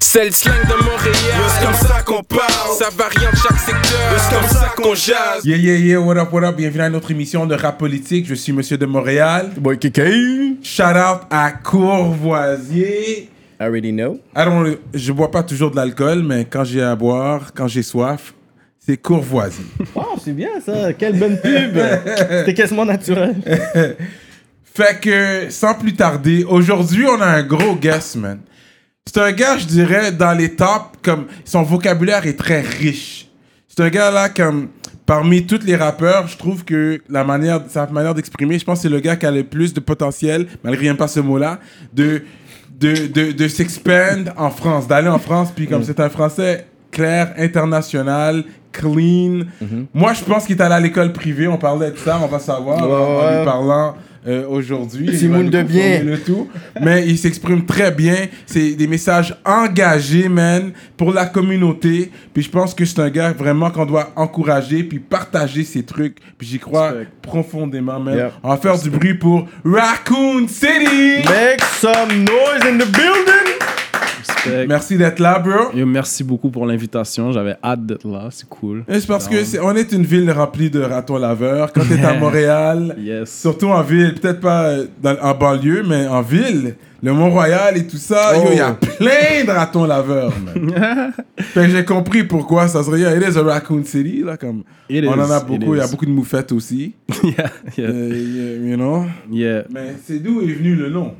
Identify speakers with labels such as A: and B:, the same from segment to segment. A: C'est le slang de Montréal.
B: C'est comme ça qu'on parle.
A: Ça varie en chaque secteur.
B: C'est comme ça qu'on jase.
C: Yeah, yeah, yeah, what up, what up? Bienvenue à notre émission de rap politique. Je suis Monsieur de Montréal.
D: Boy KK.
C: Shout out à Courvoisier.
D: I already know.
C: I don't- je bois pas toujours de l'alcool, mais quand j'ai à boire, quand j'ai soif, c'est Courvoisier.
D: Wow, Oh, c'est bien ça. Quelle bonne pub. C'était quasiment naturel.
C: Fait que, sans plus tarder, aujourd'hui, on a un gros guest, man. C'est un gars, je dirais, dans les tops, comme, son vocabulaire est très riche. C'est un gars, là, comme, parmi tous les rappeurs, je trouve que la manière, sa manière d'exprimer, je pense que c'est le gars qui a le plus de potentiel, malgré même pas ce mot-là, de, de, de, de s'expand en France, d'aller en France, puis
D: Mm.
C: comme c'est un français clair, international, clean.
D: Mm-hmm.
C: Moi, je pense qu'il est allé à l'école privée, on parlait de ça, on va savoir,
D: Ouais,
C: en lui
D: ouais.
C: parlant euh, aujourd'hui. Il
D: Simone
C: va nous
D: de bien.
C: confirmer Le tout. Mais il s'exprime très bien. C'est des messages engagés, man, pour la communauté. Puis je pense que c'est un gars vraiment qu'on doit encourager puis partager ses trucs. Puis j'y crois
D: Respect.
C: profondément, man.
D: Yep.
C: On va faire du bruit pour Raccoon City.
D: Make some noise in the building.
E: Respect.
C: Merci d'être là, bro.
E: Yo, merci beaucoup pour l'invitation. J'avais hâte d'être là. C'est cool.
C: Et C'est parce que c'est- on est une ville remplie de ratons laveurs. Quand t'es à Montréal,
E: Yes.
C: Surtout en ville, peut-être pas euh, dans- en banlieue, mais en ville, le Mont-Royal et tout ça,
D: Oh.
C: yo, il y a plein de ratons laveurs, man. fait que j'ai compris pourquoi ça serait, yo, it is a raccoon city, là, comme,
E: It
C: on
E: is,
C: en a
E: it
C: beaucoup, il y a
E: is.
C: beaucoup de moufettes aussi,
E: Yeah, yeah,
C: Euh, yeah, you know.
E: yeah.
C: Mais c'est d'où est venu le nom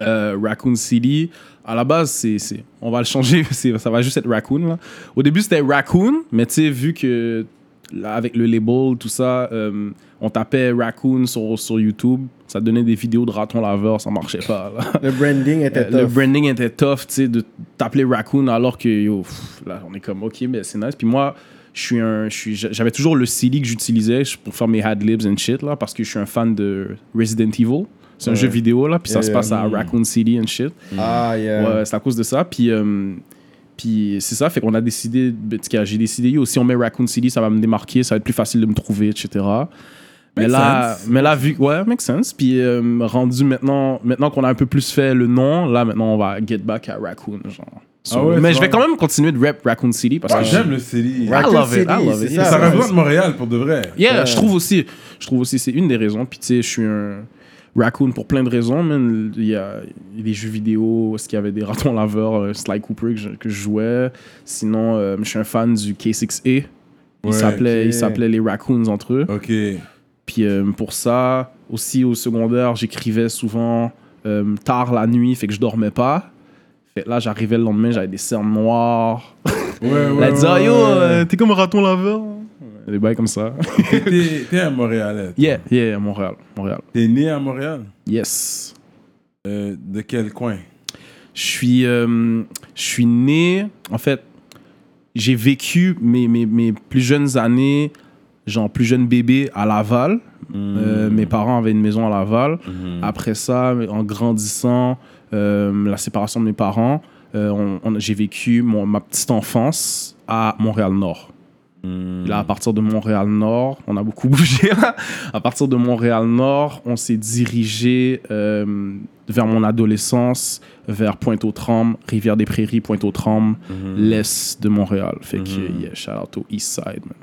E: Euh, Raccoon City. À la base, c'est, c'est- on va le changer. c'est- ça va juste être Raccoon. là. Au début, c'était Raccoon, mais tu sais, vu que là, avec le label, tout ça, euh, on tapait Raccoon sur, sur YouTube. Ça donnait des vidéos de ratons laveurs. Ça marchait pas. là.
D: Le branding était
E: Euh, Le
D: tough.
E: branding était tough, tu sais, de t'appeler Raccoon alors que, yo, pff, là, on est comme, ok, mais c'est nice. Puis moi, je suis un, je suis, j'avais toujours le silly que j'utilisais pour faire mes ad-libs and shit, là, parce que je suis un fan de Resident Evil. C'est un
D: Ouais. Euh, hmm.
E: jeu vidéo, là, puis ça
D: Yeah,
E: se
D: yeah.
E: passe à Raccoon City and shit.
D: Ah, yeah.
E: Ouais, c'est à cause de ça. Puis, euh, puis c'est ça, fait qu'on a décidé, ben, en tout cas, j'ai décidé, yo, si on met Raccoon City, ça va me démarquer, ça va être plus facile de me trouver, etc. Mais
C: Makes
E: là,
C: sense.
E: mais là, vu ouais, make sense. Puis euh, rendu maintenant, maintenant qu'on a un peu plus fait le nom, là maintenant on va get back à Raccoon, genre. So,
C: Ah ouais,
E: mais
C: c'est
E: je vais
C: vrai.
E: quand même continuer de rep Raccoon City parce
C: Ah,
E: que
C: J'aime le city.
D: Raccoon
E: I love it,
D: City,
E: I love it.
D: c'est
E: Yeah.
C: Ça
D: ça.
C: représente Montréal, pour de vrai.
E: Yeah,
D: Ouais.
E: je trouve aussi. Je trouve aussi, c'est une des raisons. Puis tu sais, je suis un raccoon pour plein de raisons. man. Il y a il y a des jeux vidéo, ce qu'il y avait des ratons laveurs, euh, Sly Cooper que je, que je jouais. Sinon, euh, je suis un fan du K6A.
C: Ouais,
E: Ils s'appelaient
D: ok.
E: ils s'appelaient les raccoons entre eux.
C: Ok.
E: Puis euh, pour ça, aussi au secondaire, j'écrivais souvent euh, tard la nuit, fait que je dormais pas. Fait que là, j'arrivais le lendemain, j'avais des cernes noires.
C: Ouais, ouais.
E: là, ils disaient, Ah,
C: ouais,
E: yo,
C: ouais.
E: euh, t'es comme un raton laveur. hein. Des bails comme ça.
C: T'es- T'es à Montréal.
E: Yeah, yeah, Montréal, Montréal.
C: T'es né à Montréal
E: Yes.
C: Euh, De quel coin
E: Je suis, euh, je suis né, en fait, j'ai vécu mes, mes, mes plus jeunes années, genre plus jeune bébé à Laval. Euh, mes parents avaient une maison à Laval. Après ça, en grandissant, euh, la séparation de mes parents, euh, on- on- j'ai vécu mon- ma petite enfance à Montréal-Nord. Là,
C: Mm.
E: à partir de Montréal-Nord, on a beaucoup bougé. à partir de Montréal-Nord, on s'est dirigé euh, vers mon adolescence, vers Pointe-aux-Trembles, Rivière-des-Prairies, Pointe-aux-Trembles,
C: Mm-hmm.
E: l'est de Montréal. Fait que, yeah, shout out au East Side, man.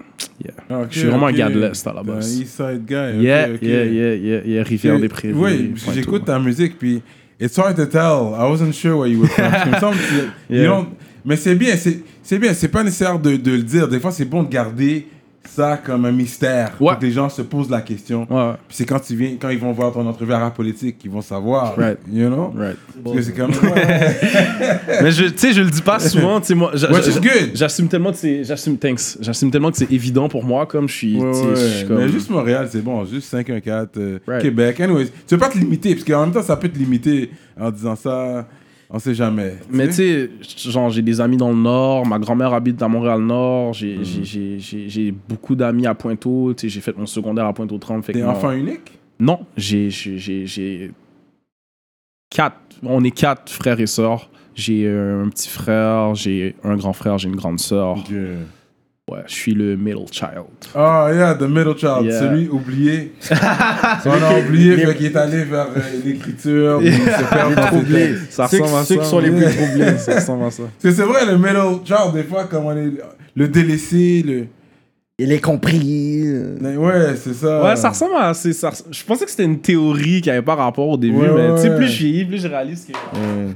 E: Yeah.
C: Ah, ok,
E: Je suis vraiment
C: ok.
E: un gars de l'Est à la
C: T'es un
E: base.
C: East Side guy.
E: yeah,
C: ok, ok.
E: yeah, yeah, yeah, yeah, Rivière-des-Prairies.
C: Oui, parce que j'écoute
E: Pointe-aux-Trembles.
C: ta musique, puis it's hard to tell. I wasn't sure where you were from. Parce que me semble que you
E: Yeah.
C: don't- mais c'est bien, c'est c'est bien. C'est pas nécessaire de, de le dire. Des fois, c'est bon de garder ça comme un mystère.
E: Ouais.
C: Pour que les gens se posent la question. Puis
E: Ouais,
C: c'est quand, tu viens, quand ils vont voir ton entrevue à rap politique qu'ils vont savoir.
E: Right.
C: You know?
E: ouais, right.
C: Parce que c'est comme. Ouais,
E: Mais je, tu sais, je le dis pas souvent, tu sais, moi, j'a-
C: Which is
E: j'a-
C: good.
E: j'assume tellement que c'est, j'assume, thanks, j'assume tellement que c'est évident pour moi, comme je suis,
C: ouais,
E: tu sais, je suis
C: ouais.
E: comme-
C: Mais juste Montréal, c'est bon. Juste 514, euh,
E: Right.
C: Québec. Anyways, tu veux pas te limiter, parce qu'en même temps, ça peut te limiter en disant ça. On sait jamais.
E: Mais tu sais, genre, j'ai des amis dans le Nord, ma grand-mère habite à Montréal-Nord, j'ai, j'ai- j'ai- j'ai- j'ai beaucoup d'amis à Pointe-aux, tu sais, j'ai fait mon secondaire à Pointe-aux-Trembles. fait que
C: T'es
E: non.
C: enfant unique?
E: Non, j'ai, j'ai, j'ai, j'ai quatre, on est quatre frères et sœurs. J'ai euh, un petit frère, j'ai un grand frère, j'ai une grande sœur. Ouais, je suis le middle child.
C: Ah, yeah, The Middle Child,
E: Yeah.
C: celui oublié. On a oublié, fait qu'il est allé vers euh, l'écriture. puis il s'est perdu dans ses
D: troublés.
C: textes.
E: Ça
D: Ceux,
E: ressemble à
D: ceux
E: ça,
D: qui sont les
E: ouais.
D: plus troublés.
E: Ça ressemble à ça.
C: Parce que c'est vrai, le Middle Child, des fois, comme on est le délaissé, le.
D: Il est compris. euh.
C: Ouais, c'est ça.
E: Ouais, ça ressemble à. c'est- ça res- je pensais que c'était une théorie qui avait pas rapport au début,
C: Ouais,
E: mais tu sais,
C: ouais.
E: plus je vieillis, plus je réalise que.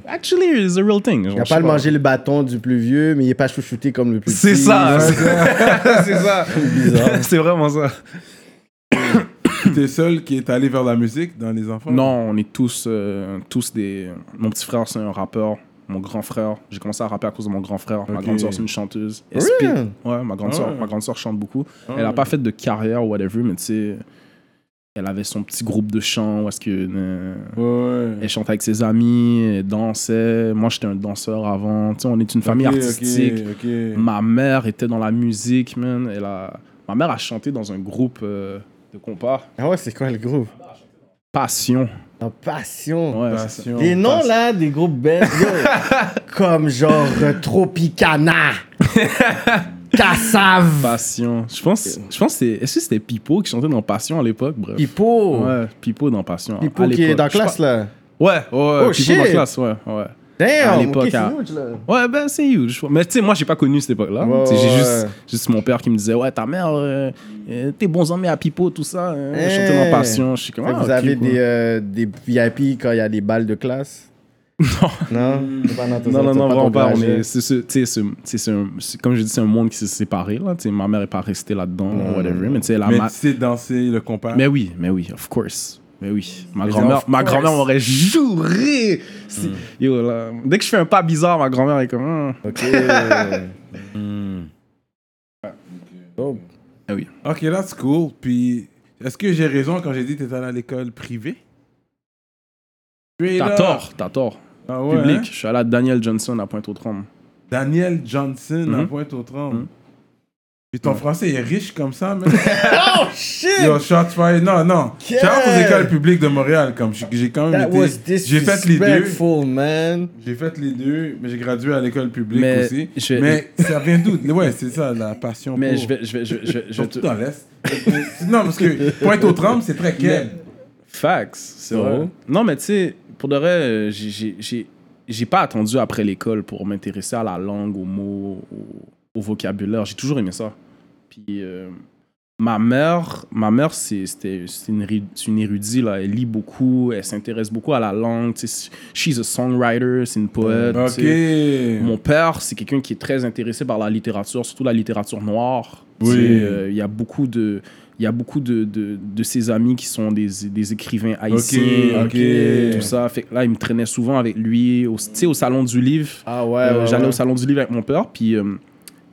E: Actually, it's a real thing.
D: Il n'a pas le manger le bâton du plus vieux, mais il n'est pas chouchouté comme le plus
E: C'est
D: petit.
E: ça.
D: Ouais.
E: c'est ça. c'est vraiment ça.
C: T'es seul qui est allé vers la musique dans les enfants
E: Non, on est tous, euh, tous des. Mon petit frère, c'est un rappeur. Mon grand frère, j'ai commencé à rapper à cause de mon grand frère. Ma
C: Ok.
E: grande soeur, c'est une chanteuse. SP.
D: Really?
E: Ouais, ma grande
C: Ah
E: soeur,
C: ouais.
E: ma grande sœur chante beaucoup.
C: Ah
E: elle a
C: ouais.
E: pas fait de carrière ou whatever, mais tu sais, elle avait son petit groupe de chant où est-ce que euh,
C: Ouais.
E: elle chantait avec ses amis, elle dansait. Moi, j'étais un danseur avant. Tu sais, on est une famille
C: Ok, ok,
E: artistique.
C: ok.
E: Ma mère était dans la musique, man. Elle a... Ma mère a chanté dans un groupe euh, de compas.
D: Ah ouais, c'est quoi le groupe
E: Passion.
D: Dans Passion.
E: Ouais, c'est ça.
C: Passion.
D: Des noms là, des groupes belges. yo. comme genre euh, Tropicana. Cassave.
E: Passion. Je pense, je pense que c'est. Est-ce que c'était Pipo qui chantait dans Passion à l'époque, bref?
D: Pipo.
E: Ouais, Pipo dans Passion.
D: Pipo
E: à
D: qui est
E: l'époque.
D: dans
E: Je
D: classe là.
E: sais pas- Ouais, ouais,
D: Oh,
E: Pipo dans
D: shit.
E: classe, ouais, ouais. À
D: Damn,
E: l'époque,
D: ok, c'est
E: à-
D: huge là.
E: Ouais, ben c'est huge. Mais tu sais, moi, j'ai pas connu cette époque-là.
D: Ouais,
E: Tu sais, j'ai
D: ouais,
E: juste,
D: ouais.
E: juste mon père qui me disait, ouais, ta mère, euh, euh, t'es bons amis à Pipo, tout ça. euh,
D: Hey.
E: chantait dans Passion. Je suis comme,
D: Eh. Fait que
E: ah,
D: vous
E: ok,
D: avez
E: cool.
D: des, euh, des VIP quand il y a des balles de classe
E: Non.
D: Non Pas dans ton-
E: Non, non, non,
D: ton- ton
E: vraiment pas. On
D: garage,
E: est,
D: là.
E: c'est, ce- tu sais, c'est- c'est- c'est un- c'est- comme je dis, c'est un monde qui s'est séparé. Là. Tu sais, Ma mère est pas restée là-dedans, whatever. Mais tu sais, la
C: Mais
E: Ah, ma-
C: tu sais danser le compas.
E: Mais oui, mais oui, of course. Mais Hmm. oui. Ma
D: Mais
E: grand-mère,
D: of
E: ma
D: course.
E: grand-mère m'aurait juré. si- Yo, là, dès que je fais un pas bizarre, ma grand-mère est comme. Hum.
D: Ok. Oh.
C: Ok, that's cool. Puis, est-ce que j'ai raison quand j'ai dit que t'es allé à l'école privée Tu es
E: T'as
C: là.
E: tort, t'as tort.
C: Ah ouais,
E: Public,
C: hein?
E: je suis allé à Daniel Johnson à Pointe-aux-Trembles.
C: Daniel Johnson à
E: Mhm.
C: Pointe-aux-Trembles.
E: Mhm.
C: Puis
E: Mm.
C: ton français il est riche comme ça, man.
D: Oh, shit
C: Yo, shots fired. Non, non.
D: Quel-
C: Shout out aux écoles publiques de Montréal. Comme j'ai j'ai quand même
D: That was
C: été. J'ai fait les deux.
D: disrespectful, man.
C: J'ai fait les deux, mais j'ai gradué à l'école publique
E: Mais
C: aussi.
E: je-
C: Mais ça vient d'où Ouais, c'est ça, la passion.
E: Mais
C: pour-
E: je vais, je vais, je, je, je
C: Surtout
E: te-
C: dans l'Est. non, parce que pointe aux trembles, c'est très quel.
E: Facts, c'est
D: vrai.
E: vrai. Non, mais tu sais, pour de vrai, euh, j'ai- j'ai- j'ai j'ai pas attendu après l'école pour m'intéresser à la langue, aux mots, au, au vocabulaire. J'ai toujours aimé ça. Puis euh, ma mère, ma mère c'est c'était- c'est une, ri- c'est une érudite, là. elle lit beaucoup, elle s'intéresse beaucoup à la langue. tu sais. She's a songwriter, c'est une poète. euh, tu
C: Ok.
E: sais. Mon père, c'est quelqu'un qui est très intéressé par la littérature, surtout la littérature noire.
C: Oui.
E: Tu sais, euh, Il y a beaucoup de, il y a beaucoup de, de, de ses amis qui sont des, des écrivains haïtiens,
C: ok.
E: tout ça. Fait que là, il me traînait souvent avec lui, au, tu sais, au salon du livre.
D: Ah ouais,
E: Euh,
D: ouais,
E: J'allais
D: ouais.
E: au salon du livre avec mon père, puis euh,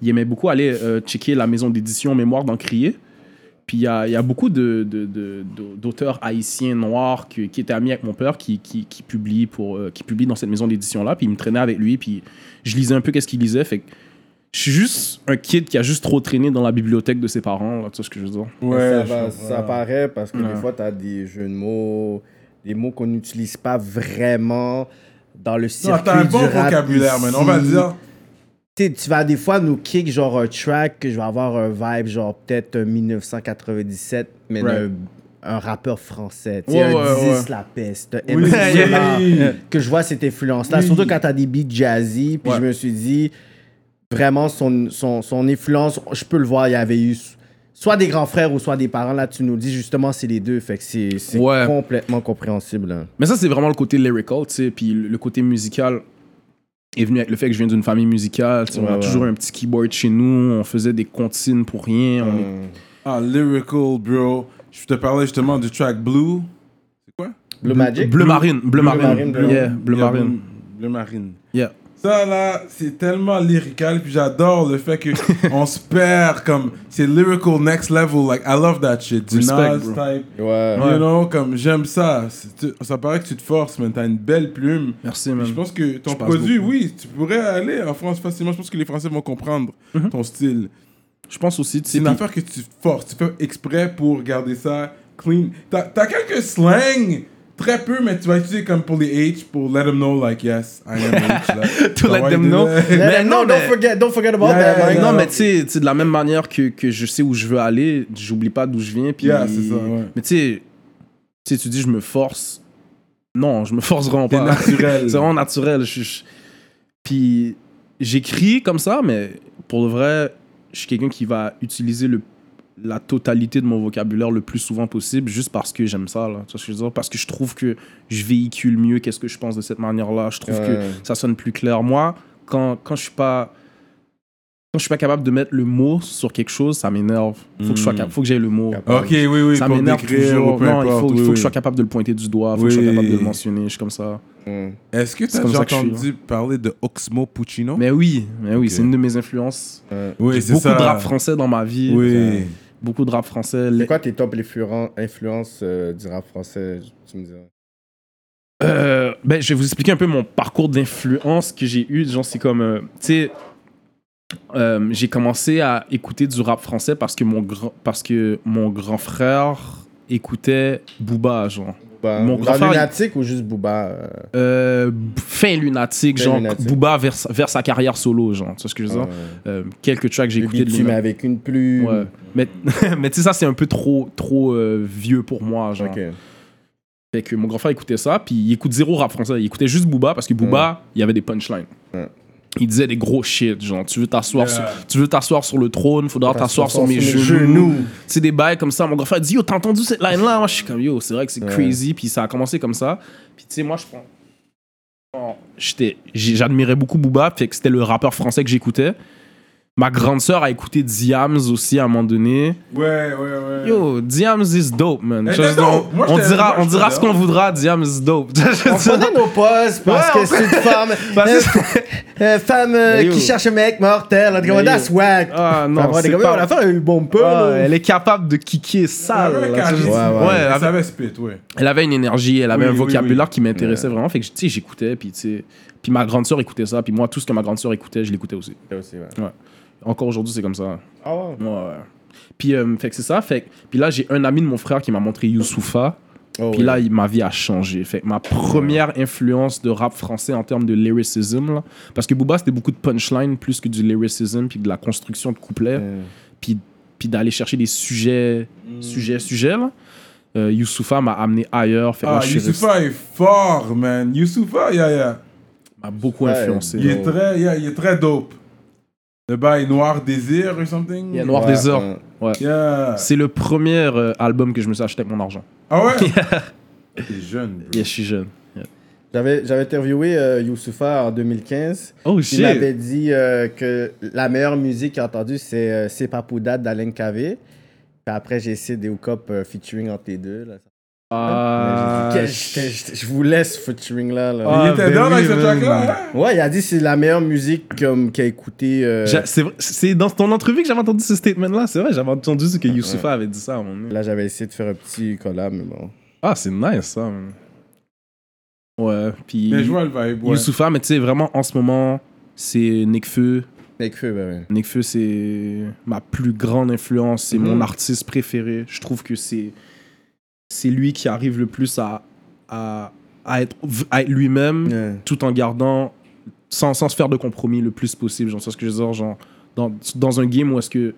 E: il aimait beaucoup aller euh, checker la maison d'édition Mémoire d'Encrier. Puis il y a, il y a beaucoup de- de- de- de- d'auteurs haïtiens noirs qui, qui étaient amis avec mon père, qui, qui, qui publient pour, euh, qui publient dans cette maison d'édition-là. Puis il me traînait avec lui, puis je lisais un peu qu'est-ce qu'il lisait. Fait que je suis juste un kid qui a juste trop traîné dans la bibliothèque de ses parents, là, tu sais ce que je veux dire.
C: Ouais,
D: ça, va-
C: je comprends.
D: ça apparaît parce que
E: Ouais.
D: des fois, tu as des jeux de mots, des mots qu'on n'utilise pas vraiment dans le
C: Non,
D: circuit
C: t'as un bon
D: du rap
C: vocabulaire, man. On va le
D: ici.
C: dire.
D: T'sais, tu vas des fois nous kick genre un track que je vais avoir un vibe genre peut-être un 1997, mais
E: Right.
D: d'un un rappeur français. Tu
E: Ouais,
D: un
E: ouais,
D: 10
E: ouais.
D: la peste, un
C: Oui,
D: MC Solar,
C: oui.
D: que je vois cette influence-là.
C: Oui.
D: Surtout quand t'as des beats jazzy, puis
E: Ouais.
D: je me suis dit, vraiment, son, son, son influence, je peux le voir, il y avait eu soit des grands frères ou soit des parents. Là, tu nous dis justement, c'est les deux, fait que c'est c'est
E: Ouais.
D: complètement compréhensible. hein.
E: Mais ça, c'est vraiment le côté lyrical, tu sais. Puis le le côté musical est venu avec le fait que je viens d'une famille musicale. tu sais, on
D: Ouais,
E: a
D: ouais.
E: toujours un petit keyboard chez nous, on faisait des comptines pour rien. on est-
C: Ah, lyrical, bro. Je te parlais justement du track Blue. C'est quoi
D: Blue Magic?
E: Bleu marine, bleu marine.
D: marine, bleu.
E: Yeah, bleu
C: Yeah,
E: marine.
C: Blue Marine.
E: Yeah.
C: Ça là, c'est tellement lyrical, puis j'adore le fait que on se perd comme c'est lyrical next level. Like I love that shit. Du
E: Respect,
C: Nas
E: bro.
C: type.
D: Ouais.
C: You know, comme j'aime ça. C'est- tu- Ça paraît que tu te forces, man. T'as une belle plume.
E: Merci,
C: Puis
E: man.
C: Je pense que ton
E: Je passe
C: produit,
E: beaucoup.
C: oui, tu pourrais aller en France facilement. Je pense que les Français vont comprendre ton style.
E: Je pense aussi, tu
C: C'est
E: sais.
C: une
E: Mhm. puis-
C: affaire que tu forces. Tu fais exprès pour garder ça clean. T'as t'as quelques slangs Très peu, mais tu vas utiliser comme pour les H, pour let them know, like, yes, I am H. là.
E: To
C: Ça
E: let
C: va,
E: them
C: il
E: know.
C: dit,
E: Mais
D: Mais
E: non,
D: non,
E: mais-
D: don't forget, don't forget about
C: Yeah,
D: that.
C: yeah,
D: like,
C: yeah.
E: Non,
C: Non,
E: mais tu sais, tu sais, de la même manière que, que je sais où je veux aller, j'oublie pas d'où je viens. Puis,
C: Yeah, c'est ça, ouais.
E: Mais tu sais, tu sais, tu dis je me force. Non, je me force vraiment
C: C'est
E: pas.
C: naturel.
E: c'est vraiment naturel. Je- je- Puis j'écris comme ça, mais pour le vrai, je suis quelqu'un qui va utiliser le, la totalité de mon vocabulaire le plus souvent possible, juste parce que j'aime ça. Là. Tu vois ce que je veux dire? Parce que je trouve que je véhicule mieux qu'est-ce que je pense de cette manière-là. Je trouve que
D: Ouais.
E: ça sonne plus clair. Moi, quand, quand je suis pas quand je suis pas capable de mettre le mot sur quelque chose, ça m'énerve. Faut que je sois cap- faut que j'aie le mot.
C: Ok, oui, Hmm. oui,
E: ça
C: pour
E: m'énerve
C: décrire, ou
E: toujours.
C: peu
E: Non, il
C: importe,
E: faut, il
C: oui,
E: faut que
C: oui.
E: je sois capable de le pointer du doigt, faut que je sois
C: Oui.
E: capable de le mentionner, je suis comme ça.
D: Mm.
C: Est-ce que tu as
E: comme
C: déjà
E: ça que je suis, hein.
C: entendu parler de Oxmo Puccino
E: Mais oui, mais oui, c'est une de mes influences.
C: Oui,
E: Beaucoup de rap français dans ma vie.
C: Oui.
E: Beaucoup de rap français.
D: C'est quoi tes top influences, influences euh, du rap français tu me diras?
E: Euh, ben, je vais vous expliquer un peu mon parcours d'influence que j'ai eu. Genre, c'est comme, euh, tu sais, euh, j'ai commencé à écouter du rap français parce que mon grand, parce que mon grand frère écoutait Booba, genre.
D: Bah,
E: Mon
D: dans
E: grand frère,
D: Lunatique ou juste Booba euh,
E: Euh, fin lunatique,
D: Fin
E: genre
D: lunatique. Ah
E: Booba vers, vers sa carrière solo, genre. Tu vois ce que je veux dire?
D: ouais.
E: Euh, quelques tracks que j'ai
D: Le
E: écoutés de
D: bitume
E: Luna-
D: avec une plume.
E: Ouais. Mais, mais tu sais, ça, c'est un peu trop, trop euh, vieux pour moi, genre.
D: Ok.
E: Fait que mon grand frère écoutait ça, puis il écoute zéro rap français. Il écoutait juste Booba parce que Booba, il y avait des punchlines.
D: Ouais.
E: Il disait des gros shit, genre tu veux t'asseoir
C: Yeah.
E: sur, tu veux t'asseoir sur le trône, faudra t'asseoir sur mes genoux. C'est des bails comme ça. Mon grand frère dit yo t'as entendu cette line là, moi je suis comme yo c'est vrai que c'est crazy. Puis ça a commencé comme ça. Puis tu sais moi je prends, Oh, j'étais, j'ai- j'admirais beaucoup Booba, fait que c'était le rappeur français que j'écoutais. Ma grande sœur a écouté Diams aussi à un moment donné.
C: Ouais, ouais, ouais.
E: Yo, Diams is dope, man.
C: Elle
E: Je veux
C: était
E: dire,
C: dope.
E: on-
C: Moi,
E: on
C: j'étais-
E: dira,
C: moi,
E: on
C: j'étais
E: dira ce qu'on
C: dope.
E: voudra, Diams is dope. Je veux
D: On
E: dire,
D: prenait nos postes parce
E: Ouais, on
D: que c'est une femme,
E: Parce-
D: euh, euh, femme euh,
E: Mais yo.
D: qui cherche un mec mortel. En tout
E: Mais
D: cas, that's
E: yo.
D: whack.
E: Ah
D: Ça
E: non,
D: prend des
E: c'est pas...
D: gars, mais on oh, a fait un bon peu.
E: Ah,
D: là.
E: elle est capable de kicker sale.
C: Ouais,
E: là,
C: quand
E: tu
C: j'ai
E: sais. ouais,
C: dit-
D: ouais.
E: elle,
C: Ça
E: avait,
C: avait spit, ouais.
E: Ah, elle avait une énergie, elle avait
C: Oui,
E: un
C: oui,
E: vocabulaire
C: oui.
E: qui m'intéressait vraiment. Fait que tu sais, j'écoutais, puis tu sais, puis ma grande sœur écoutait ça, puis moi tout ce que ma grande sœur écoutait, je l'écoutais aussi.
D: aussi, ouais.
E: Encore aujourd'hui, c'est comme ça.
D: Ah ouais.
E: Ouais, ouais. Puis euh, fait que c'est ça. Fait que- puis là, j'ai un ami de mon frère qui m'a montré Youssoufa.
D: Oh,
E: Puis
D: ouais.
E: là, il- ma vie a changé. Fait que ma première influence de rap français en termes de lyricism, là, parce que Booba, c'était beaucoup de punchline plus que du lyricism, puis de la construction de couplets,
D: Mm.
E: puis, puis d'aller chercher des sujets, sujets, sujets. Là. Euh, Youssoufa m'a amené ailleurs. Fait que
C: Ah,
E: là, je suis resté-
C: Youssoufa est fort, man. Youssoufa, yeah, yeah.
E: m'a beaucoup
D: Ouais.
E: influencé.
C: Il
E: là.
C: est très, yeah, il est très dope. Le bail Noir Désir ou something.
E: Il y a Noir
D: Ouais,
E: Désert.
D: ouais.
C: Yeah.
E: C'est le premier euh, album que je me suis acheté avec mon argent.
C: Ah ouais? T'es jeune, bro.
E: Yeah, je suis jeune. Yeah.
D: J'avais j'avais interviewé euh, Youssoufa en 2015.
E: Oh
D: Il m'avait
E: shit!
D: dit euh, que la meilleure musique qu'il a entendue, c'est euh, C'est Papoudade d'Alain Cavé. Puis après, j'ai essayé des hook-up euh, featuring entre les deux. Là.
E: Ah,
D: Mais j'ai dit, Qu'est-ce que- je, je vous laisse featuring là. là.
E: Ah,
C: Il était
E: ben
C: dans
E: oui,
C: avec ce
E: man.
C: track-là, hein?
D: Ouais, il a dit c'est la meilleure musique comme, qu'il a écoutée. euh,
E: J'a- C'est vrai- c'est dans ton entrevue que j'avais entendu ce statement-là. C'est vrai, j'avais entendu ce que Youssoufa avait dit ça à un moment donné.
D: Là, j'avais essayé de faire un petit collab, mais bon.
E: Ah, c'est nice ça. man. Ouais, puis
C: Mais je vois le vibe, ouais.
E: Youssoufa, mais tu sais, vraiment en ce moment, c'est Nekfeu.
D: Avec feu, ben ouais.
E: Nekfeu, c'est ma plus grande influence, c'est
D: Mhm.
E: mon artiste préféré. Je trouve que c'est c'est lui qui arrive le plus à, à, à être, à être lui-même
D: Ouais.
E: tout en gardant, sans, sans se faire de compromis le plus possible. Genre, tu vois ce que je veux dire, genre, dans, dans un game où est-ce que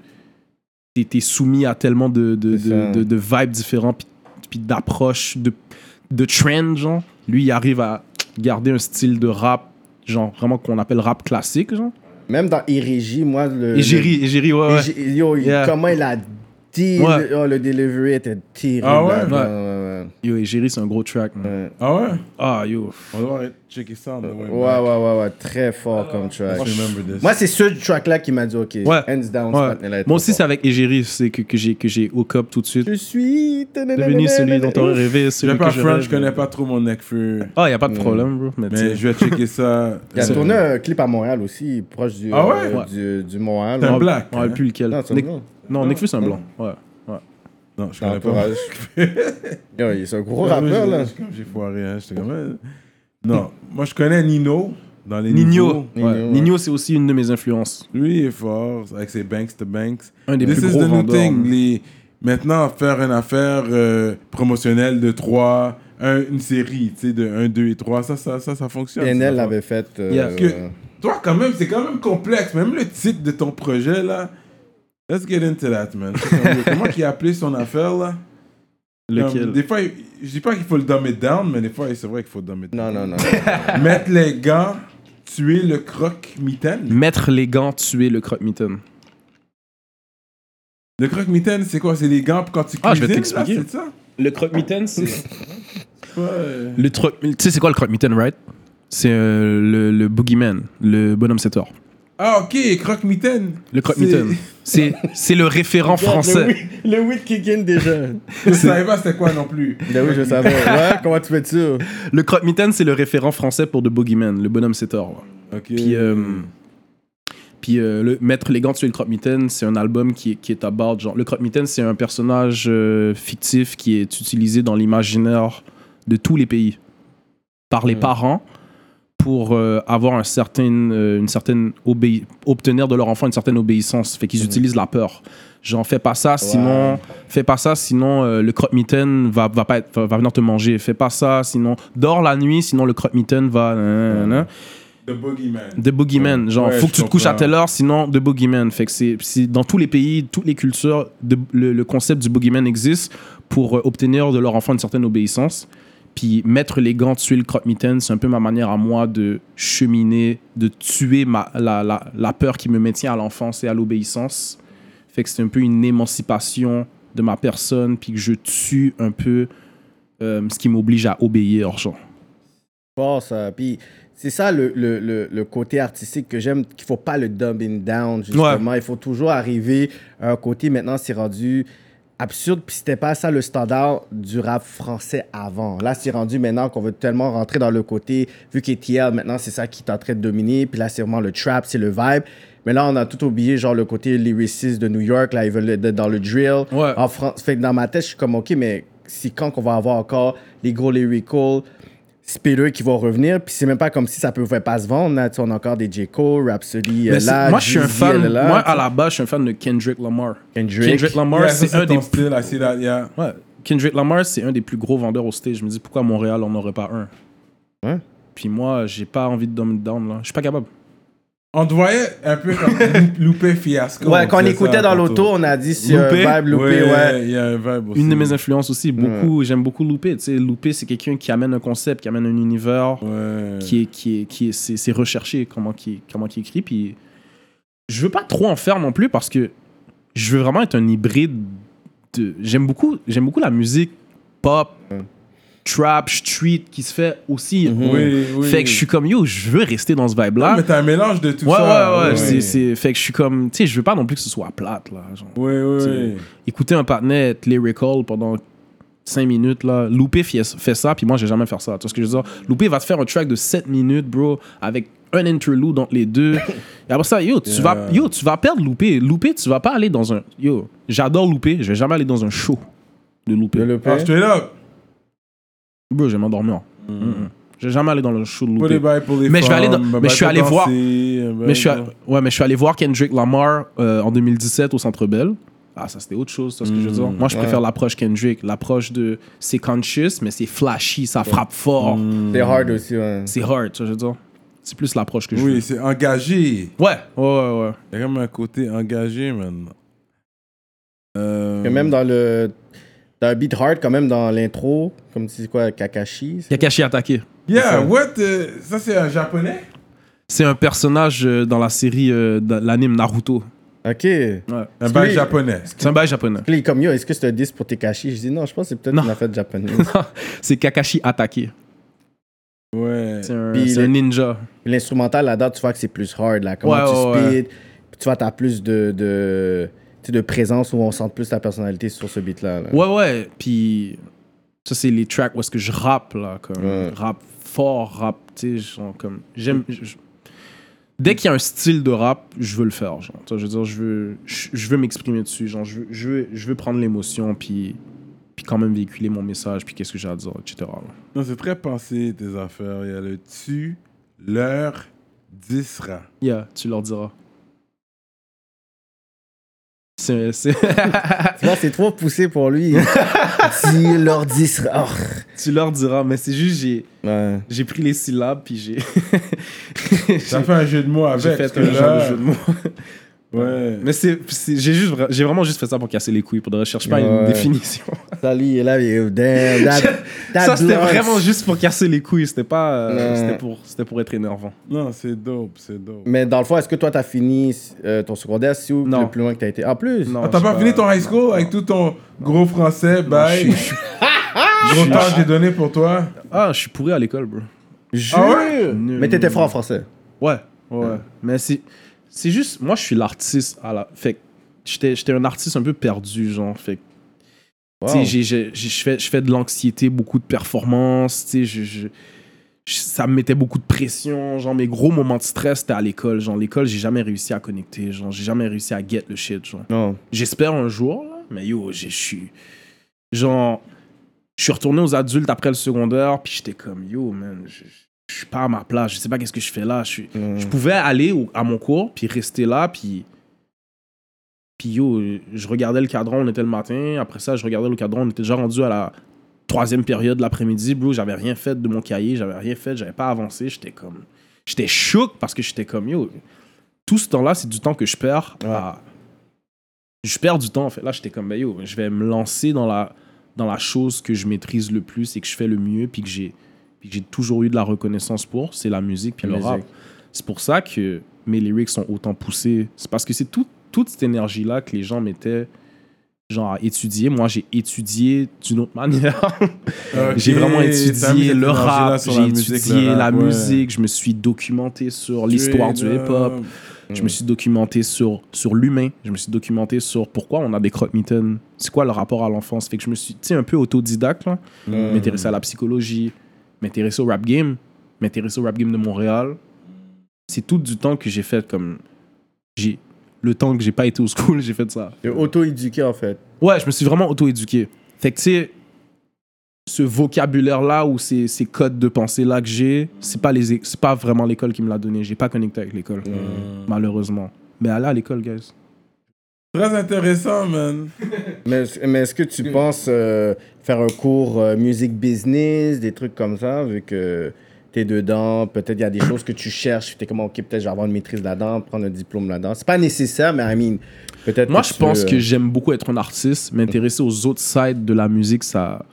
E: t'es t'es soumis à tellement de, de,
D: C'est
E: de,
D: ça.
E: de- de vibes différents, puis- puis d'approches, de, de trends, genre, lui, il arrive à garder un style de rap, genre, vraiment qu'on appelle rap classique, genre.
D: Même dans Érigie, moi, le.
E: Égérie, Égérie, ouais,
D: le-
E: ouais.
D: Égérie, yo, il-
E: Yeah.
D: comment il a dit.
E: Ouais.
D: le- oh, le delivery était terrible.
C: Ah ouais?
D: là-dedans,
E: Yo, Égérie, c'est un gros track, man.
D: ouais, ouais.
C: Ah ouais?
E: Ah, yo.
C: On va voir, checker ça. on va voir.
D: Ouais, ouais, ouais, ouais, très fort comme track.
C: I remember this.
D: Moi, c'est ce track-là qui m'a dit, OK,
E: Ouais.
D: hands down,
E: Ouais. Moi aussi, c'est avec Égérie, c'est que, que j'ai que j'ai hook up tout de suite.
D: Je suis...
E: Devenu celui dont on rêvait,
C: Je
E: celui
C: vais
E: que
C: pas
E: je
C: French,
E: rêve. euh.
C: je connais pas trop mon Nekfeu.
E: Ah, y a pas de problème, bro. Mais,
C: Mais
E: t'sais.
C: je vais checker ça.
D: Il a
C: Euh,
D: tourné un clip à Montréal aussi, proche du,
C: Ah ouais?
D: euh,
E: Ouais.
D: du, du Montréal.
C: C'est un
D: Ouais.
C: black.
E: On rappelle Ah, plus lequel.
D: Non, Ah, c'est un
E: Nick-
D: blanc.
E: Non, Nick Fury, c'est un blanc. Ouais. ouais.
C: Non, je
D: Dans
C: connais pas.
D: Entourage. Yo, il est un gros
C: Ouais,
D: rappeur,
C: je-
D: là.
C: je- J'ai foiré, hein, j'étais comme. euh, Non, moi je connais Nino dans les
E: Nino.
C: niveaux.
E: Nino,
D: Nino, ouais.
E: c'est aussi une de mes influences.
C: Lui il est fort avec ses banks to banks.
E: Un des
C: This
E: plus
C: is
E: gros
C: the new
E: vendeurs. hein.
C: thing. Les- Maintenant, faire une affaire euh, promotionnelle de trois un- une série, tu sais, de 1, 2 et 3. Ça, ça, ça, ça fonctionne. ça,
D: PNL
C: ça.
D: l'avait fait. euh,
E: Yeah.
C: Parce que toi, quand même, c'est quand même complexe. Même le titre de ton projet, là. Let's get into that, man. Comment il a appelé son affaire, là Comme,
E: Lequel
C: Des fois, il- je dis pas qu'il faut le dumb it down, mais des fois, c'est vrai qu'il faut dumb it down.
D: Non, non, non.
C: Mettre les gants, tuer le croque-mitaine.
E: Mettre les gants, tuer le croque-mitaine.
C: Le croque-mitaine, c'est quoi C'est les gants pour quand tu cuisines
E: Ah, je vais
C: là,
E: t'expliquer.
C: C'est ça
E: Le croque-mitaine, c'est.
C: Ouais.
E: le croque Tu sais, c'est quoi le croque-mitaine, right? C'est euh, le, le boogeyman, le bonhomme c'est tort.
C: Ah, ok, croque-mitaine.
E: Le croque-mitaine. C'est c'est le référent français.
D: Le weed kick in déjà.
C: C'est- Je savais pas c'était quoi non plus.
D: Ben oui, je savais. Ouais, comment tu fais ça?
E: Le croque-mitaine, c'est le référent français pour The Boogeyman, le bonhomme c'est tort. ouais.
C: Ok.
E: Puis, euh, puis euh, le, Mettre les gants, tuer le croque-mitaine, c'est un album qui, est- qui est à bord. Genre, le croque-mitaine, c'est un personnage euh, fictif qui est utilisé dans l'imaginaire de tous les pays par les parents pour euh, avoir un certain, euh, une certaine obéi- obtenir de leur enfant une certaine obéissance. Fait qu'ils utilisent la peur. Genre, fais pas ça, sinon, fais pas ça, sinon euh, le croque-mitaine va, va, pas être- va, va venir te manger. Fais pas ça, sinon, dors la nuit, sinon le croque-mitaine va. nan, nan, nan.
C: The Boogeyman.
E: The Boogeyman. Genre,
C: Ouais,
E: faut
C: je
E: que tu te couches à
C: comprends.
E: telle heure, sinon The Boogeyman. Fait que c'est, c'est- dans tous les pays, toutes les cultures, de- le, le concept du Boogeyman existe pour euh, obtenir de leur enfant une certaine obéissance. Puis mettre les gants, tuer le croque-mitaine, c'est un peu ma manière à moi de cheminer, de tuer ma, la, la- la peur qui me maintient à l'enfance et à l'obéissance. Fait que c'est un peu une émancipation de ma personne, puis que je tue un peu euh, ce qui m'oblige à obéir, genre.
D: Fort ça. euh, Puis c'est ça le, le, le, le côté artistique que j'aime, qu'il faut pas le dumbing down, justement. Il faut toujours arriver à un côté, maintenant, c'est rendu absurde. Puis c'était pas ça le standard du rap français avant. Là, c'est rendu maintenant qu'on veut tellement rentrer dans le côté, vu qu'ETL, maintenant, c'est ça qui est en train de dominer. Puis là, c'est vraiment le trap, c'est le vibe. Mais là, on a tout oublié, genre le côté lyriciste de New York, là, ils veulent être dans le drill.
E: Ouais.
D: En France. Fait que dans ma tête, je suis comme, OK, mais c'est quand qu'on va avoir encore les gros lyrical Spiller qui vont revenir, puis c'est même pas comme si ça pouvait pas se vendre. Là. Tu sais, on a encore des J. Cole, Rhapsody, euh,
E: Mais
D: là,
E: c'est- moi, je suis un
D: Jeezy,
E: fan.
D: elle est là,
E: moi,
D: tu sais.
E: à la base, je suis un fan de Kendrick Lamar.
D: Kendrick.
E: Lamar,
C: Yeah, ça,
E: c'est un
C: ton
E: des.
C: style, I see that, yeah.
E: Ouais, Kendrick Lamar, c'est un des plus gros vendeurs au stage. Je me dis pourquoi à Montréal on n'aurait pas un.
D: Ouais.
E: Puis moi, j'ai pas envie de dumb it down là. Je suis pas capable.
C: On te voyait un peu comme loup- loupé fiasco.
D: Ouais, quand on
C: disait ça
D: écoutait dans
C: tantôt.
D: l'auto, on a dit c'est un
E: Loupé.
D: vibe loupé, ouais.
C: Il y a un vibe aussi.
E: Une de mes influences aussi. Beaucoup, j'aime beaucoup Loupé. Tu sais, Loupé, c'est quelqu'un qui amène un concept, qui amène un univers,
C: Ouais.
E: qui est, qui est, qui est, c'est, c'est recherché comment qui, comment qui écrit. Puis je veux pas trop en faire non plus parce que je veux vraiment être un hybride. De... J'aime beaucoup, j'aime beaucoup la musique pop, trap, street qui se fait aussi.
C: Mhm. Oui, oui.
E: Fait que je suis comme yo, je veux rester dans ce vibe
C: Ah,
E: là.
C: mais t'as un mélange de tout
E: Ouais,
C: ça.
E: ouais, ouais, c'est-
C: ouais.
E: c'est- Fait que je suis comme, tu sais, je veux pas non plus que ce soit plate, là. genre.
C: Oui, oui, oui.
E: Écouter un partenaire être lyrical pendant 5 minutes, là. Loupé fait, fait ça, puis moi, j'ai jamais faire ça. Tu vois ce que je veux dire? Loupé va te faire un track de 7 minutes, bro, avec un interlude entre les deux. Et après ça, yo, tu,
C: Yeah.
E: vas, yo, tu vas perdre Loupé. Loupé, tu vas pas aller dans un. Yo, j'adore Loupé, je vais jamais aller dans un show de Loupé.
D: Le
C: Ah, straight up.
E: Bro, je vais m'endormir. Mm-mm. Je vais jamais aller dans le show de
C: Pour les
E: Mm-hmm. Loupé.
C: bails, pour les
E: Mais je vais aller dans-
C: femmes,
E: mais
C: bails
E: je suis
C: pour
E: allé voir-
C: danser, bah, un bail
E: Mais je, suis à-
C: pour-
E: ouais, mais je suis allé voir Kendrick Lamar euh, en 2017 au Centre Bell. Ah, ça c'était autre chose, tu vois ce que je veux dire. Moi, je préfère l'approche Kendrick. L'approche de c'est conscious, mais c'est flashy, ça frappe fort,
D: C'est hard aussi, ouais.
E: c'est hard, tu vois ce que je veux dire. C'est plus l'approche que je
C: Oui, c'est engagé.
E: veux. Ouais, ouais, ouais. ouais.
C: Il y a comme un côté engagé, man. Euh,
D: Que Même dans le. Dans un beat hard, quand même, dans l'intro, comme tu dis quoi, Kakashi. c'est-
E: Kakashi attaqué.
C: Yeah, what? euh, ça, c'est un japonais?
E: C'est un personnage euh, dans la série, euh, de l'anime Naruto.
D: Ok. Puis
E: Ouais.
C: Un
D: que
C: bail
D: lui-
C: japonais.
E: C'est un bail japonais.
D: il est comme yo, est-ce que c'est un 10 pour Tekashi Je dis non, je pense que c'est peut-être
E: Non.
D: une affaire japonaise.
E: c'est Kakashi attaqué.
C: Ouais.
E: C'est un,
D: Puis
E: c'est
D: le-
E: un ninja.
D: Puis L'instrumental là-dedans, tu vois que c'est plus hard, là. Comment
E: Ouais,
D: tu
E: ouais,
D: speed, puis tu vois, t'as plus de, de, tu sais, de présence où on sent plus ta personnalité sur ce beat-là. là.
E: Ouais, ouais. Puis ça, c'est les tracks où est-ce que je rappe, là. Comme
D: Ouais.
E: rap fort, rap, tu sais, genre, comme... J'aime... je- je- Dès qu'il y a un style de rap, je veux le faire, genre. Tu vois, je veux dire, je veux, je, je veux m'exprimer dessus, genre, je veux, je veux, je veux prendre l'émotion, puis, puis quand même véhiculer mon message, puis qu'est-ce que j'ai à dire, etc. là.
C: Non, c'est très pensé, tes affaires. Il y a le tu, l'heure, disra.
E: Yeah, tu leur diras. C'est- c'est-
D: Tu vois, c'est trop poussé pour lui. si l'ordi serait. Oh.
E: tu leur diras, mais c'est juste, j'ai,
D: Ouais.
E: j'ai pris les syllabes, puis j'ai,
C: Ça fait un jeu de mots avec.
E: j'ai fait
C: parce
E: un
C: que
E: genre
C: là,
E: de jeu de mots.
C: Ouais.
E: Mais c'est, c'est- j'ai, juste, vra- j'ai vraiment juste fait ça pour casser les couilles. Pour de vrai, je cherche pas une
D: Ouais.
E: définition.
D: Ça, lui, il est là, il est. Damn, that- that
E: ça, c'était
D: blunts.
E: vraiment juste pour casser les couilles. C'était pas. euh,
D: Ouais.
E: c'était, pour, c'était pour être énervant.
C: Non, c'est dope, c'est dope.
D: Mais dans le fond, est-ce que toi, t'as fini euh, ton secondaire, si ou
E: Non.
D: le plus loin que t'as été En plus
E: Non,
C: Ah, T'as
E: je
C: pas
E: sais
C: fini ton high school avec tout ton gros français, bye.
E: je
C: Gros temps que j'ai donné pour toi.
E: Ah, je suis pourri à l'école, bro.
D: Jure
C: Ah ouais
D: Mais t'étais fort en français.
E: Ouais, ouais. Mais c'est, c'est juste, moi, je suis l'artiste à la. Fait que j'étais, j'étais un artiste un peu perdu, genre. Fait que, tu sais,
D: Wow.
E: j'ai- j'ai- j'ai- je fais, je fais de l'anxiété, beaucoup de performances, tu sais, je, je- je- ça me mettait beaucoup de pression. Genre, mes gros moments de stress, c'était à l'école. Genre, l'école, j'ai jamais réussi à connecter. Genre, j'ai jamais réussi à get le shit, genre.
D: Non.
E: J'espère un jour, là, mais yo, j'ai- je suis. Genre, je suis retourné aux adultes après le secondaire, puis j'étais comme, yo, man, je je suis pas à ma place, je sais pas qu'est-ce que je fais là. Je, suis-
D: Mm.
E: je pouvais aller au- à mon cours, puis rester là, puis. Puis yo, je regardais le cadran, on était le matin, après ça, je regardais le cadran, on était déjà rendu à la troisième période de l'après-midi, bro, j'avais rien fait de mon cahier, j'avais rien fait, j'avais pas avancé, j'étais comme. J'étais choqué parce que j'étais comme, yo, tout ce temps-là, c'est du temps que je perds à je perds du temps en fait. Là, j'étais comme, ben yo, je vais me lancer dans la, dans la chose que je maîtrise le plus et que je fais le mieux, puis que j'ai, puis que j'ai toujours eu de la reconnaissance pour, c'est la musique puis
D: La
E: le rap.
D: musique.
E: C'est pour ça que mes lyrics sont autant poussés. C'est parce que c'est tout- toute cette énergie-là que les gens mettaient genre à étudier. Moi, j'ai étudié d'une autre manière. J'ai
C: Ok,
E: vraiment
C: t'as mis
E: étudié
C: cette
E: le
C: énergie-là
E: rap,
C: sur
E: j'ai
C: la musique,
E: étudié
C: le rap,
E: la
C: ouais.
E: musique, je me suis documenté sur l'histoire du
C: Straight
E: hip-hop.
C: up.
E: Je me suis documenté sur, sur l'humain. Je me suis documenté sur pourquoi on a des croque-mitaines. C'est quoi le rapport à l'enfance. Fait que je me suis, tu sais, un peu autodidacte, là.
C: Mm. Euh,
E: M'intéresser à la psychologie, m'intéresser au rap game, m'intéresser au rap game de Montréal. C'est tout du temps que j'ai fait comme. J'ai, le temps que j'ai pas été au school, j'ai fait ça.
D: T'es auto-éduqué, en fait.
E: Ouais, je me suis vraiment auto-éduqué. Fait que, tu sais, ce vocabulaire-là ou ces, ces codes de pensée-là que j'ai, c'est pas, les é- c'est pas vraiment l'école qui me l'a donné. J'ai pas connecté avec l'école,
D: Mm.
E: malheureusement. Mais allez à l'école, guys.
C: Très intéressant, man.
D: Mais, mais est-ce que tu penses euh, faire un cours euh, music business, des trucs comme ça, vu que t'es dedans, peut-être il y a des choses que tu cherches, t'es comme, ok, peut-être je vais avoir une maîtrise là-dedans, prendre un diplôme là-dedans. C'est pas nécessaire, mais I mean, peut-être.
E: Moi,
D: que
E: je
D: tu,
E: pense
D: euh,
E: que j'aime beaucoup être un artiste. M'intéresser aux autres sides de la musique, ça.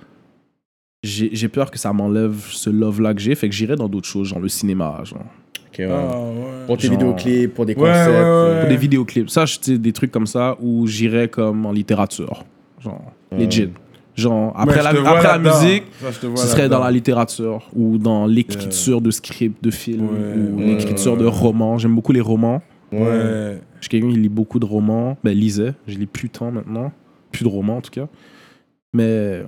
E: J'ai j'ai peur que ça m'enlève ce love-là que j'ai. Fait que j'irai dans d'autres choses, genre le cinéma, genre.
D: ok, ouais.
C: Ah, ouais.
D: Pour tes
E: Genre-
D: vidéoclips, pour des
C: Ouais, ouais,
D: concepts. euh,
E: Pour
C: Ouais.
E: des vidéoclips. Ça, je- tu sais, des trucs comme ça où j'irai comme en littérature. Genre, legit. Genre, après
C: Ouais, je
E: la,
C: te vois
E: après la
C: là-dedans.
E: musique,
C: Ça, je te vois
E: ce serait dans
C: là-dedans.
E: la littérature ou dans l'écriture de scripts, de films
C: Ouais.
E: ou
C: Ouais.
E: l'écriture de romans. J'aime beaucoup les romans.
C: Ouais.
E: Je suis quelqu'un qui lit beaucoup de romans. Ben, lisait. Je lis plus tant maintenant. Plus de romans, en tout cas. Mais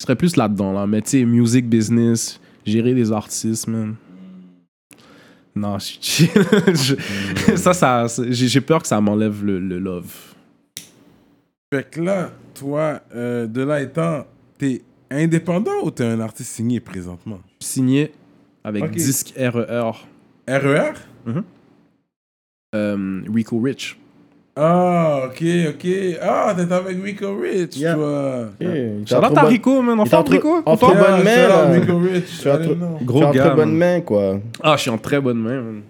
E: ce serait plus là-dedans, là. Mais tu sais, music business, gérer des artistes, man. Non, je suis chill. Je- ça, ça, c'est- j'ai j'ai peur que ça m'enlève le, le love.
C: Fait que là, toi, euh, de là étant, t'es indépendant ou t'es un artiste signé présentement
E: Signé avec
C: Ok.
E: disque E RER,
C: RER
E: euh, Rico Rich.
C: Ah, ok, ok. Ah, t'es avec Rico Rich,
D: Yeah.
C: toi.
D: ok, il t'a
E: Shout out
D: trop
E: à
D: bonne-
E: Rico, man.
D: il t'a
E: Enfant
D: trop-
E: Rico.
D: en trop
E: content?
D: bonne main,
C: shout out
D: là.
C: Rico Rich.
D: Tu as
C: I
D: trop-
C: don't know.
E: Gros
D: tu as en
E: gars,
D: très
E: man.
D: bonne main, quoi.
E: Ah, je suis en très bonne main, man.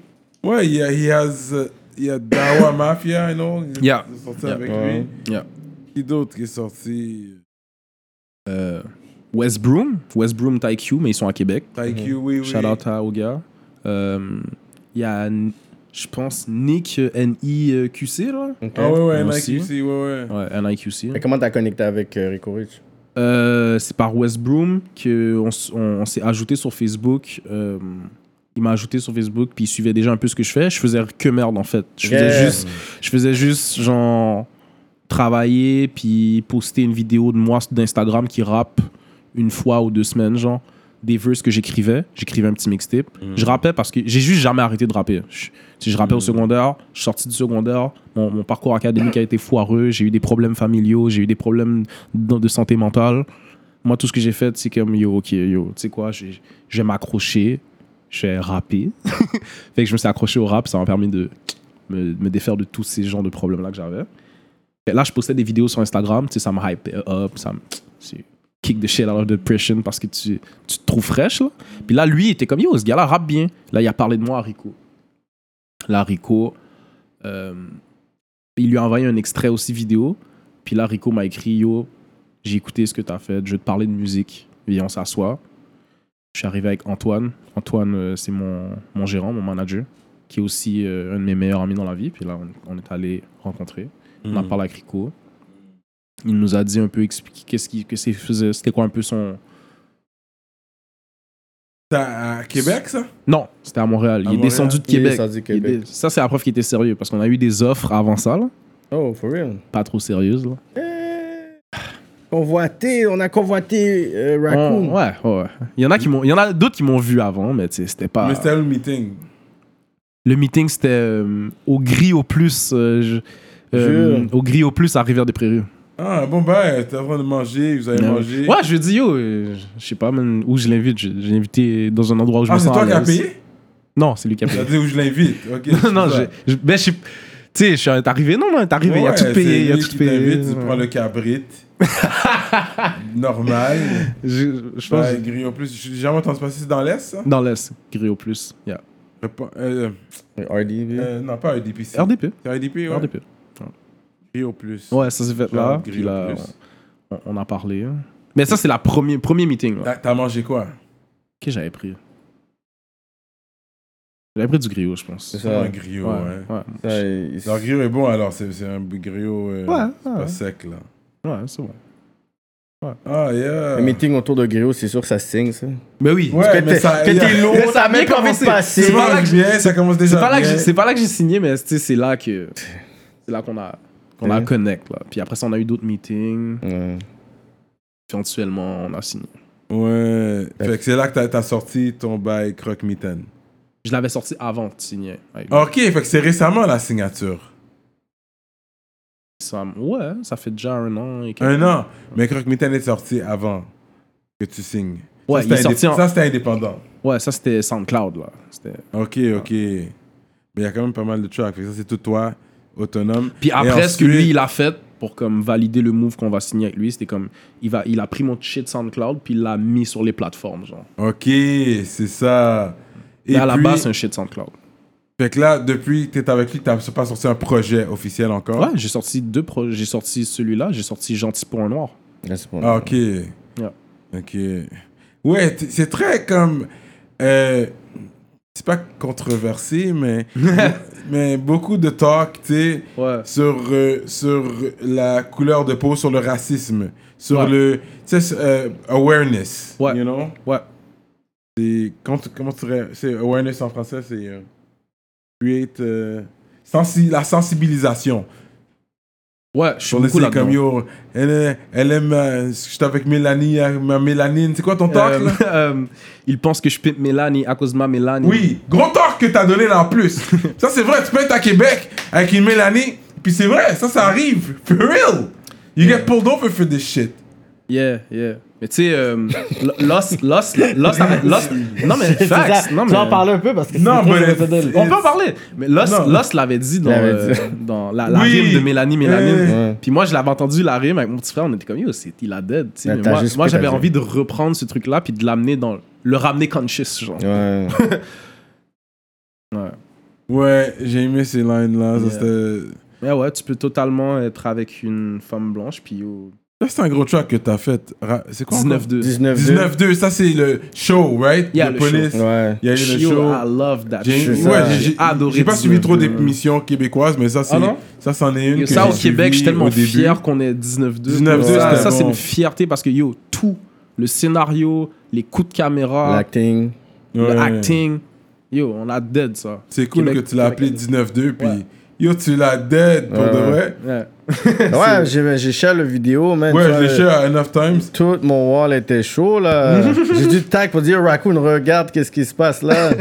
C: Ouais, il y a, he has, euh, il y a Dawa Mafia, you know. Il
E: Yeah.
C: est sorti
E: Yeah.
C: avec
D: Ouais.
C: lui.
E: Yeah.
C: Qui d'autre qui est sorti
E: Euh, West Broom. West Broom TyQ, mais ils sont à Québec.
C: Taïki, oui, oui.
E: Mm-hmm. Shout out à, aux gars. Euh, Il y a, N- je pense, Nick euh, N-I-Q-C, là.
D: Ok.
C: Ah ouais, ouais,
E: Moi
C: Nike
E: aussi.
C: aussi, ouais, ouais.
E: Ouais, N-I-Q-C.
D: Et comment t'as connecté avec euh, Rico Rich
E: Euh, c'est par West Broom qu'on on, on s'est ajouté sur Facebook. Euh, il m'a ajouté sur Facebook, puis il suivait déjà un peu ce que je fais. Je faisais que merde en fait. Je faisais
D: Yeah.
E: juste, je faisais juste genre travailler, puis poster une vidéo de moi d'Instagram qui rappe une fois ou deux semaines, genre des verses que j'écrivais. J'écrivais un petit mixtape. Je rappais parce que j'ai juste jamais arrêté de rapper. Je, si je rappais au secondaire, je suis sorti du secondaire, mon, mon parcours académique a été foireux, j'ai eu des problèmes familiaux, j'ai eu des problèmes de, de santé mentale. Moi, tout ce que j'ai fait, c'est comme yo, ok, yo, tu sais quoi, je, je vais m'accrocher, je vais rapper. fait que je me suis accroché au rap, ça m'a permis de me, me défaire de tous ces genres de problèmes-là que j'avais. Fait Là, je postais des vidéos sur Instagram, tu sais, ça me hype up, ça me c'est- kick the shit out of depression parce que tu, tu te trouves fraîche, là. Puis là, lui, il était comme, yo, ce gars-là rappe bien. Là, il a parlé de moi à Rico. Là, Rico, euh, il lui a envoyé un extrait aussi vidéo. Puis là, Rico m'a écrit, yo, j'ai écouté ce que t'as fait, je vais te parler de musique. Viens, on s'assoit. Je suis arrivé avec Antoine. Antoine, euh, c'est mon, mon gérant, mon manager, qui est aussi euh, un de mes meilleurs amis dans la vie. Puis là, on, on est allé rencontrer. On
D: Mhm.
E: a parlé avec Rico. Il nous a dit un peu, expliqué qu'est-ce qu'il que c'est- faisait- c'était quoi un peu son...
C: T'as- à Québec, ça
E: Non, c'était à Montréal. il est
C: Montréal.
E: descendu de
D: Il est
E: Québec.
D: descendu de
E: Il est
D: Québec.
E: des- Ça, c'est la preuve qu'il était sérieux, parce qu'on a eu des offres avant ça, là.
D: Oh, for real.
E: pas trop sérieuses. Là.
D: Convoité, on a convoité euh, Raccoon.
E: On- ouais, ouais. Il y en a, qui m'ont- il y en a d'autres qui m'ont vu avant, mais tu sais, c'était pas...
C: Mais c'était le meeting.
E: Le meeting, c'était euh, au gris au plus. euh, je- euh,
D: Jure.
E: au gris au plus à Rivière-des-Prairies.
C: Ah, bon, ben, t'es en train de manger, vous avez
E: Euh,
C: mangé.
E: Ouais, je dis yo, euh, je sais pas man, où je l'invite. Je, je l'ai invité dans un endroit où je
C: Ah,
E: me
C: c'est
E: sens
C: toi
E: à
C: qui as
E: l'aise.
C: payé
E: Non, c'est lui qui a
C: T'as
E: payé.
C: dit où je l'invite. Ok.
E: non, non,
C: c'est ça.
E: je, je- ben, je suis- Tu sais, je suis arrivé. Non, non, t'es arrivé. il a
C: Ouais,
E: tout
C: c'est
E: payé. Il a
C: lui
E: tout
C: qui
E: payé.
C: t'invite, Tu prends le cabrit. Normal.
E: Je, je pense.
C: Ouais, gris en plus. J'ai jamais entendu passer c'est dans l'Est, ça
E: Dans l'Est, gris au plus. Yeah.
C: Je pense- euh,
D: RDV.
C: euh, Non, pas RDP. c'est-
E: RDP.
C: C'est RDP, ouais.
E: RDP.
C: Gris en plus.
E: Ouais, ça s'est fait là.
C: Gris
E: Puis
C: au
E: là,
C: plus.
E: on, on a parlé. hein. Mais ça, c'est le premier, premier meeting. là.
C: T'as- T'as mangé quoi
E: que j'avais pris J'avais pris du griot, je pense.
D: C'est ça.
C: Un griot, ouais.
E: Euh, ouais.
D: Ça, il-
C: Leur griot est bon alors, c'est c'est un griot euh,
E: Ouais,
C: c'est
E: ouais.
C: pas sec là.
E: Ouais, c'est bon.
C: Ah, yeah.
D: Un meeting autour de Griot, c'est sûr que ça signe, ça.
E: Mais oui.
C: Ouais, mais ça. yeah.
D: lourd, t'as même pas envie de passer.
C: Ça
E: C'est pas là que
C: commence
E: j'ai-
C: bien, ça commence déjà.
E: c'est pas là que
C: bien.
E: j'ai- c'est pas là que j'ai signé, mais tu sais, c'est là que c'est là qu'on a qu'on a
D: Ouais.
E: connect là. Puis après ça, on a eu d'autres meetings.
D: Ouais.
E: Éventuellement, on a signé.
C: Ouais. Fait que c'est là que t'as- t'as sorti ton bail croque mitaine.
E: Je l'avais sorti avant de signer. avec
C: Ok, fait que c'est récemment la signature.
E: Sam. Ouais, ça fait déjà un an et quelques-
C: Un an. Mais croque mitaine est sorti avant que tu signes. Ça,
E: Ouais,
C: c'était
E: il est sorti
C: indép-
E: en-
C: Ça, c'était indépendant.
E: Ouais, ça c'était SoundCloud là. C'était-
C: Ok, ok. Mais il y a quand même pas mal de tracks. Fait que ça, c'est tout toi, autonome.
E: Puis
C: Et
E: après, ce que lui,
C: ensuite-
E: il a fait pour comme valider le move qu'on va signer avec lui, c'était comme il va, il a pris mon shit SoundCloud puis il l'a mis sur les plateformes genre.
C: Ok, c'est ça. Et
E: Mais à la
C: puis-
E: base, c'est un shit SoundCloud.
C: Fait que là, depuis que t'es avec lui, t'as pas sorti un projet officiel encore.
E: Ouais, j'ai sorti deux projets. J'ai sorti celui-là, j'ai sorti Gentil pour un noir.
D: Là, c'est pas-
C: Ah, ok. Ok. Ouais, t- c'est très comme. euh, c'est pas controversé, mais. mais beaucoup de talk, tu sais,
E: Ouais.
C: sur, euh, sur la couleur de peau, sur le racisme, sur
E: Ouais.
C: le. Tu sais, euh, awareness.
E: Ouais.
C: You know?
E: Ouais.
C: C'est- comment tu- comment tu dirais- C'est awareness en français, c'est. euh, create. euh, sensi- la sensibilisation.
E: Ouais, je suis
C: Sur les
E: beaucoup
C: c'est
E: là-dedans.
C: comme yo, elle, est- elle aime, euh, je suis avec Mélanie, euh, ma Mélanine, c'est quoi ton talk
E: Euh,
C: là
E: euh, il pense que je pimpe Mélanie à cause de ma Mélanie.
C: Oui, gros talk que t'as donné là en plus. ça c'est vrai, tu peux être à Québec avec une Mélanie, puis c'est vrai, ça ça arrive, for real. You get pulled over for this shit.
E: Yeah, yeah. Mais tu sais, euh, Lost, Lost, Lost, avec- Lost- Non, mais
D: C'est ça,
E: facts. Non,
D: Tu
E: mais...
D: en parles un peu parce que
C: Non,
D: c'est trop
C: mais-
D: ce que ça donne.
E: On peut en parler. Mais Lost,
C: Non.
E: Lost l'avait dit dans,
D: L'avait
E: euh,
D: dit.
E: dans la, la
C: Oui.
E: rime de Mélanie Mélanie.
C: Euh.
D: Ouais.
E: Puis moi, je l'avais entendu la rime avec mon petit frère. On était comme, yo, c'est il a dead. tu sais.
D: Mais
E: Mais
D: t'as
E: Moi,
D: juste
E: moi,
D: pris ta
E: j'avais
D: vie.
E: envie de reprendre ce truc-là puis de l'amener dans. Le ramener conscious, genre.
D: Ouais.
E: Ouais.
C: Ouais, j'ai aimé ces lines là, ça
E: Yeah.
C: c'était-
E: Ouais, ouais, tu peux totalement être avec une femme blanche, puis au
C: ça, c'est un gros track que t'as fait. Ra- C'est quoi encore?
E: 19-2.
D: 19
C: 19-2, ça c'est le show, right
E: Yeah,
C: De
E: le show.
C: police.
D: Ouais.
C: Il y a eu le
E: Yo,
C: show.
E: I love that
C: J'ai
E: shit.
D: ça.
C: ouais, j'ai- j'ai-
E: J'ai adoré.
C: j'ai pas
E: 19-2.
C: suivi trop d'émissions québécoises, mais ça, c'est,
E: Ah non
C: ça, c'en est une.
E: Yo,
C: que
E: ça, au
C: j'ai suivie
E: Québec, je suis tellement
C: au début.
E: fier qu'on ait 19-2.
C: 19-2,
E: ça,
C: c'était
E: ça, c'est
C: bon.
E: une fierté parce que, yo, tout, le scénario, les coups de caméra,
D: L'acting.
E: le
C: Ouais.
E: acting, yo, on a dead ça.
C: C'est cool
E: Québec-
C: que tu l'as appelé
E: Québec-
C: 19-2, puis
E: Ouais.
C: yo, tu l'as dead pour
D: Ouais,
C: de
D: ouais.
C: vrai.
E: Ouais.
D: Ouais, j'ai j'ai cher le vidéo, man.
C: Ouais,
D: Tu
C: je
D: vois,
C: l'ai cher à enough times.
D: Tout mon wall était chaud, là. j'ai dû tag pour dire Raccoon, regarde qu'est-ce qui se passe là.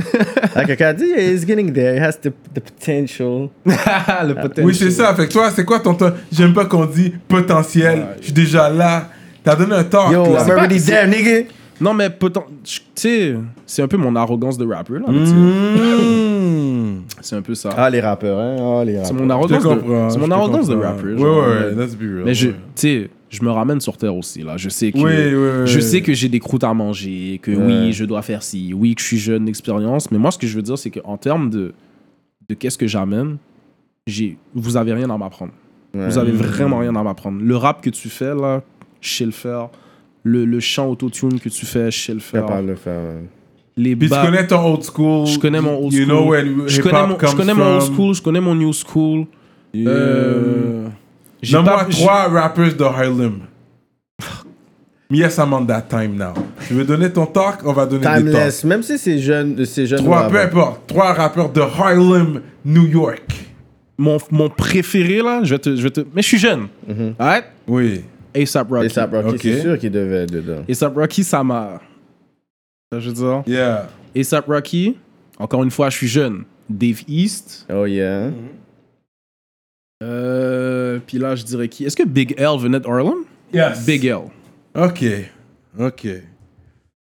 D: Là, quelqu'un a dit, yeah, he's getting there, he has the, the potential.
E: le potential.
C: Oui, c'est ça. Fait que toi, c'est quoi ton temps J'aime pas qu'on dit potentiel. Je suis déjà là. T'as donné un talk.
D: Yo,
C: là.
D: I'm already there, nigga.
E: Non, mais potent- je- tu sais, c'est un peu mon arrogance de rapper,
C: Mm.
E: là. mais tu sais,
C: Mmh.
E: C'est un peu ça.
D: Ah, les rappeurs, hein. Ah, les
E: c'est
D: rappeurs.
E: mon
C: Je
E: arrogance de,
C: comprends,
E: c'est mon
C: je
E: arrogance de
C: comprends.
E: rapper.
C: Ouais,
E: genre,
C: ouais,
E: mais-
C: let's be real.
E: Mais je, tu
C: ouais.
E: sais, je me ramène sur terre aussi, là. Je sais que,
C: Oui, oui, oui,
E: je
C: oui.
E: sais que j'ai des croûtes à manger, que oui, je dois faire ci, oui, que je suis jeune d'expérience. Mais moi, ce que je veux dire, c'est qu'en termes de, de qu'est-ce que j'amène, j'ai, vous avez rien à m'apprendre. Vous
C: Mm.
E: avez vraiment rien à m'apprendre. Le rap que tu fais, là, je sais le faire. Le, le chant autotune que tu fais, je sais le
D: Je
E: faire.
D: parle de le faire. hein.
E: Les
C: Puis tu
E: bas-
C: connais ton old school.
E: Bah, je connais mon old school.
C: You know where hip-hop
E: je connais, mon, je
C: comes
E: connais mon old
C: from.
E: school, je connais mon new school. Euh, j'ai
C: Donne-moi
E: pas- j'ai-
C: trois rappers de Harlem. Yes, I'm on that time now. Je vais donner ton talk, on va donner des talks.
D: Timeless, même si c'est jeune, de ces jeunes.
C: Trois, peu
D: rappeurs.
C: importe. Trois rappeurs de Harlem, New York.
E: Mon, mon préféré, là, je vais te, je vais te- Mais je suis jeune. Alright?
C: Oui.
E: ASAP Rocky.
D: Et ça, Rocky,
C: Ok.
D: c'est sûr qu'il devait être dedans.
E: A$AP Rocky, ça m'a. Ça, Je veux dire.
C: Yeah.
E: ASAP Rocky, encore une fois, je suis jeune. Dave East.
D: Oh yeah.
E: Euh, puis là, je dirais qui Est-ce que Big L venait de Harlem
C: Yes.
E: Big L.
C: Ok. Ok.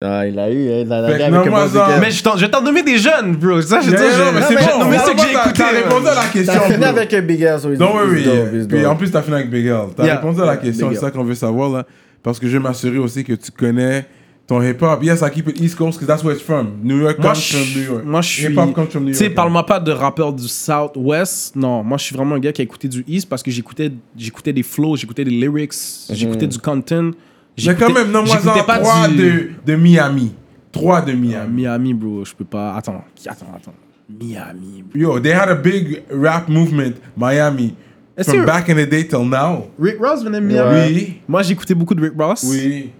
D: Ah, il a eu, hein, il a
C: Fait
D: la
C: que
D: avec un
C: non, moi,
D: bon
C: ça-
D: week-end.
E: Mais je t'en- je vais t'en nommer des jeunes, bro. Ça, je veux
C: Yeah,
E: dire,
C: yeah,
E: je-
C: non, mais
E: je
C: c'est
E: vais
C: bon.
E: te nommer ceux que j'ai euh.
C: T'as- T'as
E: écoutés,
C: répondu
E: là.
C: à la question.
D: T'as fini
C: bro.
D: avec un big ass.
C: Don't worry. Puis en plus, t'as fini avec Big L. T'as
E: Yeah.
C: répondu à la question,
E: Big
C: c'est ça qu'on veut savoir, là. Parce que je veux m'assurer aussi que tu connais ton hip-hop. Yes, I keep it East Coast, because that's where it's from. New York
E: Moi,
C: comes
E: je,
C: from New York.
E: moi, je suis.
C: Hip-hop comes from New
E: Tu sais,
C: York.
E: parle-moi pas de rappeur du Southwest. Non, moi, je suis vraiment un gars qui a écouté du East parce que j'écoutais, j'écoutais des flows, j'écoutais des lyrics, j'écoutais du content.
C: Mais quand même, non, moi,
E: j'écoutais pas
C: trois
E: du-
C: de, de Miami. Trois de Miami.
E: Miami, bro, je peux pas. Attends, qui- attends, attends. Miami, bro.
C: Yo, they had a big rap movement, Miami.
E: Est-ce
C: From
E: que-
C: back in the day till now.
E: Rick Ross venait de Miami.
D: Ouais.
C: Oui.
E: Moi, j'écoutais beaucoup de Rick Ross.
C: Oui.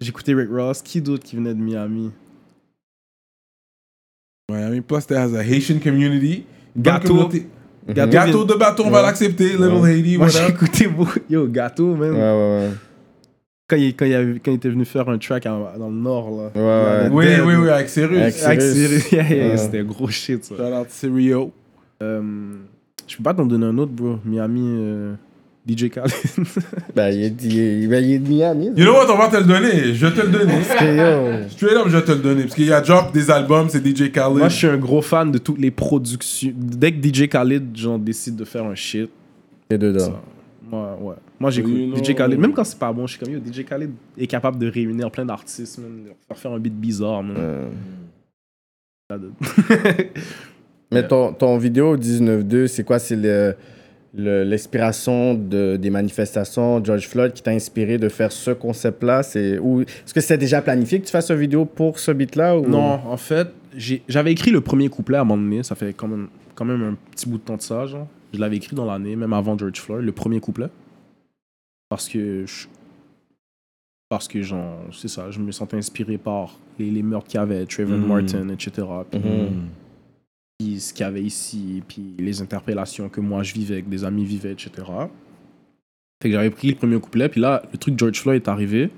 E: J'écoutais Rick Ross. Qui d'autre qui venait de Miami
C: Miami, plus there has a Haitian community. Bonne
E: Gâteau.
C: communauté.
E: Gâteau.
C: Gâteau de bâton, on va l'accepter. Little Haiti,
E: Moi,
C: what up?
E: j'écoutais beaucoup. Yo, Gâteau, même.
D: Ouais, ouais,
E: Quand, il, quand, il avait- quand il était venu faire un track à- dans le Nord, là.
D: ouais. ouais, ouais.
C: Oui,
E: Dead.
C: oui, oui, avec Cyrus.
D: Avec-
E: Avec
D: Cyrus.
E: Cyrus. Yeah, yeah, yeah,
D: Ouais.
E: C'était gros shit, ça.
C: Shout out Cyrio.
E: Euh, je peux pas t'en donner un autre, bro. Miami, euh, DJ Khaled.
D: Ben, il est, il, est, ben, il est de Miami.
C: You know what, on va te le donner. Je vais te le donner.
D: ça. Yo.
C: Straight up, je vais te le donner. Parce qu'il y a drop des albums, c'est DJ Khaled.
E: Moi, je suis un gros fan de toutes les productions. Dès que DJ Khaled, genre, décide de faire un shit,
D: T'es dedans.
E: ça, moi, ouais. Moi, j'écoute
C: You know-
E: DJ Khaled. Même quand c'est pas bon, je suis comme, yo, DJ Khaled est capable de réunir plein d'artistes, man, de leur faire faire un beat bizarre, man.
D: Euh,
E: Ça donne-
D: Mais ton, ton vidéo 19-2, c'est quoi C'est le- le- l'expiration de, des manifestations George Floyd qui t'a inspiré de faire ce concept-là C'est ou Est-ce que c'était déjà planifié que tu fasses une vidéo pour ce beat-là ou...
E: Non, en fait, j'ai- j'avais écrit le premier couplet à un moment donné. Ça fait quand même, quand même un petit bout de temps de ça, genre. Je l'avais écrit dans l'année, même avant George Floyd, le premier couplet. Parce que je- Parce que, genre, c'est ça, je me sentais inspiré par les, les meurtres qu'il y avait, Trayvon
C: Mhm.
E: Martin, etc. Puis,
D: Mhm.
E: puis ce qu'il y avait ici, puis les interpellations que moi je vivais, que des amis vivaient, etc. Fait que j'avais pris le premier couplet, puis là, le truc George Floyd est arrivé.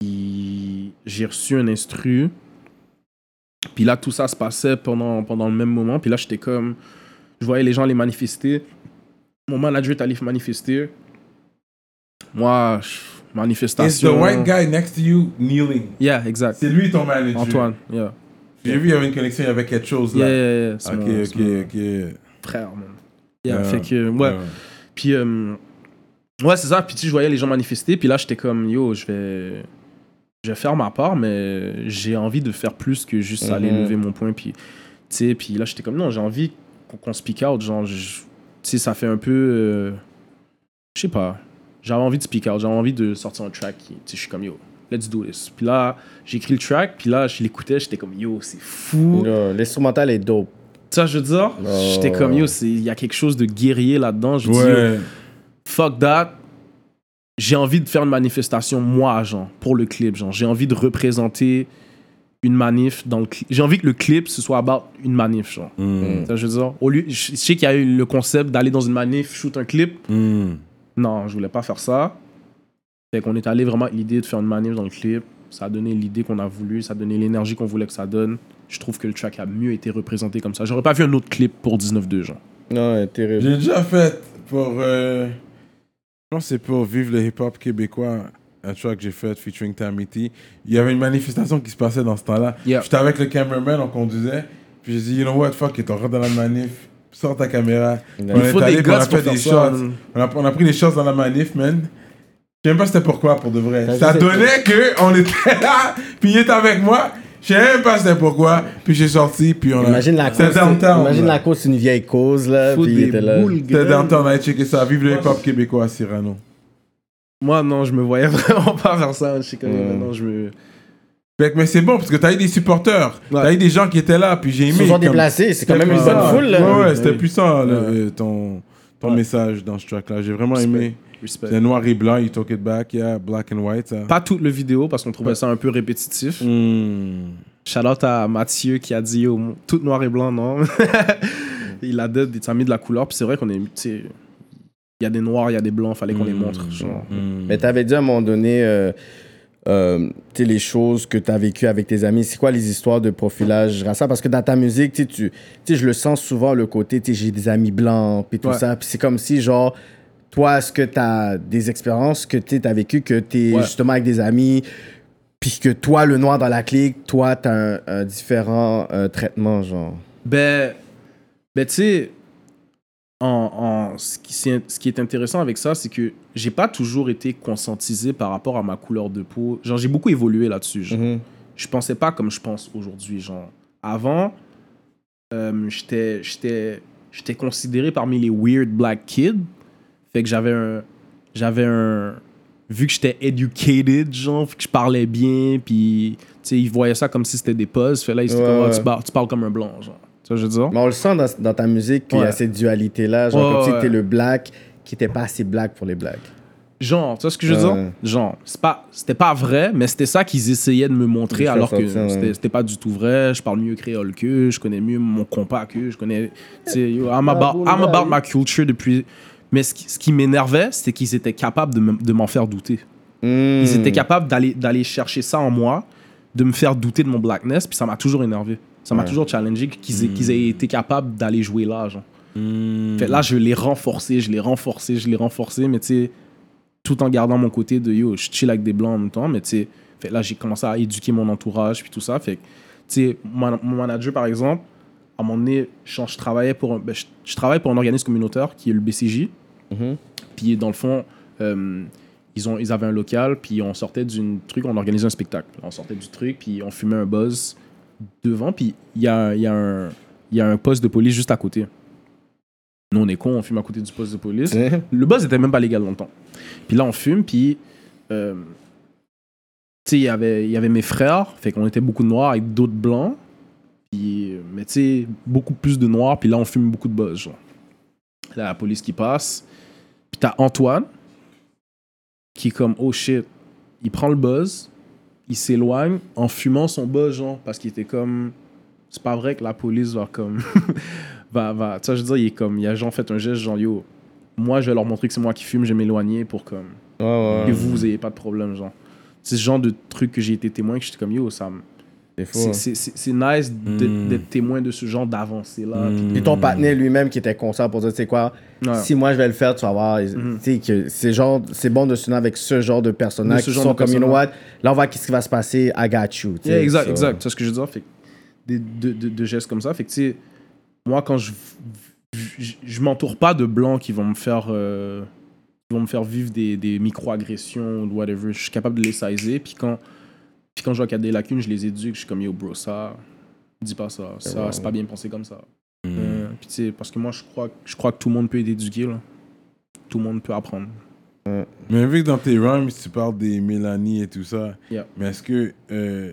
E: Puis j'ai reçu un instru. Puis là, tout ça se passait pendant, pendant le même moment. Puis là, j'étais comme. Je voyais les gens les manifester. Mon manager est allé manifester. Moi, je-
C: It's
E: manifestation.
C: the white guy next to you kneeling.
E: Yeah, exact.
C: C'est lui ton manager.
E: Antoine, yeah.
C: J'ai vu, il y avait une connexion avec quelque chose là.
E: Yeah, yeah, yeah. C'est
C: Ok,
E: mon- c'est mon
C: ok, ok.
E: Frère, man. Yeah,
C: Yeah.
E: Fait que, ouais. Puis, euh, ouais, c'est ça. Puis, tu sais, je voyais les gens manifester. Puis là, j'étais comme, yo, je vais, je vais faire ma part, mais j'ai envie de faire plus que juste aller
D: Mhm.
E: lever mon point. Puis, tu sais, puis là, j'étais comme, non, j'ai envie qu'on qu'on speak out. Genre, je- tu sais, ça fait un peu. euh, je sais pas. J'avais envie de speak out. J'avais envie de sortir un track. qui- Tu sais, je suis comme, yo, let's do this. Puis là, j'ai écrit le track. Puis là, je l'écoutais. J'étais comme, yo, c'est fou.
D: Là, L'instrumental est dope.
E: Ça, je veux dire, j'étais comme, yo, c'est- il y a quelque chose de guerrier là-dedans. Je dis, yo,
C: Ouais.
E: fuck that. J'ai envie de faire une manifestation, moi, genre, pour le clip. Genre, j'ai envie de représenter une manif dans le clip. J'ai envie que le clip, ce soit about une manif, genre.
C: Mm.
E: Ça, je veux dire, au lieu, je je sais qu'il y a eu le concept d'aller dans une manif, shoot un clip.
C: Mm.
E: Non, je voulais pas faire ça. Fait qu'on est allé vraiment avec l'idée de faire une manif dans le clip. Ça a donné l'idée qu'on a voulu, ça a donné l'énergie qu'on voulait que ça donne. Je trouve que le track a mieux été représenté comme ça. J'aurais pas vu un autre clip pour 19-2, genre.
D: Non, ouais, terrible.
C: J'ai déjà fait pour. euh, Je pense que c'est pour vivre le hip-hop québécois. un track que j'ai fait featuring Tamiti. Il y avait une manifestation qui se passait dans ce temps-là.
E: Yeah.
C: J'étais avec le cameraman, on conduisait. Puis j'ai dit, you know what, fuck it, on rentre dans la manif. Sors ta caméra.
D: Il
C: On est
E: faut des
C: allé, puis on a
E: guts
C: fait
E: pour
C: des
E: faire ça,
C: shots.
E: man.
C: On a, on a pris des shots dans la manif, man. Je sais même pas c'était pourquoi, pour de vrai.
D: T'as
C: Ça
D: juste
C: donnait que on était là, puis il était avec moi. Je sais même pas c'était pourquoi. Puis j'ai sorti, puis on a...
D: Imagine la
C: C'était
D: cause.
C: downtown.
D: Imagine
C: là.
D: la cause, c'est une vieille cause, là.
E: Faut
D: Puis il
E: des
D: était là.
E: boules,
C: C'était
E: gueule.
C: downtown, on a checké ça. Vive le hip-hop québécois à Cyrano.
E: Moi, non, je me voyais vraiment pas faire ça. Je sais quand même, non, je me.
C: Fait que- mais c'est bon, parce que t'as eu des supporters.
E: Ouais.
C: T'as eu des gens qui étaient là, puis j'ai aimé.
D: Ils se sont
C: comme-
D: déplacés, c'est quand même une
C: C'était
D: bonne
C: puissant.
D: foule, là.
C: Ouais, ouais, c'était
E: Oui.
C: puissant, le-
E: Ouais.
C: euh, ton, ton
E: Ouais.
C: message dans ce track-là. J'ai vraiment aimé.
E: Respect.
C: C'est noir et blanc, you took it back, yeah, black and white, ça.
E: Pas toute la vidéo parce qu'on trouvait ça un peu répétitif.
C: Hmm.
E: Shout out à Mathieu qui a dit yo, tout noir et blanc, non. il a dead, il a mis de la couleur. Puis c'est vrai qu'on est. tu sais, Il y a des noirs, il y a des blancs, fallait
D: Mm.
E: qu'on les montre. genre.
D: Mais t'avais dit à un moment donné, euh, euh, tu sais, les choses que t'as vécues avec tes amis. C'est quoi les histoires de profilage racial? Parce que dans ta musique, tu sais, tu tu sais, je le sens souvent le côté, tu sais, j'ai des amis blancs, puis tout
E: Ouais.
D: ça. Puis c'est comme si, genre, toi, est-ce que t'as des expériences que tu as vécues, que t'es
E: Ouais.
D: justement avec des amis, puis que toi, le noir dans la clique, toi, t'as un, un différent euh, traitement, genre.
E: Ben, ben tu sais, en, en- ce, qui, c'est- ce qui est intéressant avec ça, c'est que j'ai pas toujours été conscientisé par rapport à ma couleur de peau. Genre, j'ai beaucoup évolué là-dessus. genre. Je pensais pas comme je pense aujourd'hui. Genre, avant, euh, j'étais- j'étais j'étais considéré parmi les weird black kids. Fait que j'avais un. J'avais un. Vu que j'étais educated, genre, vu que je parlais bien, puis, tu sais, ils voyaient ça comme si c'était des puzzles. Fait là, ils étaient
D: Ouais,
E: comme, Ah,
D: ouais.
E: tu, parles, tu parles comme un blanc, genre. Tu vois, ce que je veux dire.
D: Mais on le sent dans, dans ta musique qu'il y
E: Ouais.
D: a cette dualité-là, genre,
E: Ouais,
D: comme si
E: ouais.
D: t'es le black qui était pas assez black pour les blacks.
E: Genre, tu vois ce que je veux dire?
D: Ouais.
E: Genre, c'est pas- c'était pas, vrai, mais c'était ça qu'ils essayaient de me montrer
D: De faire
E: alors que
D: sortir, ouais.
E: c'était c'était pas du tout vrai. Je parle mieux créole que, je connais mieux mon compas que, je connais. Tu sais, yo, I'm about, I'm about my culture depuis. Mais ce qui, ce qui m'énervait, c'était qu'ils étaient capables de me- de m'en faire douter.
D: Hmm.
E: Ils étaient capables d'aller d'aller chercher ça en moi, de me faire douter de mon blackness, puis ça m'a toujours énervé. Ça m'a toujours challengé qu'ils aient, qu'ils aient été capables d'aller jouer là, genre. Fait là, je l'ai renforcé, je l'ai renforcé, je l'ai renforcé, mais tu sais, tout en gardant mon côté de yo, je chill avec des blancs en même temps, mais tu sais, fait là, j'ai commencé à éduquer mon entourage, puis tout ça. Fait que, tu sais, mon, mon manager, par exemple, à un moment donné, je, je travaillais pour un, ben, je, je travaille pour un organisme communautaire qui est le BCJ.
D: Mhm.
E: Puis dans le fond, euh, ils, ont, ils avaient un local, puis on sortait d'une truc, on organisait un spectacle. On sortait du truc, puis on fumait un buzz devant, puis il y a, il y, a un- il y a un poste de police juste à côté. Nous, on est cons, on fume à côté du poste de police. Le buzz était même pas légal longtemps. Puis là, on fume, puis. euh, tu sais, il y avait- il y avait mes frères, fait qu'on était beaucoup de noirs avec d'autres blancs. Puis, euh, mais tu sais, beaucoup plus de noirs, puis là, on fume beaucoup de buzz. Genre. Là, la police qui passe. Puis t'as Antoine, qui est comme, oh shit, il prend le buzz, il s'éloigne en fumant son buzz, genre, parce qu'il était comme. C'est pas vrai que la police va comme. va, va. Tu sais, je veux dire, il est comme. Il a genre fait un geste, genre, yo, moi, je vais leur montrer que c'est moi qui fume, je vais m'éloigner pour comme.
D: Ouais, ouais.
E: Que vous, vous ayez pas de problème, genre. C'est ce genre de truc que j'ai été témoin que j'étais comme, yo, ça me.
D: C'est
E: C'est-
D: faux.
E: C'est c'est- c'est nice d'être d'être témoin de ce genre d'avancée-là. puis-
D: Puis ton partenaire lui-même qui était conscient pour dire, tu sais quoi,
E: Hmm. Ouais. Hmm.
D: si moi je vais le faire, tu vas voir. Tu sais, que c'est genre, c'est bon de se tenir avec ce genre de
E: De
D: personnages
E: ce
D: qui
E: genre
D: sont
E: de
D: comme, you know
E: personnage.
D: what, là on voit qu'est-ce qui va se passer, I got you. tu sais,
E: Yeah, exact,
D: so.
E: exact. Tu vois ce que je veux dire? Fait que des, de, de- de gestes comme ça. Fait que, tu sais, moi, quand je. Je, je m'entoure pas de blancs qui vont me faire. euh, qui vont me faire vivre des, des micro-agressions ou whatever. Je suis capable de les sizer. Puis quand, puis quand je vois qu'il y a des lacunes, je les éduque. Je suis comme, yo, bro, ça. Dis pas ça. Ça, c'est pas bien pensé comme ça.
D: Hmm.
E: Euh, puis, tu sais, parce que moi, je crois, je crois que tout le monde peut être éduqué, là. Tout le monde peut apprendre.
C: Mais vu que dans tes rhymes, tu parles des Mélanie et tout ça,
E: Yeah.
C: mais est-ce que euh,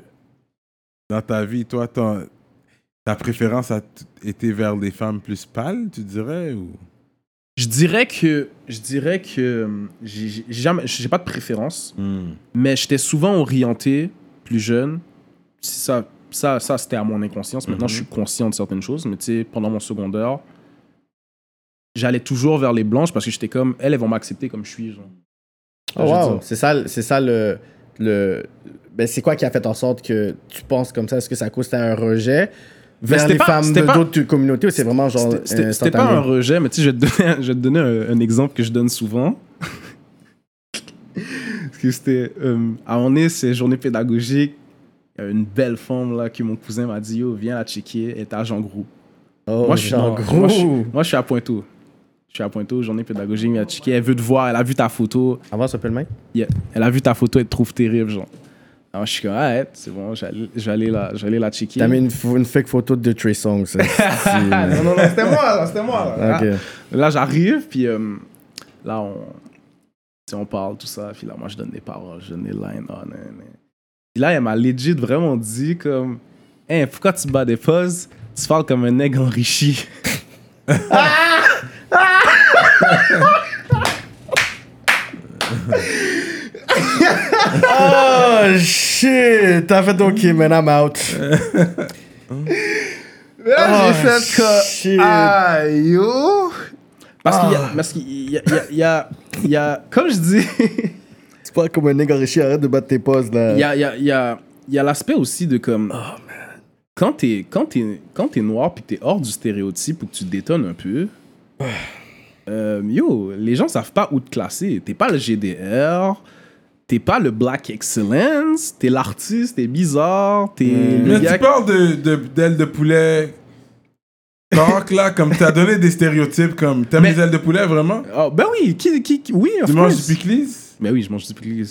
C: dans ta vie, toi, ton- ta préférence a t- été vers des femmes plus pâles, tu dirais ou...
E: Je dirais que. Je dirais que. euh, j'ai- J'ai jamais- j'ai pas de préférence. Mais j'étais souvent orienté, plus jeune. Si Ça, ça, ça c'était à mon inconscience. Maintenant,
D: Mhm.
E: je suis conscient de certaines choses. Mais tu sais, pendant mon secondaire, j'allais toujours vers les blanches parce que j'étais comme, elles, elles vont m'accepter comme je suis. genre.
D: Oh,
E: Je veux
D: wow.
E: dire.
D: C'est ça, c'est ça le. le ben, c'est quoi qui a fait en sorte que tu penses comme ça Est-ce que ça cause un rejet vers
E: Ben, c'était
D: les
E: pas-
D: femmes
E: c'était
D: de
E: pas-
D: d'autres communautés ou c'est vraiment genre.
E: C'était- C'était
D: euh,
E: c'était pas un
D: instantané?
E: rejet, mais tu sais, je vais te donner, je vais te donner un, un exemple que je donne souvent. que c'était euh, à Ornée, c'est journée pédagogique. Il y a une belle femme là que mon cousin m'a dit Yo, viens la checker, elle est à Jean Gros.
D: Oh,
E: moi, je suis,
D: Jean
E: non, moi, je suis-
D: Gros.
E: moi, je suis à Pointeau. Je suis à Pointeau, journée pédagogique, elle a checké, elle veut te voir, elle a vu ta photo.
D: Avance un peu le main.
E: Yeah. Elle a vu ta photo, elle te trouve terrible, genre. Alors je suis comme, ah, ouais, c'est bon, j'allais j'allais la, j'allais la checker.
D: T'as mis une, fo- une fake photo de Trey Songz. ça. Si,
E: Ah,
D: man.
E: non, non, non, c'était moi, là, c'était moi. Là,
D: Ok.
E: Là, j'arrive, puis euh, là, on, tu sais, on parle, tout ça. Puis là, moi, je donne des paroles, je donne des lines. ah, nan, nan. Puis là, elle m'a legit vraiment dit, comme, Hein, pourquoi tu bats des pauses Tu parles comme un nègre enrichi. Ah.
D: Oh shit! T'as fait OK, man, I'm out.
E: Là,
D: j'ai fait que- shit. Ah,
E: yo Parce qu'il y a- parce qu'il y a- il y a- il y a- il y a, comme je dis,
D: C'est pas comme un nègre enrichi, arrête de battre tes pauses là.
E: Il y a, il y a- il y a- il y a l'aspect aussi de comme. Quand t'es quand t'es- quand t'es noir puis que t'es hors du stéréotype ou que tu détonnes un peu, euh, yo, les gens savent pas où te classer. T'es pas le GDR, t'es pas le Black Excellence, t'es l'artiste, t'es bizarre, t'es. le
C: Mais
E: gars-
C: tu parles de, de, d'ailes de poulet tank, là, comme t'as donné des stéréotypes, comme t'aimes
E: Mais-
C: les ailes de poulet, vraiment
E: Oh, ben oui, qui, qui, qui- oui, of
C: Tu manges
E: course.
C: du piclis
E: Mais Ben oui, je mange du pickles.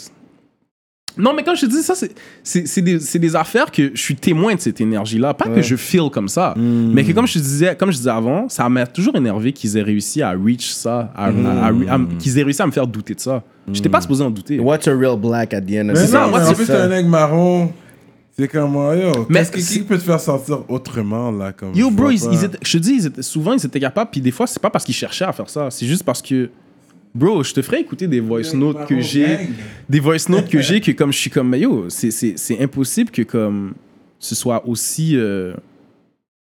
E: Non, mais quand je te dis ça, c'est- c'est c'est des, c'est des affaires que je suis témoin de cette énergie-là. Pas que je feel comme ça,
C: Hmm.
E: mais que comme je te disais, comme je disais avant, ça m'a toujours énervé qu'ils aient réussi à reach ça, à- à- à- à-
C: Hmm.
E: qu'ils aient réussi à me faire douter de ça. J'étais pas supposé en douter.
D: What's a real black at the end
C: Mais
D: of the
E: ça,
C: non,
D: day?
E: moi,
C: mais en
E: c'est
C: plus, t'es
D: ça.
C: un aigle marron. C'est comme, oh, yo,
E: Mais
C: qu'est-ce qui,
E: c'est-
C: qui peut te faire sentir autrement, là comme,
E: Yo,
C: je
E: bro,
C: vois
E: ils-
C: pas.
E: ils étaient- je te dis, ils étaient- souvent, ils étaient capables, puis des fois, c'est pas parce qu'ils cherchaient à faire ça, c'est juste parce que, bro, je te ferai écouter des voice notes que j'ai, des voice notes que j'ai, que comme je suis comme, mais yo, c'est- c'est c'est impossible que comme ce soit aussi euh,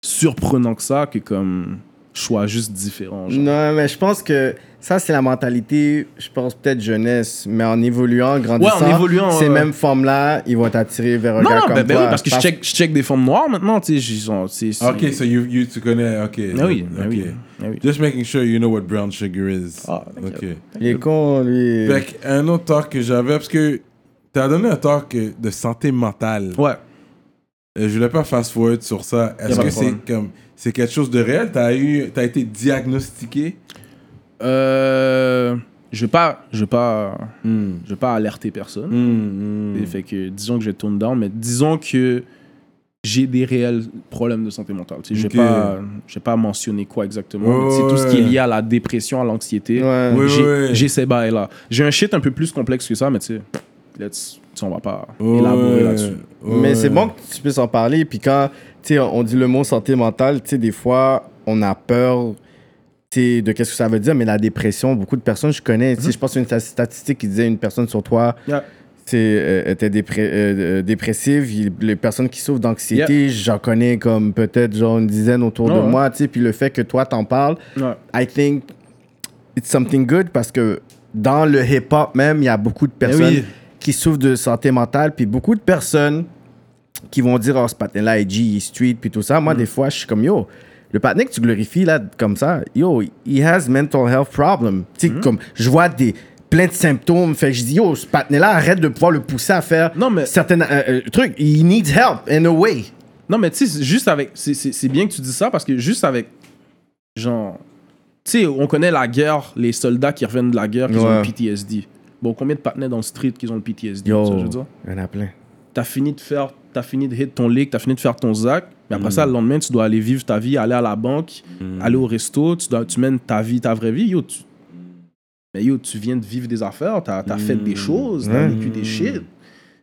E: surprenant que ça, que comme je sois juste différent. genre.
D: Non, mais je pense que ça, c'est la mentalité, je pense peut-être jeunesse, mais en évoluant, en grandissant,
E: Ouais, en évoluant,
D: ces
E: ouais.
D: mêmes formes-là, ils vont t'attirer vers un
E: Non,
D: gars
E: non,
D: comme
E: ben, ben
D: toi.
E: oui, parce que je check, je check des formes noires maintenant, tu sais, j'ai- genre, c'est- c'est-
C: Ah, Ok, so you, you, tu connais, ok.
E: Ah oui, ah oui,
C: ok.
E: ah oui.
C: Just making sure you know what brown sugar is.
E: Ah, ok.
C: ok.
D: Il est con, lui.
E: Ben,
C: Fait un autre talk que j'avais, parce que t'as donné un talk euh, de santé mentale.
E: Ouais.
C: Euh, Je voulais pas fast forward sur ça.
E: Y a
C: Est-ce
E: pas de
C: que c'est
E: problème.
C: comme c'est quelque chose de réel T'as eu, t'as été diagnostiqué
E: Euh, je vais pas, je vais pas, je vais pas alerter
C: Hmm,
E: personne. Et
C: Fait-
E: Fait que disons que je tourne down, mais disons que j'ai des réels problèmes de santé mentale. Tu sais,
C: Ok.
E: Je ne vais, pas- je vais pas mentionner quoi exactement. mais C'est
C: Ouais,
E: tout ce qui est
C: ouais.
E: lié à la dépression, à l'anxiété.
D: Ouais.
C: Oui,
E: J'ai
C: oui, oui.
E: j'ai ces bails-là. J'ai un shit un peu plus complexe que ça, mais tu sais, let's- tu sais, on va pas
C: Ouais,
E: élaborer là-dessus.
D: Mais
C: ouais.
D: c'est bon que tu puisses en parler. Puis quand tu sais, on dit le mot santé mentale, tu sais, des fois, on a peur tu sais, de qu'est-ce que ça veut dire. Mais la dépression, beaucoup de personnes, je connais, tu sais, je pense qu'il y a une sta- statistique qui disait une personne sur trois
E: Mm-hmm. Yeah.
D: tu sais, euh, était dépré- euh, euh, dépressive. Il- les personnes qui souffrent d'anxiété, j'en connais comme peut-être genre une dizaine autour de
E: Ouais, ouais.
D: moi. tu sais. Puis le fait que toi, t'en parles,
E: Ouais.
D: I think it's something good parce que dans le hip-hop même, il y a beaucoup de personnes
E: Eh oui.
D: qui souffrent de santé mentale, puis beaucoup de personnes qui vont dire, oh, ce patin-là est G, il est street, puis tout
E: Mm.
D: ça. Moi, des fois, je suis comme, yo, le patin que tu glorifies, là, comme ça, yo, he has mental health problem. Tu
E: Mm.
D: sais, comme, je vois des plein de symptômes, fait que je dis, yo, ce patin-là, arrête de pouvoir le pousser à faire
E: Non, mais-
D: certains euh, euh, trucs. He needs help, in a way.
E: Non, mais tu sais, c'est juste avec. c'est- C'est c'est bien que tu dis ça parce que juste avec. Genre. Tu sais, on connaît la guerre, les soldats qui reviennent de la guerre, qui ont
D: Ouais.
E: le PTSD. Bon, combien de partenaires dans le street qui ont le PTSD tu sais, je
D: Yo,
E: veux dire?
D: il y en a plein.
E: t'as fini de faire, t'as fini de hit ton lick, t'as fini de faire ton zac, mais après ça, le lendemain, tu dois aller vivre ta vie, aller à la banque, aller au resto, tu, dois, tu mènes ta vie, ta vraie vie, yo, tu... Mais yo, tu viens de vivre des affaires, t'as as fait des choses, t'as
D: Ouais.
E: vécu des shit.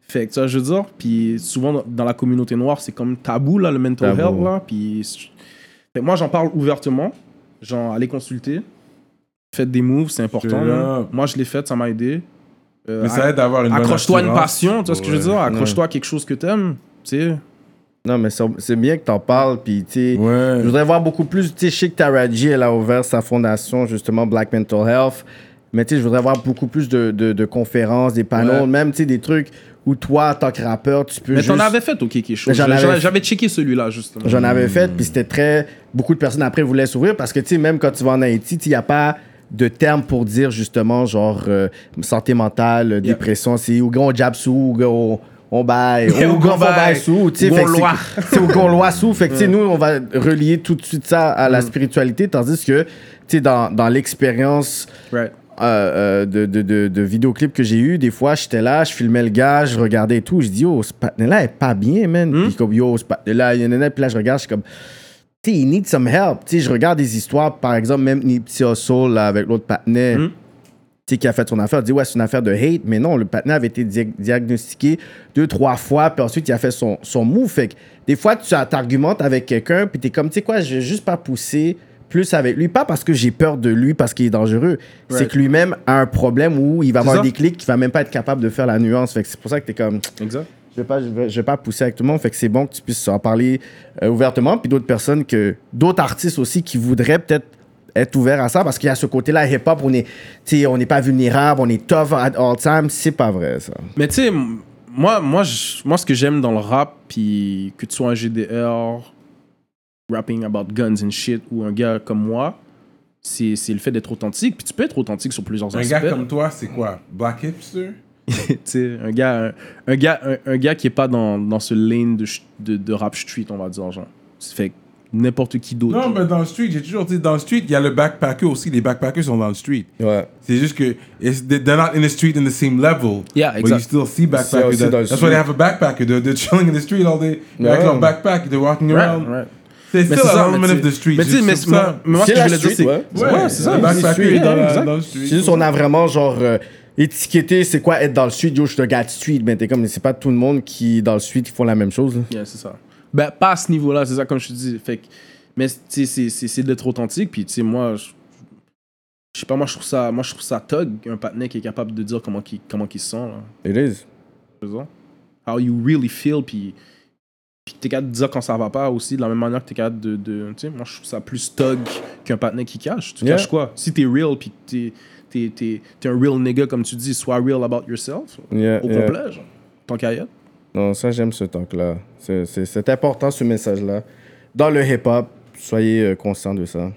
E: Fait que ça, je veux dire, puis souvent, dans- dans la communauté noire, c'est comme tabou, là, le mental
D: Tabou.
E: health, là, puis... c'est- Fait que moi, j'en parle ouvertement, genre, allez consulter, faites des moves, c'est important.
C: Straight
E: là.
C: up.
E: Moi, je l'ai fait, ça m'a aidé. Euh,
C: Mais
E: à-
C: ça aide d'avoir une bonne
E: Accroche-toi à une
C: assurance.
E: passion, tu vois ce que je veux dire? Accroche-toi à quelque chose que t'aimes, tu sais.
D: Non, mais c'est- c'est bien que t'en parles, puis tu sais...
C: Ouais.
D: Je voudrais voir beaucoup plus. Tu sais, je sais que Taraji, elle a ouvert sa fondation, justement, Black Mental Health. Mais tu sais, je voudrais voir beaucoup plus de, de, de conférences, des panneaux,
E: Ouais.
D: même, tu sais, des trucs où toi, en tant que rappeur, tu peux
E: Mais
D: juste...
E: t'en avais fait, ok, quelque chose.
D: J'en
E: J'en-
D: avais-
E: j'en- J'avais checké celui-là, justement.
C: Hmm.
D: J'en avais fait, puis c'était très... Beaucoup de personnes après voulaient s'ouvrir parce que, tu sais, même quand tu vas en Haïti, tu sais, il n'y a pas de termes pour dire justement genre euh, santé mentale, euh, dépression, c'est ou gros on jab sous, ou gros on baille,
C: Yeah,
D: ou
C: ou
D: gros
C: gros
D: on baille
C: baille.
D: sous, tu sais,
C: Gros
D: fait que c'est-
C: loi.
D: c'est au Gaulois sous, fait que tu sais, nous on va relier tout de suite ça à
C: Hmm.
D: la spiritualité, tandis que tu sais dans dans l'expérience
E: Right.
D: euh, euh, de, de, de, de vidéoclips que j'ai eu, des fois, j'étais là, je filmais le gars, je regardais et tout. Je dis, yo, ce là est pas bien, man. Puis comme, yo, ce là il y en a un, puis là, je regarde, je suis comme, tu sais, il need some help. Tu sais, je regarde des histoires, par exemple, même Nipsey Hussle, là, avec l'autre patinet, tu sais, qui a fait son affaire, dit, ouais, c'est une affaire de hate, mais non, le patinet avait été dia- diagnostiqué deux, trois fois, puis ensuite, il a fait son, son move. Fait que, des fois, tu t'argumentes avec quelqu'un, puis t'es comme, tu sais quoi, je vais juste pas pousser plus avec lui, pas parce que j'ai peur de lui, parce qu'il est dangereux, c'est que lui-même a un problème où il va avoir
E: ça.
D: des clics qu'il va même pas être capable de faire la nuance. Fait que c'est pour ça que t'es comme,
E: Exact.
D: je vais pas, je vais, je vais pas pousser avec tout le monde. Fait que c'est bon que tu puisses en parler euh, ouvertement. Puis d'autres personnes que, d'autres artistes aussi qui voudraient peut-être être ouverts à ça parce qu'il y a ce côté-là hip-hop, on est, tu sais, on n'est pas vulnérable, on est tough at all time. C'est pas vrai, ça.
E: Mais tu sais, m- moi, moi, je- moi, ce que j'aime dans le rap, puis que tu sois un GDR, rapping about guns and shit, ou un gars comme moi, c'est c'est le fait d'être authentique. Puis tu peux être authentique sur plusieurs
C: Un
E: aspects.
C: gars comme toi, c'est quoi Black hipster
E: Tu sais, un gars, un, un gars, un, un gars qui est pas dans, dans ce lane de, ch- de, de rap street, on va dire, genre. Ça fait que n'importe qui d'autre.
C: Non,
E: genre.
C: mais dans le street, j'ai toujours dit, dans le street, il y a le backpacker aussi. Les backpackers sont dans le street.
D: Ouais.
C: C'est juste que it's, they're not in the street in the same level.
E: Yeah,
C: But you
E: exact.
C: still see backpackers.
D: aussi
C: That,
D: dans le
C: that's why
D: street.
C: they have a backpacker. They're, they're chilling in the street all day. They're
D: Ouais.
C: Avec leur backpack, they're walking
E: Right,
C: around.
E: right.
C: C'est
E: Mais
C: still
E: c'est
C: an
E: ça, mais
C: element
E: tu-
C: of the street.
E: mais tu sais,
C: C'est
E: mais
C: juste ça.
E: mais moi, ce
D: C'est
E: que je
D: la
E: voulais dire,
D: street,
E: c'est.
D: ouais.
C: Ouais,
E: Ouais, c'est ça.
C: Le
D: la
E: c'est-
C: backpacker
D: street,
C: est dans,
E: yeah,
C: la,
E: exact.
C: dans le
D: C'est
C: street.
D: juste, on a vraiment genre euh, étiqueté c'est quoi être dans le street. Yo, je te gars street, mais Ben, t'es comme, c'est pas tout le monde qui dans le street qui font la même chose. là.
E: Yeah, c'est ça. Ben, pas à ce niveau-là, c'est ça, comme je te dis. Fait que- mais tu sais, c'est- c'est c'est d'être authentique. Puis, tu sais, moi, je je sais pas, moi, je trouve ça, moi, je trouve ça tug, un patinet qui est capable de dire comment qu'il comment qu'il se sent, là.
D: It is.
E: Je veux dire. How you really feel, puis puis que t'es capable de dire quand ça va pas aussi, de la même manière que t'es capable de. de tu sais, moi, je trouve ça plus tug qu'un patinet qui cache. Tu
D: Yeah.
E: caches quoi Si t'es real, puis que t'es- t'es t'es- t'es un real nigga, comme tu dis, sois real about yourself,
D: Yeah,
E: au
D: yeah.
E: complet, genre. Tant qu'à y être.
D: Non, ça, j'aime ce talk-là. C'est- C'est c'est important, ce message-là. Dans le hip-hop, soyez euh, conscients de ça.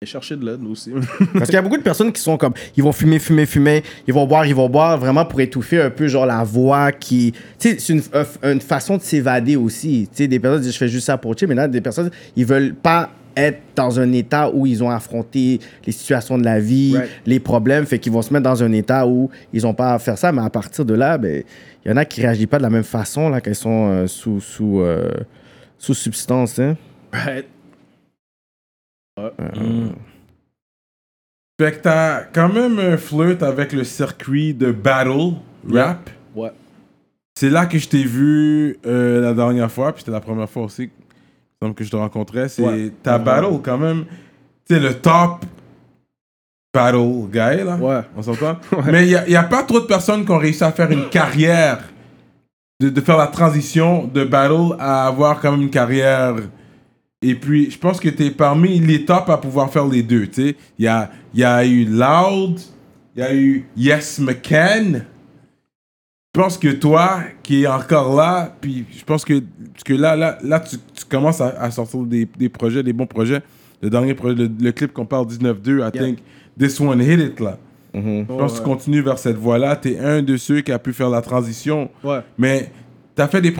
E: Et chercher de l'aide aussi.
D: Parce qu'il y a beaucoup de personnes qui sont comme, ils vont fumer, fumer, fumer, ils vont boire, ils vont boire, vraiment pour étouffer un peu, genre, la voix qui. Tu sais, c'est une, un- une façon de s'évader aussi. Tu sais, des personnes disent, je fais juste ça pour chier, mais là, des personnes, ils veulent pas être dans un état où ils ont affronté les situations de la vie,
E: Right.
D: les problèmes, fait qu'ils vont se mettre dans un état où ils n'ont pas à faire ça, mais à partir de là, ben, il y en a qui réagissent pas de la même façon, là, qu'ils sont euh, sous, sous, euh, sous substance, hein.
E: Right.
C: Fait que t'as quand même un flirt avec le circuit de battle rap.
E: Ouais.
C: C'est là que je t'ai vu euh, la dernière fois, puis c'était la première fois aussi il me semble que je te rencontrais. C'est
E: Ouais.
C: ta battle quand même. C'est le top battle guy, là.
E: Ouais.
C: On s'entend? Mais il n'y a, pas trop de personnes qui ont réussi à faire une carrière, de, de faire la transition de battle à avoir quand même une carrière. Et puis, je pense que tu es parmi les tops à pouvoir faire les deux. tu sais. Il y a, il y a eu Loud, il y a eu Yes McCann. Je pense que toi, qui es encore là, puis je pense que, parce que là, là, là tu, tu commences à, à sortir des, des projets, des bons projets. Le dernier projet, le, le clip qu'on parle, 19-2, I think this one hit it, là.
D: Mhm.
C: Je pense que tu continues vers cette voie-là. Tu es un de ceux qui a pu faire la transition.
E: Ouais.
C: Mais tu as, fait des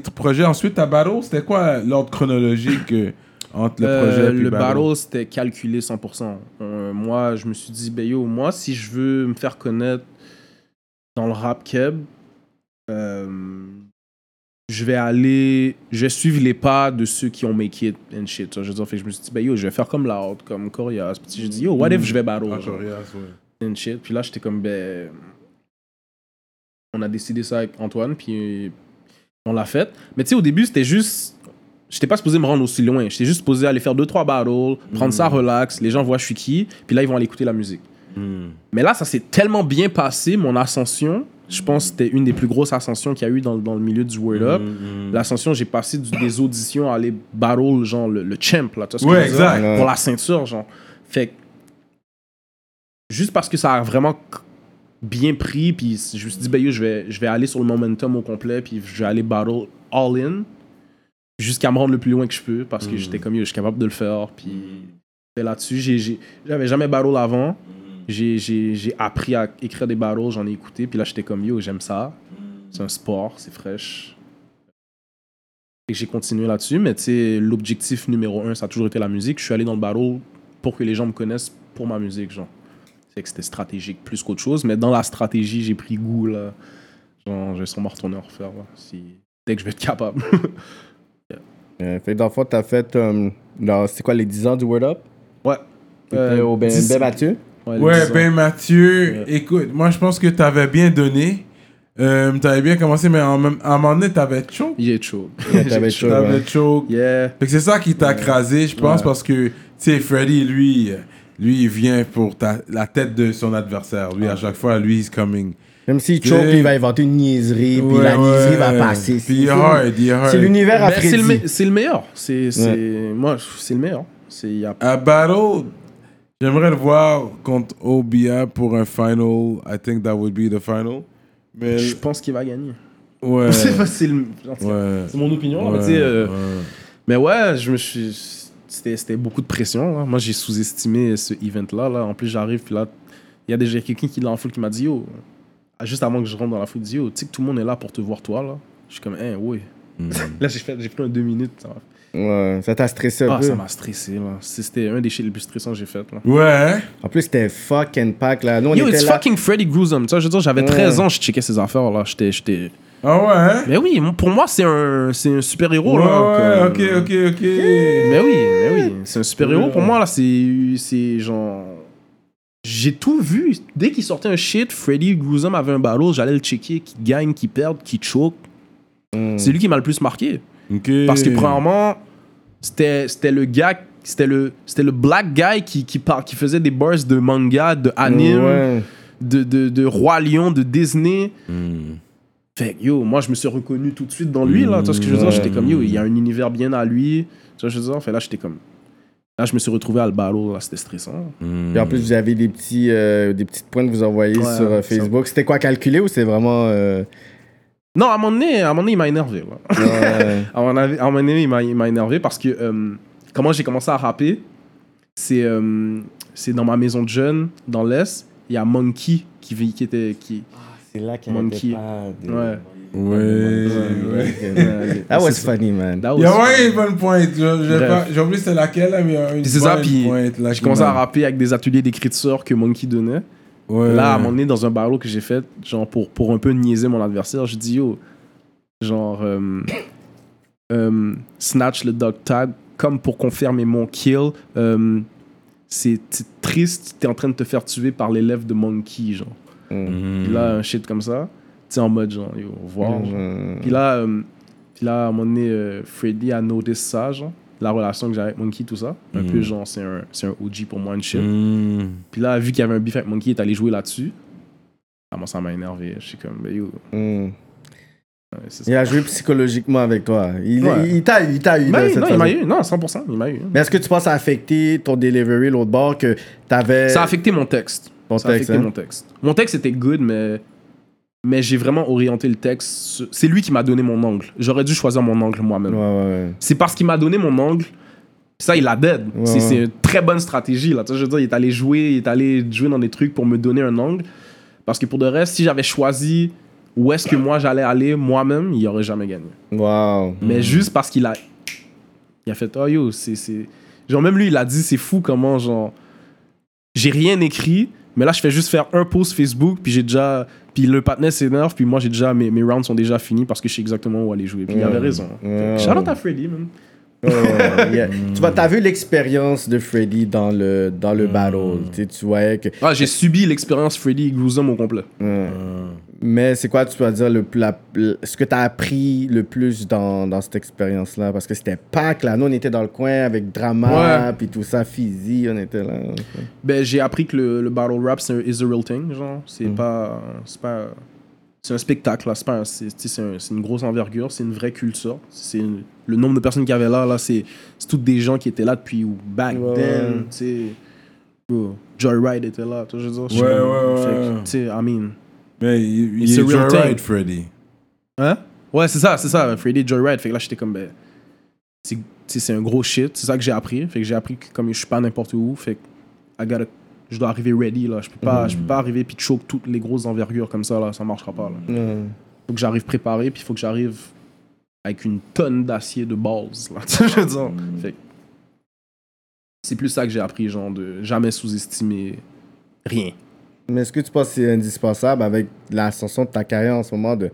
C: t- projets. Ensuite, ta battle, c'était quoi l'ordre chronologique euh, entre le
E: Euh,
C: projet et
E: le barrel, c'était calculé 100%. Euh, moi, je me suis dit, ben yo, moi, si je veux me faire connaître dans le rap keb, euh, je vais aller, je vais suivre les pas de ceux qui ont make it and shit. tu vois, Je, veux dire, fait que je me suis dit, ben yo, je vais faire comme la Horde, comme Corias. Puis j'ai dit, yo, what if je vais barrel
C: Ah,
E: genre,
C: Corias, ouais.
E: and shit. Puis là, j'étais comme, ben. On a décidé ça avec Antoine, puis on l'a fait. Mais tu sais, au début, c'était juste. J'étais pas supposé me rendre aussi loin. J'étais juste supposé aller faire 2-3 battles, prendre ça relax, les gens voient je suis qui, puis là, ils vont aller écouter la musique. Mais là, ça s'est tellement bien passé, mon ascension. Je pense que c'était une des plus grosses ascensions qu'il y a eu dans, dans le milieu du World Up. L'ascension, j'ai passé du- des auditions à aller battle, genre le, le champ, là. tu vois ce que
C: Ouais,
E: je veux dire?
C: exact.
E: Pour la ceinture, genre. Fait que. Juste parce que ça a vraiment c- bien pris, puis je me suis dit, ben yo, je vais, je vais aller sur le momentum au complet, puis je vais aller battle all in jusqu'à me rendre le plus loin que je peux parce que j'étais comme yo, je suis capable de le faire puis C'était là-dessus. J'ai- j'ai- J'avais jamais barrel avant. J'ai- J'ai j'ai appris à écrire des barrels, j'en ai écouté. Puis là, j'étais comme yo, j'aime ça. C'est un sport, c'est fraîche. Et j'ai continué là-dessus. Mais tu sais, l'objectif numéro un, ça a toujours été la musique. Je suis allé dans le barrel pour que les gens me connaissent pour ma musique, genre. C'est que c'était stratégique plus qu'autre chose. Mais dans la stratégie, j'ai pris goût, là. Genre, je vais sûrement retourner en refaire, là, si... dès que je vais être capable.
D: Euh, fait que dans le fond, t'as fait. euh, dans- c'est quoi les 10 ans du Word Up
E: ouais.
D: T'étais
E: Euh,
D: au Ben,
E: dix-
D: ben Mathieu
E: Ouais, les
C: Ouais,
E: dix ans.
C: ben Mathieu, écoute, moi je pense que t'avais bien donné. Euh, t'avais bien commencé, mais en même, à un moment donné, t'avais chaud.
E: Il est chaud.
D: T'avais chaud,
C: T'avais
D: ouais. Ben
C: choke.
E: Yeah.
C: Fait que c'est ça qui t'a crasé, je pense,
E: Ouais.
C: parce que, tu sais, Freddy, lui, euh, lui, il vient pour ta- la tête de son adversaire. Lui, à chaque fois, lui, he's coming.
D: Même s'il choke,
C: T'es-
D: il va inventer une niaiserie, puis
C: Ouais,
D: la niaiserie
C: ouais.
D: va passer.
C: Puis il est
D: C'est-
C: hard, il est hard.
D: C'est l'univers à
E: Ben, c'est,
D: Freddy.
E: le me- c'est le meilleur. C'est, c'est- Moi, je- c'est le meilleur. C'est, y a-
C: À Battle, j'aimerais le voir contre Obia pour un final. I think that would be the final.
D: Euh,
C: Mais,
E: Je pense qu'il va gagner.
C: ouais.
E: c'est, pas- c'est le- en tout cas,
C: ouais.
E: c'est mon opinion.
C: ouais,
E: mais, tu sais, euh,
C: ouais.
E: mais ouais, je me suis... c'était, c'était beaucoup de pression. là. Moi, j'ai sous-estimé ce event-là. Là. En plus, j'arrive, puis là, il y a déjà quelqu'un qui est dans la foule qui m'a dit Yo, juste avant que je rentre dans la foule, il dit Yo, tu sais que tout le monde est là pour te voir, toi. là. Je suis comme, eh, ouais. là, j'ai, fait, j'ai pris un deux minutes. ça m'a-
D: Ouais, ça t'a stressé un
E: Ah,
D: peu.
E: ça m'a stressé. Là. C'était un des shit les plus stressants que j'ai fait. Là.
C: Ouais.
D: En plus, c'était fucking pack là. Nous, on
E: Yo,
D: était
E: it's
D: là.
E: fucking Freddy Gruesome. Tu vois, je veux dire, j'avais
D: Ouais.
E: 13 ans, je checkais ces affaires là. J'étais, j'étais.
C: Ah ouais. hein?
E: Mais oui, pour moi, c'est un, c'est un super héros
C: Ouais,
E: là.
C: ouais,
E: comme-
C: ok, ok, ok.
E: Mais oui, mais oui, c'est un super héros pour moi là. C'est, c'est genre. J'ai tout vu. Dès qu'il sortait un shit, Freddy Gruesome avait un barreau, j'allais le checker, qui gagne, qui perd, qui choke. C'est lui qui m'a le plus marqué.
C: Ok.
E: Parce que premièrement, c'était c'était le gars, c'était le, c'était le black guy qui, qui, par- qui faisait des bars de manga, de anime,
D: Ouais.
E: de, de, de Roi Lion, de Disney.
C: Hmm,
E: Fait que, yo, moi je me suis reconnu tout de suite dans lui là. Tu vois ce que je veux dire? J'étais comme yo, il y a un univers bien à lui. Tu vois ce que je veux dire? Fait là j'étais comme. Là je me suis retrouvé à le barreau, là c'était stressant.
C: hmm.
D: Puis en plus, vous avez des petits, euh, des petites points que vous envoyez
E: Ouais,
D: sur
E: ça-
D: euh, Facebook. C'était quoi calculé ou c'est vraiment. euh,
E: Non, à un moment donné, à un moment donné il m'a énervé là.
D: ouais.
E: À un moment donné- à un moment donné, il m'a- il m'a énervé parce que euh, comment j'ai commencé à rapper, c'est euh, c'est dans ma maison de jeune, dans l'Est, il y a Monkey qui, vit- qui était. Qui,
D: C'est là qu'il
E: y avait Monkey. pas ouais.
C: Ouais. Ah ouais.
E: Ouais.
D: That was
E: C'est ça.
D: Ah funny, man.
E: That
C: Il y a
E: was-
C: ouais, une bonne pointe. Je- je-
E: Bref.
C: pas- J'ai oublié c'est laquelle, là, mais il y a une
E: Puis c'est ça,
C: bonne
E: puis
C: pointe, là,
E: j'ai
C: qui
E: commencé
C: m'a-
E: à rapper avec des ateliers d'écriture que Monkey donnait.
C: Ouais.
E: Là, à un moment donné, dans un barreau que j'ai fait, genre pour, pour un peu niaiser mon adversaire, j'ai dit yo, genre, euh, euh, snatch le dog tag, comme pour confirmer mon kill. euh, c'est c'est triste, t'es en train de te faire tuer par l'élève de Monkey, genre.
D: Hmm.
C: Hmm.
E: Puis là, un shit comme ça, t'es en mode genre, yo, au revoir. genre.
D: Euh,
E: Puis là, euh, puis là, à un moment donné, euh, Freddy a noté ça, genre, la relation que j'avais avec Monkey, tout ça. Un peu genre, c'est un, c'est un OG pour moi, une shit.
C: Hmm.
E: Puis là, vu qu'il y avait un beef avec Monkey, il est allé jouer là-dessus. Ah, moi, ça m'a énervé. Je suis comme, ben yo,
D: mm.
E: ouais, c'est ça.
D: Il a joué psychologiquement avec toi. Il
E: Ouais.
D: il- il t'a il t'a eu. là,
E: Ben,
D: cette
E: non, il m'a
D: façon.
E: eu, non, 100%, il m'a eu.
D: Mais est-ce que tu penses que ça a affecté ton delivery l'autre bord que t'avais.
E: Ça a affecté mon texte.
D: Ton
E: ça a
D: texte,
E: affecté
D: hein?
E: mon texte. Mon texte était good, mais, mais j'ai vraiment orienté le texte. sur- C'est lui qui m'a donné mon angle. J'aurais dû choisir mon angle moi-même.
D: Ouais, ouais,
E: C'est parce qu'il m'a donné mon angle. Ça, il a dead.
D: Ouais,
E: c'est
D: ouais.
E: c'est une très bonne stratégie. Là. Tu sais, Je veux dire, il est allé jouer, il est allé jouer dans des trucs pour me donner un angle. Parce que pour de reste, si j'avais choisi où est-ce que moi j'allais aller moi-même, il aurait jamais gagné.
D: ouais. Wow.
E: Mais juste parce qu'il a. Il a fait, oh yo, c'est. c'est- Genre, même lui, il a dit, c'est fou comment, genre. J'ai rien écrit, mais là, je fais juste faire un post Facebook, puis j'ai déjà. Puis le partner s'énerve, puis moi, j'ai déjà. Mes, mes rounds sont déjà finis parce que je sais exactement où aller jouer. Puis il avait
D: Ouais.
E: raison.
D: Ouais.
E: Shout out à Freddy, man.
D: Ouais, ouais, ouais. Yeah. Tu vois, t'as vu l'expérience de Freddy dans le, dans
E: Mm.
D: le battle. Tu sais, tu voyais que.
E: Ah, j'ai subi l'expérience Freddy Gruesome au complet.
D: Ouais.
C: Ah.
D: Mais c'est quoi, tu dois dire, le, la- le- ce que tu as appris le plus dans, dans cette expérience-là? Parce que c'était Pâques, là. Nous, on était dans le coin avec Drama,
E: Ouais.
D: puis tout ça, Fizzy, on était là.
E: Ben, j'ai appris que le, le battle rap, c'est un is a real thing, genre. C'est
C: Mm.
E: pas. C'est pas. C'est un spectacle, là. C'est pas un- c'est- tu sais, c'est un- c'est une grosse envergure, c'est une vraie culture. C'est une- le nombre de personnes qu'il y avait là, là, c'est c'est toutes des gens qui étaient là depuis back
D: Ouais, ouais.
E: then, tu sais. Bro, Joyride était là, tu vois, je veux dire. je suis
C: Ouais,
E: comme-
C: ouais,
E: fait que,
C: ouais.
E: Tu sais, I mean.
C: Mais il,
E: It's
C: il
E: a
C: est
E: real
C: right,
E: thing.
C: Freddy.
E: Hein? Ouais, c'est ça, c'est ça. Freddy Joyride. Fait que là, j'étais comme, ben. c'est- tu sais, c'est un gros shit. C'est ça que j'ai appris. Fait que j'ai appris que comme je suis pas n'importe où, fait que I gotta- je dois arriver ready là. Je peux pas, je peux pas arriver puis choke toutes les grosses envergures comme ça là. Ça marchera pas là.
D: Mhm.
E: Faut que j'arrive préparé puis faut que j'arrive avec une tonne d'acier de balls là. Tu sais, je veux dire. Fait que c'est plus ça que j'ai appris genre de jamais sous-estimer rien.
D: Mais est-ce que tu penses que c'est indispensable avec l'ascension de ta carrière en ce moment de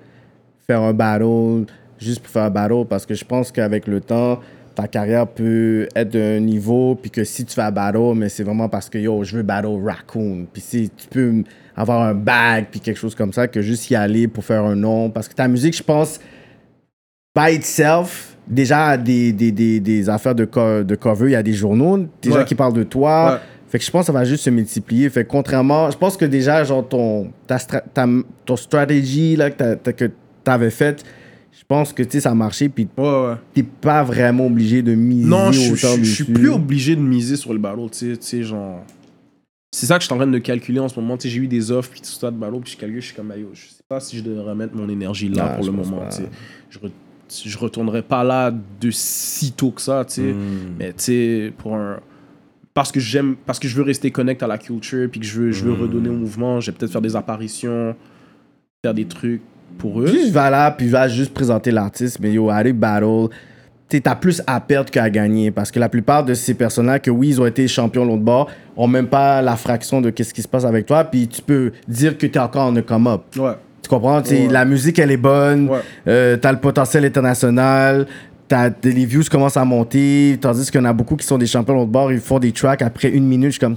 D: faire un battle juste pour faire un battle? Parce que je pense qu'avec le temps, ta carrière peut être d'un niveau, puis que si tu fais un battle, mais c'est vraiment parce que yo, je veux battle Raccoon. Puis si tu peux m- avoir un bag, puis quelque chose comme ça, que juste y aller pour faire un nom. Parce que ta musique, je pense, by itself, déjà des, des, des, des affaires de, co- de cover, il y a des journaux, des
E: Ouais.
D: gens qui parlent de toi.
E: Ouais.
D: Fait que je pense que ça va juste se multiplier. Fait que contrairement, je pense que déjà, genre, ton, ta, stra- ta- ton stratégie là, que t'a- t'a- que t'avais faite, je pense que, tu sais, ça a marché, puis
E: Ouais ouais.
D: t'es pas vraiment obligé de miser
E: Non, je,
D: autant
E: je- je- je suis
D: dessus.
E: plus obligé de miser sur le ballot, tu sais, tu sais, genre. C'est ça que je suis en train de calculer en ce moment. Tu sais, j'ai eu des offres, puis tout ça de ballot, puis je calcule, je suis comme, bah, yo, je sais pas si je devrais remettre mon énergie là
D: Ah,
E: pour
D: je
E: le
D: pense
E: moment,
D: pas.
E: tu sais. Je, re- je retournerai pas là de si tôt que ça, tu sais.
D: Hmm.
E: Mais tu sais, pour un. Parce que j'aime, parce que je veux rester connect à la culture, puis que je veux, je
D: Hmm.
E: veux redonner au mouvement, je vais peut-être faire des apparitions, faire des trucs pour eux.
D: Juste va là, puis va juste présenter l'artiste, mais yo, allez battle. T'sais, T'as plus à perdre qu'à gagner parce que la plupart de ces personnes-là, que oui, ils ont été champions l'autre bord, ont même pas la fraction de qu'est-ce qui se passe avec toi, puis tu peux dire que t'es encore en come-up.
E: Ouais.
D: Tu comprends? T'sais, La musique, elle est bonne,
E: Ouais.
D: euh, t'as le potentiel international, t'as- t'es- les views commencent à monter, tandis qu'il y en a beaucoup qui sont des champions l'autre bord, ils font des tracks après une minute, je suis comme.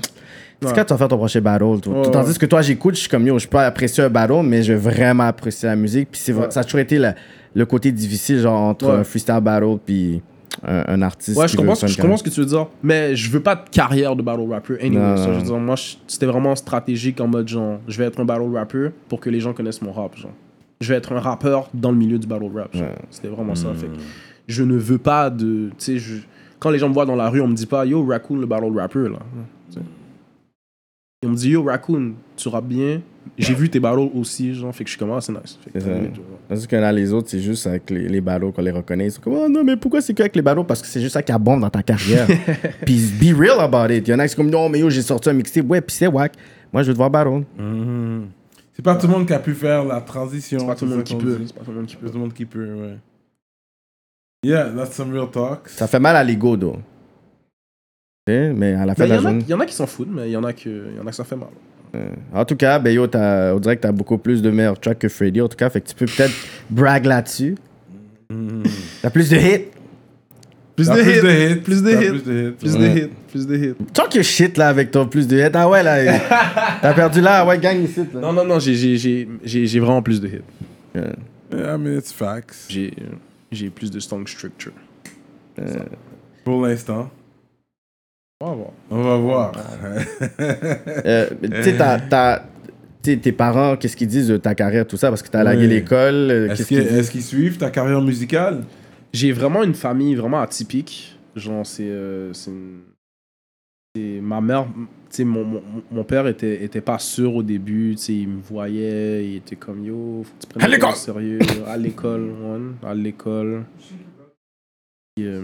D: C'est quand tu vas faire ton prochain battle, toi.
E: Ouais,
D: Tandis
E: ouais.
D: que toi, j'écoute, je suis comme yo, je peux apprécier un battle, mais je vais vraiment apprécier la musique. Puis c'est vrai- ça a toujours été le, le côté difficile, genre entre
E: Ouais.
D: un freestyle battle puis un, un artiste.
E: Ouais,
D: qui
E: je
D: veut
E: comprends, ce
D: faire
E: que-
D: une
E: je comprends ce que tu veux dire. Mais je veux pas de carrière de battle rapper. Anyway,
D: Non,
E: Ça,
D: non,
E: je veux dire, moi, je- c'était vraiment stratégique en mode genre, je vais être un battle rapper pour que les gens connaissent mon rap. Genre. Je vais être un rappeur dans le milieu du battle rap. genre. C'était vraiment ça. Fait que
C: Hmm.
E: je ne veux pas de. Tu sais, je- quand les gens me voient dans la rue, on me dit pas Yo, Raccoon, le battle rapper. Là. Tu sais. Et on me dit Yo, Raccoon, tu rappes bien. J'ai vu tes battles aussi. Genre, fait que je suis comme Ah, c'est nice. Fait que
D: C'est ça.
E: tant mieux, tu vois.
D: Tandis que là, les autres, c'est juste avec les, les ballots qu'on les reconnaît. Ils sont comme, oh non, mais pourquoi c'est que avec les ballots Parce que c'est juste ça qui abonde dans ta carrière. puis be real about it. Il y en a qui sont comme, non, mais yo, j'ai sorti un mixtape. Ouais, puis c'est whack. Moi, je veux te voir ballon.
C: Mm-hmm. C'est pas tout le monde qui a pu faire la transition.
E: C'est pas tout le
C: ça
E: monde qui
C: qu'on
E: peut.
C: dit.
E: C'est pas tout le monde qui peut.
C: Pas tout le monde qui peut, ouais. Yeah, that's some real talk.
D: Ça fait mal à l'ego, though. Tu sais, Mais à la fin
E: Il
D: de
E: y,
D: la
E: en a-
D: journée.
E: y en a qui s'en foutent, mais il y en a que y en a que ça fait mal.
D: En tout cas, ben yo, t'as- on dirait que t'as beaucoup plus de meilleurs tracks que Freddy, en tout cas. Fait que tu peux peut-être brag là-dessus.
E: Mm.
D: T'as plus de hits.
E: Plus
C: T'as
E: de hits,
C: hits.
E: plus de
C: t'as
E: hits,
C: Plus de hits.
E: plus
C: ouais.
E: de hits, plus de hits.
D: Talk your shit, là, avec ton plus de hits. Ah ouais, là. t'as perdu là. Ah Ouais, gagne ici, là.
E: Non, non, non, j'ai- j'ai- j'ai j'ai- j'ai vraiment plus de hits.
C: Yeah, I mean, it's facts.
E: J'ai euh, j'ai plus de song structure.
C: Pour l'instant.
E: On va voir. Ah,
C: On va voir.
D: Euh, tu sais, t'as- t'as- tu sais, tes parents, qu'est-ce qu'ils disent de ta carrière, tout ça, parce que t'as lagué
C: Oui.
D: l'école.
C: Est-ce
D: euh, qu'est-ce
C: que-
D: qu'ils disent?
C: est-ce qu'ils suivent ta carrière musicale
E: J'ai vraiment une famille vraiment atypique. Genre, c'est. euh, c'est une- c'est ma mère. Tu sais, mon, mon, mon père était, était pas sûr au début. Tu sais, il me voyait, il était comme yo, faut que tu prennes
C: À
E: ça au
C: l'école.
E: sérieux. À l'école, one, à l'école. Puis, euh,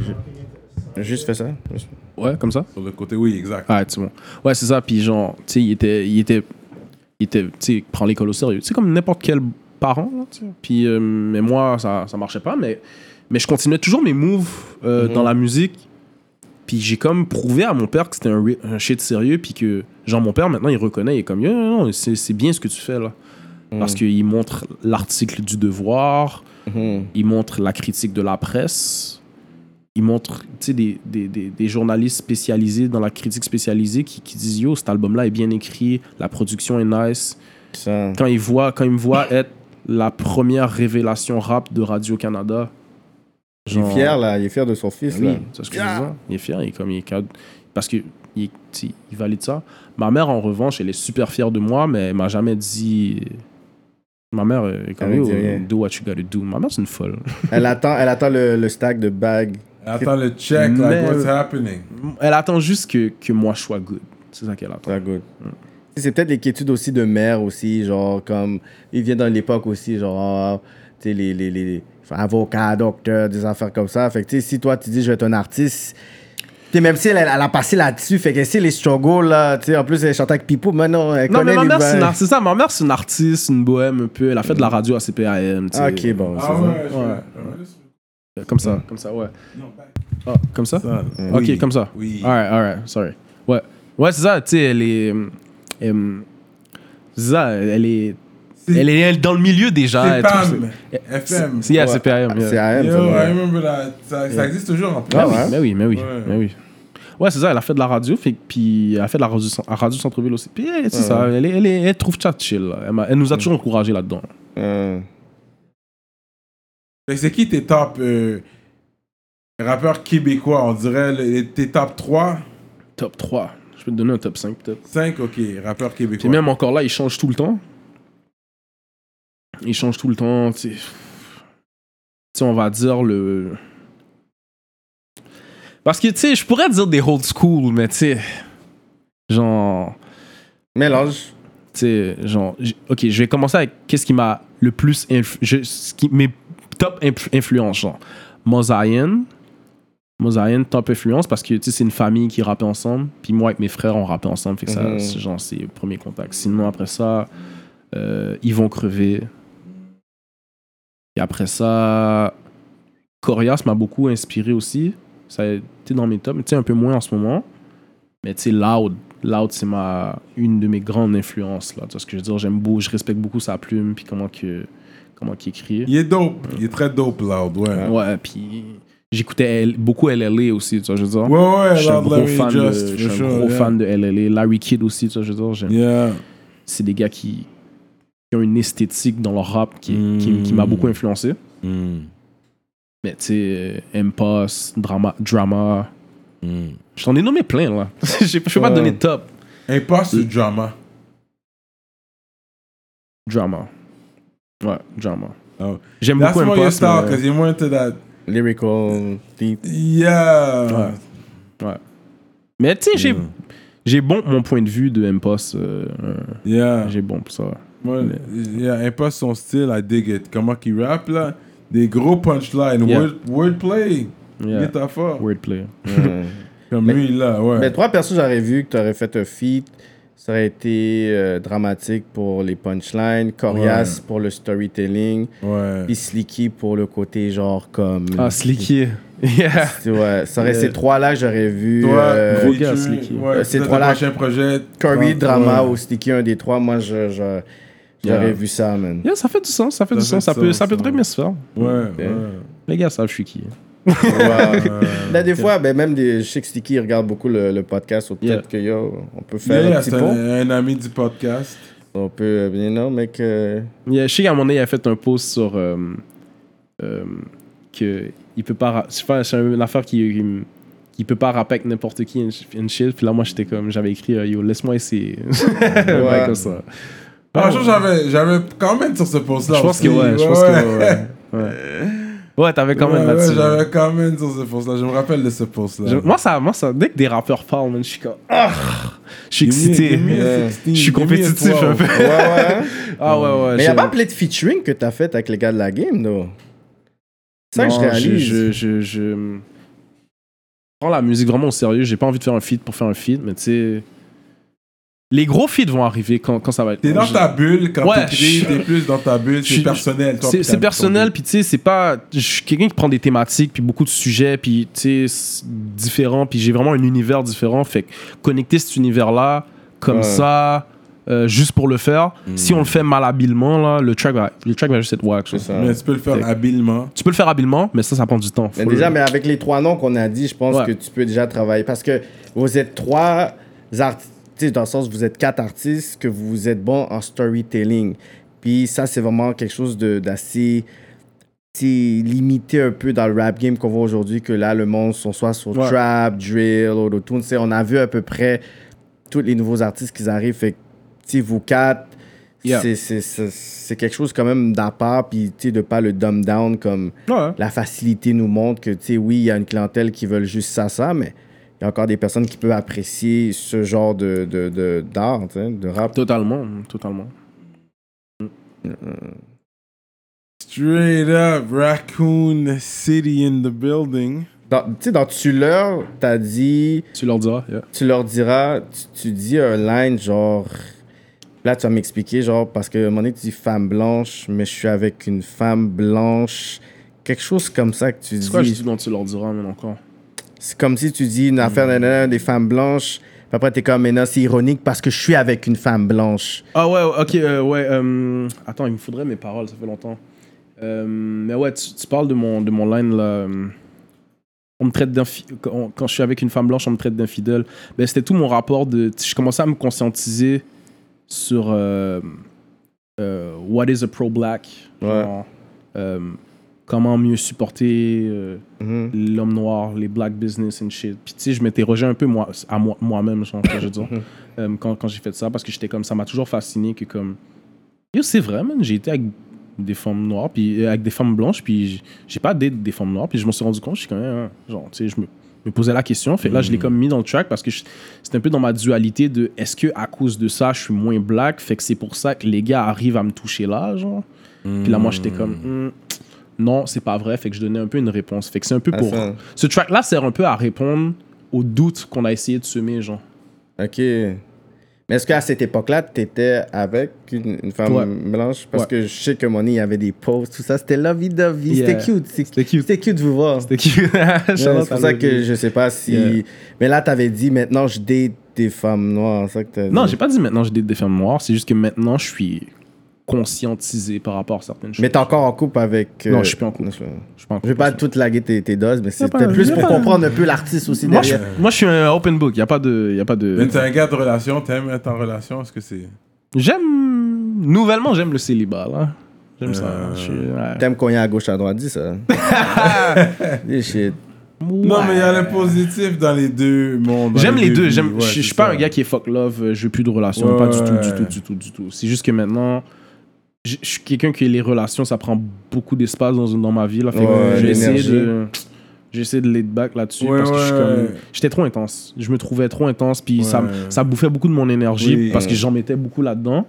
D: Juste fais ça. Juste-
E: ouais, comme ça.
C: Sur le côté, oui, exact.
E: Ouais, c'est bon. Ouais, c'est ça. Puis genre, tu sais, il était, il était, il était, tu sais, il prend l'école au sérieux. C'est comme n'importe quel parent. là, tu sais. Puis euh, mais moi, ça, ça marchait pas. Mais, mais je continuais toujours mes moves euh, dans la musique. Puis j'ai comme prouvé à mon père que c'était un, ri- un shit sérieux. Puis que genre mon père maintenant il reconnaît, il est comme, Yeah, non, non, c'est c'est bien ce que tu fais là. Parce qu'il montre l'article du devoir,
D: Mhm.
E: il montre la critique de la presse, il montre tu sais, des, des, des, des journalistes spécialisés dans la critique spécialisée qui, qui disent Yo, cet album-là est bien écrit, la production est nice.
D: Ça.
E: Quand il, voit, quand il me voit être la première révélation rap de Radio-Canada, ben
D: Il est fier, là. Il est fier de son fils,
E: oui,
D: là.
E: c'est ce que je disais. Il est fier, il est comme il est cadre. Parce que il, est- tu sais, il valide ça. Ma mère, en revanche, elle est super fière de moi, mais elle m'a jamais dit. Ma mère elle est comme
D: Elle
E: Yo,
D: dit rien.
E: do what you gotta do. Ma mère, c'est une folle.
D: Elle attend, elle attend le, le stack de bagues.
C: Ah, Attends le check, like,
E: Mais-
C: what's happening
E: Elle attend juste que, que moi je sois good. C'est ça qu'elle attend.
D: Très good. C'est peut-être l'inquiétude aussi de mère aussi, genre comme il vient dans l'époque aussi, genre ah, tu sais, les, les, les- avocat, docteur, des affaires comme ça. Fait que, tu sais, si toi, tu dis, je vais être un artiste, puis même si elle, elle a passé là-dessus, fait que si les struggles, là, tu sais, en plus, elle chante avec Pipou, mais non, elle
E: Non, mais
D: connaît
E: ma
D: les
E: mère, c'est une
D: vibes.
E: artiste. ça, Ma mère, c'est une artiste, une bohème un peu. Elle a fait de la radio à CPAM. tu sais. Euh,
D: Ok, bon, c'est
C: Ah
D: ça.
C: ouais, je-
E: Comme ça, comme ça, ouais. Ah, comme ça? Ok,
C: Oui.
E: comme ça.
C: Oui.
E: Alright, alright, sorry. Ouais, ouais c'est ça, tu sais, elle est. euh, euh, c'est ça, elle est.
C: C'est-
E: Elle est elle est dans le milieu déjà.
C: C'est
E: et tout,
C: PAM,
E: c'est-
C: FM.
E: C'est yeah,
D: Ouais.
E: c'est PAM.
D: C'est
E: Yeah.
D: AM,
C: Yo,
D: ça,
C: I
D: ouais.
C: remember that. Ça, ça existe toujours en plus.
D: Ah
E: Oui,
D: ouais.
E: Mais oui, mais oui,
C: Ouais.
E: mais oui. Ouais, c'est ça, elle a fait de la radio, fait, que- puis elle a fait de la radio, cent- la radio Centre-Ville aussi. Puis elle, c'est ça, elle, est- elle, est- elle trouve chat chill. là. Elle, m'a- elle nous a toujours encouragés là-dedans.
D: Euh,
C: Fait que C'est qui tes top euh, rappeurs québécois On dirait le- tes top 3,
E: Top 3. Je peux te donner un top 5 peut-être.
C: 5, ok, rappeurs
E: Puis
C: québécois.
E: même encore là, il change tout le temps. Il change tout le temps. Tu sais. Tu sais, on va dire le. Parce que, tu sais, je pourrais dire des old school, mais tu sais. Genre.
D: Mélange.
E: Tu sais, genre. j- Ok, je vais commencer avec qu'est-ce qui m'a le plus. inf- je- ce qui, mes top inf- influences, genre. Mosaïen. Mosaïen, top influence, parce que, tu sais, c'est une famille qui rappait ensemble. Puis moi, avec mes frères, on rappait ensemble. Fait que ça,
D: Mhm.
E: c'est genre, c'est le premier contact. Sinon, après ça, euh, ils vont crever. Et après ça, Corias m'a beaucoup inspiré aussi. Ça a été dans mes tops, mais tu sais, un peu moins en ce moment. Mais tu sais, Loud, Loud, c'est ma, une de mes grandes influences. Là. Tu vois ce que je veux dire? J'aime beaucoup, je respecte beaucoup sa plume, puis comment que comment qu'il écrit.
C: Il est dope, il est très dope, Loud, ouais. Ouais,
E: Ouais, puis j'écoutais L- beaucoup LLA aussi, tu vois, je veux dire.
C: ouais,
E: je suis un
C: Loud
E: gros,
C: Larry
E: fan,
C: Just,
E: de, je
C: for
E: suis un
C: sure,
E: gros
C: yeah.
E: fan de LLA. Larry Kidd aussi, tu vois, je veux dire. j'aime-
C: Yeah.
E: C'est des gars qui, qui ont une esthétique dans leur rap qui, qui, qui m'a
C: Mm.
E: beaucoup influencé. Hmm, Mais tu sais, euh, Impasse, Drama. drama Je t'en ai nommé plein, là. Je je peux pas
D: Ouais.
E: te donner de top.
C: Impasse ou drama
E: Drama. Ouais, drama.
C: Oh.
E: J'aime
C: That's
E: beaucoup
C: more your
E: Impasse.
C: style,
E: mais-
C: because you're more into that.
D: Lyrical, deep.
C: Yeah.
E: Ouais. Mais tu sais, j'ai-
C: Mm.
E: j'ai bon mon point de vue de Impasse. euh, euh,
C: Yeah.
E: j'ai bon pour ça.
C: Moi, yeah, Impasse, son style, I dig it. Comment qu'il rappe, là Des gros punchlines,
E: Yeah.
C: word, wordplay.
E: Yeah.
C: Il est à fort.
E: Wordplay.
D: euh,
C: Comme lui, là, ouais.
D: Mais trois personnes, j'aurais vu que tu aurais fait un feat. Ça aurait été euh, dramatique pour les punchlines, Corias pour le storytelling,
C: ouais.
D: puis Slicky pour le côté genre comme.
E: Ah, Slicky. Yeah.
D: Tu vois, ça aurait
E: Yeah.
D: ces trois-là que j'aurais vu.
C: Toi,
D: euh,
E: gros
C: feature,
E: gars, Slicky.
C: Ouais,
D: Euh, c'est
C: c'est
D: trois
C: ton
D: là-
C: prochain projet.
D: Curry,
C: Ouais.
D: Drama ou Slicky, un des trois, moi, je, je- j'aurais
E: Yeah.
D: vu ça, man.
E: Yeah, ça fait du sens, ça fait
C: Ça
E: du
C: fait
E: sens.
C: du
E: Ça, peut,
C: sens,
E: ça peut
C: ça.
E: très bien se faire.
C: Ouais, ouais.
E: Les gars savent je suis qui. hein.
D: Ouais.
C: Ouais.
D: Là, des fois, ben, même des, je sais que Sticky regarde beaucoup le, le podcast, ou peut-être que yo, on peut faire
C: Yeah,
D: un petit
C: c'est
D: pont.
C: un, un ami du podcast.
E: Oh.
D: On peut, euh, bien non, mec. euh,
E: Yeah, je sais qu'à un moment donné, il a fait un post sur. Euh, euh, que il peut pas. ra- Je sais pas, c'est une affaire qui. qui me- qui peut pas rapper avec n'importe qui and sh- and shit. Puis là, moi, j'étais comme. J'avais écrit euh, Yo, laisse-moi essayer. Ouais,
D: Ouais.
E: comme ça.
C: Ah, je pense que j'avais, j'avais quand même sur ce post-là.
E: Je pense
C: aussi.
E: que ouais. Je pense que ouais. Ouais, Ouais, t'avais quand même
C: Ouais,
E: là-dessus.
C: ouais, j'avais quand même sur ce post-là. Je me rappelle de ce post-là.
E: Je- Moi ça, moi, ça, dès que des rappeurs parlent, man, je suis comme. Ah je suis
C: Give me-
E: excité.
C: give me a 16,
E: Je suis
C: give me a
E: compétitif un
C: 12.
E: peu.
D: Ouais, ouais. hein.
E: Ah ouais, ouais.
D: Mais il a
E: je-
D: pas appelé de featuring que t'as fait avec les gars de la game, non? C'est ça que je
E: Non,
D: réalise.
E: Je, je, je- prends la musique vraiment au sérieux. J'ai pas envie de faire un feat pour faire un feat, mais tu sais. Les gros feats vont arriver quand, quand ça va être.
C: T'es dans
E: Je-
C: ta bulle quand
E: Ouais,
C: t'écris,
E: je-
C: t'es plus dans ta bulle,
E: je-
C: c'est personnel. toi,
E: C'est
C: puis
E: c'est
C: t'as-
E: personnel, puis tu sais, c'est pas. Je suis quelqu'un qui prend des thématiques, puis beaucoup de sujets, puis tu sais, c'est différents, puis j'ai vraiment un univers différent. Fait que connecter cet univers-là, comme
D: Ouais. Hmm.
E: ça, euh, juste pour le faire, si on le fait mal habilement, là, le track va, le track va juste être wack.
D: C'est ça.
C: Mais tu peux le faire
E: Fait-
C: habilement.
E: Tu peux le faire habilement, mais ça, ça prend du temps.
D: Mais
E: Faut
D: déjà,
E: le-
D: mais avec les trois noms qu'on a dit, je pense
E: Ouais.
D: que tu peux déjà travailler. Parce que vous êtes trois artistes, dans le sens vous êtes quatre artistes, que vous êtes bons en storytelling. Puis ça, c'est vraiment quelque chose de- d'assez c'est limité un peu dans le rap game qu'on voit aujourd'hui, que là, le monde, on soit sur
E: Ouais.
D: trap, drill, autotune. Tu sais, On a vu à peu près tous les nouveaux artistes qui arrivent. Fait que, tu sais, vous quatre,
E: Yeah.
D: c'est- c'est- c'est c'est quelque chose quand même d'à part. Puis, tu sais, de pas le dumb down comme
E: Ouais.
D: la facilité nous montre que, tu sais, oui, il y a une clientèle qui veulent juste ça, ça, mais il y a encore des personnes qui peuvent apprécier ce genre de, de, de- d'art, tu sais, de rap.
E: Totalement, totalement.
C: Straight up, Raccoon City in the building.
D: Dans- Tu sais, dans Tu leur, t'as dit,
E: Tu leur diras, yeah.
D: tu leur diras, tu, tu dis un line genre. Là, tu vas m'expliquer, genre, parce que à un moment donné, tu dis femme blanche, mais je suis avec une femme blanche. Quelque chose comme ça que tu dis.
E: C'est quoi, je dis non, tu leur diras, mais encore.
D: C'est comme si tu dis une
E: Hmm.
D: affaire nanana, des femmes blanches. Puis après, t'es comme, mais non, c'est ironique parce que je suis avec une femme blanche.
E: Ah ouais, ouais, ok, euh, ouais. euh, attends, il me faudrait mes paroles, ça fait longtemps. Euh, mais ouais, tu, tu parles de mon, de mon line là. euh, On me traite d'infi- quand, quand je suis avec une femme blanche, on me traite d'infidèle. Ben, c'était tout mon rapport de. Je commençais à me conscientiser sur euh, euh, what is a pro-black. Genre, euh, comment mieux supporter. euh,
D: Mhm.
E: l'homme noir, les black business and shit. Puis tu sais, je m'interrogeais un peu moi, à moi- moi-même, genre, quand je dis, euh, quand, quand j'ai fait ça, parce que j'étais comme, ça m'a toujours fasciné que comme, yo, c'est vrai, man, j'ai été avec des femmes noires, puis euh, avec des femmes blanches, puis j- j'ai pas date des femmes noires, puis je me suis rendu compte, je suis quand même, hein, genre, tu sais, je me, me posais la question, fait que là, je l'ai
D: Hmm.
E: comme mis dans le track parce que je- c'était un peu dans ma dualité de, est-ce que à cause de ça, je suis moins black, fait que c'est pour ça que les gars arrivent à me toucher là, genre. Puis là, moi, j'étais comme, Hmm, non, c'est pas vrai, fait que je donnais un peu une réponse, fait que c'est un peu pour
D: ça.
E: ce track-là sert un peu à répondre aux doutes qu'on a essayé de semer, genre.
D: OK. Mais est-ce qu'à cette époque-là, t'étais avec une, une femme
E: Ouais.
D: blanche? Parce
E: Ouais.
D: que je sais que Moni, il y avait des posts, tout ça. C'était lovey dovey.
E: Yeah.
D: C'était cute. c'est-
E: C'était cute.
D: C'était cute de vous voir.
E: C'était qui
D: Ouais, c'est pour ça que je sais pas si.
E: Yeah.
D: Mais là, t'avais dit maintenant, je date des femmes noires. c'est Ça que t'as
E: Non,
D: dit.
E: j'ai pas dit maintenant j'ai des des femmes noires, c'est juste que maintenant je suis conscientisé par rapport à certaines choses.
D: Mais t'es encore en couple avec.
E: Non, je suis plus en couple.
D: non, Je
E: Je suis pas en
D: je vais pas
E: couple.
D: tout laguer tes, tes doses,
E: pas-
D: mais c'était plus
E: y a
D: pour
E: pas-
D: comprendre un peu l'artiste aussi
E: moi je,
D: derrière.
E: moi, je suis un open book, y a pas de y a pas de
C: Mais t'es un gars de relation, t'aimes être en relation, est-ce que c'est.
E: J'aime nouvellement j'aime le célibat là. J'aime ça. Je suis- ouais.
D: T'aimes qu'on y a à gauche, à droite, dis ça. Des shit.
C: Non, mais il y a le positif dans les deux mondes. dans
E: J'aime les deux.
C: vies,
E: J'aime.
C: ouais,
E: je, je
C: c'est
E: suis pas
C: ça.
E: un gars qui est fuck love. euh, Je veux plus de relations. Pas du tout, du
C: Ouais.
E: tout, du tout, du tout. C'est juste que maintenant, je je suis quelqu'un qui les relations, ça prend beaucoup d'espace dans, dans ma vie. Là, fait que
D: Ouais,
E: j'ai essayé
D: l'énergie.
E: de, j'ai essayé de laid back là-dessus
C: Ouais,
E: parce que je suis
C: ouais,
E: comme-
C: ouais.
E: j'étais trop intense. Je me trouvais trop intense puis ça,
C: Ouais.
E: ça bouffait beaucoup de mon énergie
C: Oui.
E: parce que j'en mettais beaucoup là-dedans.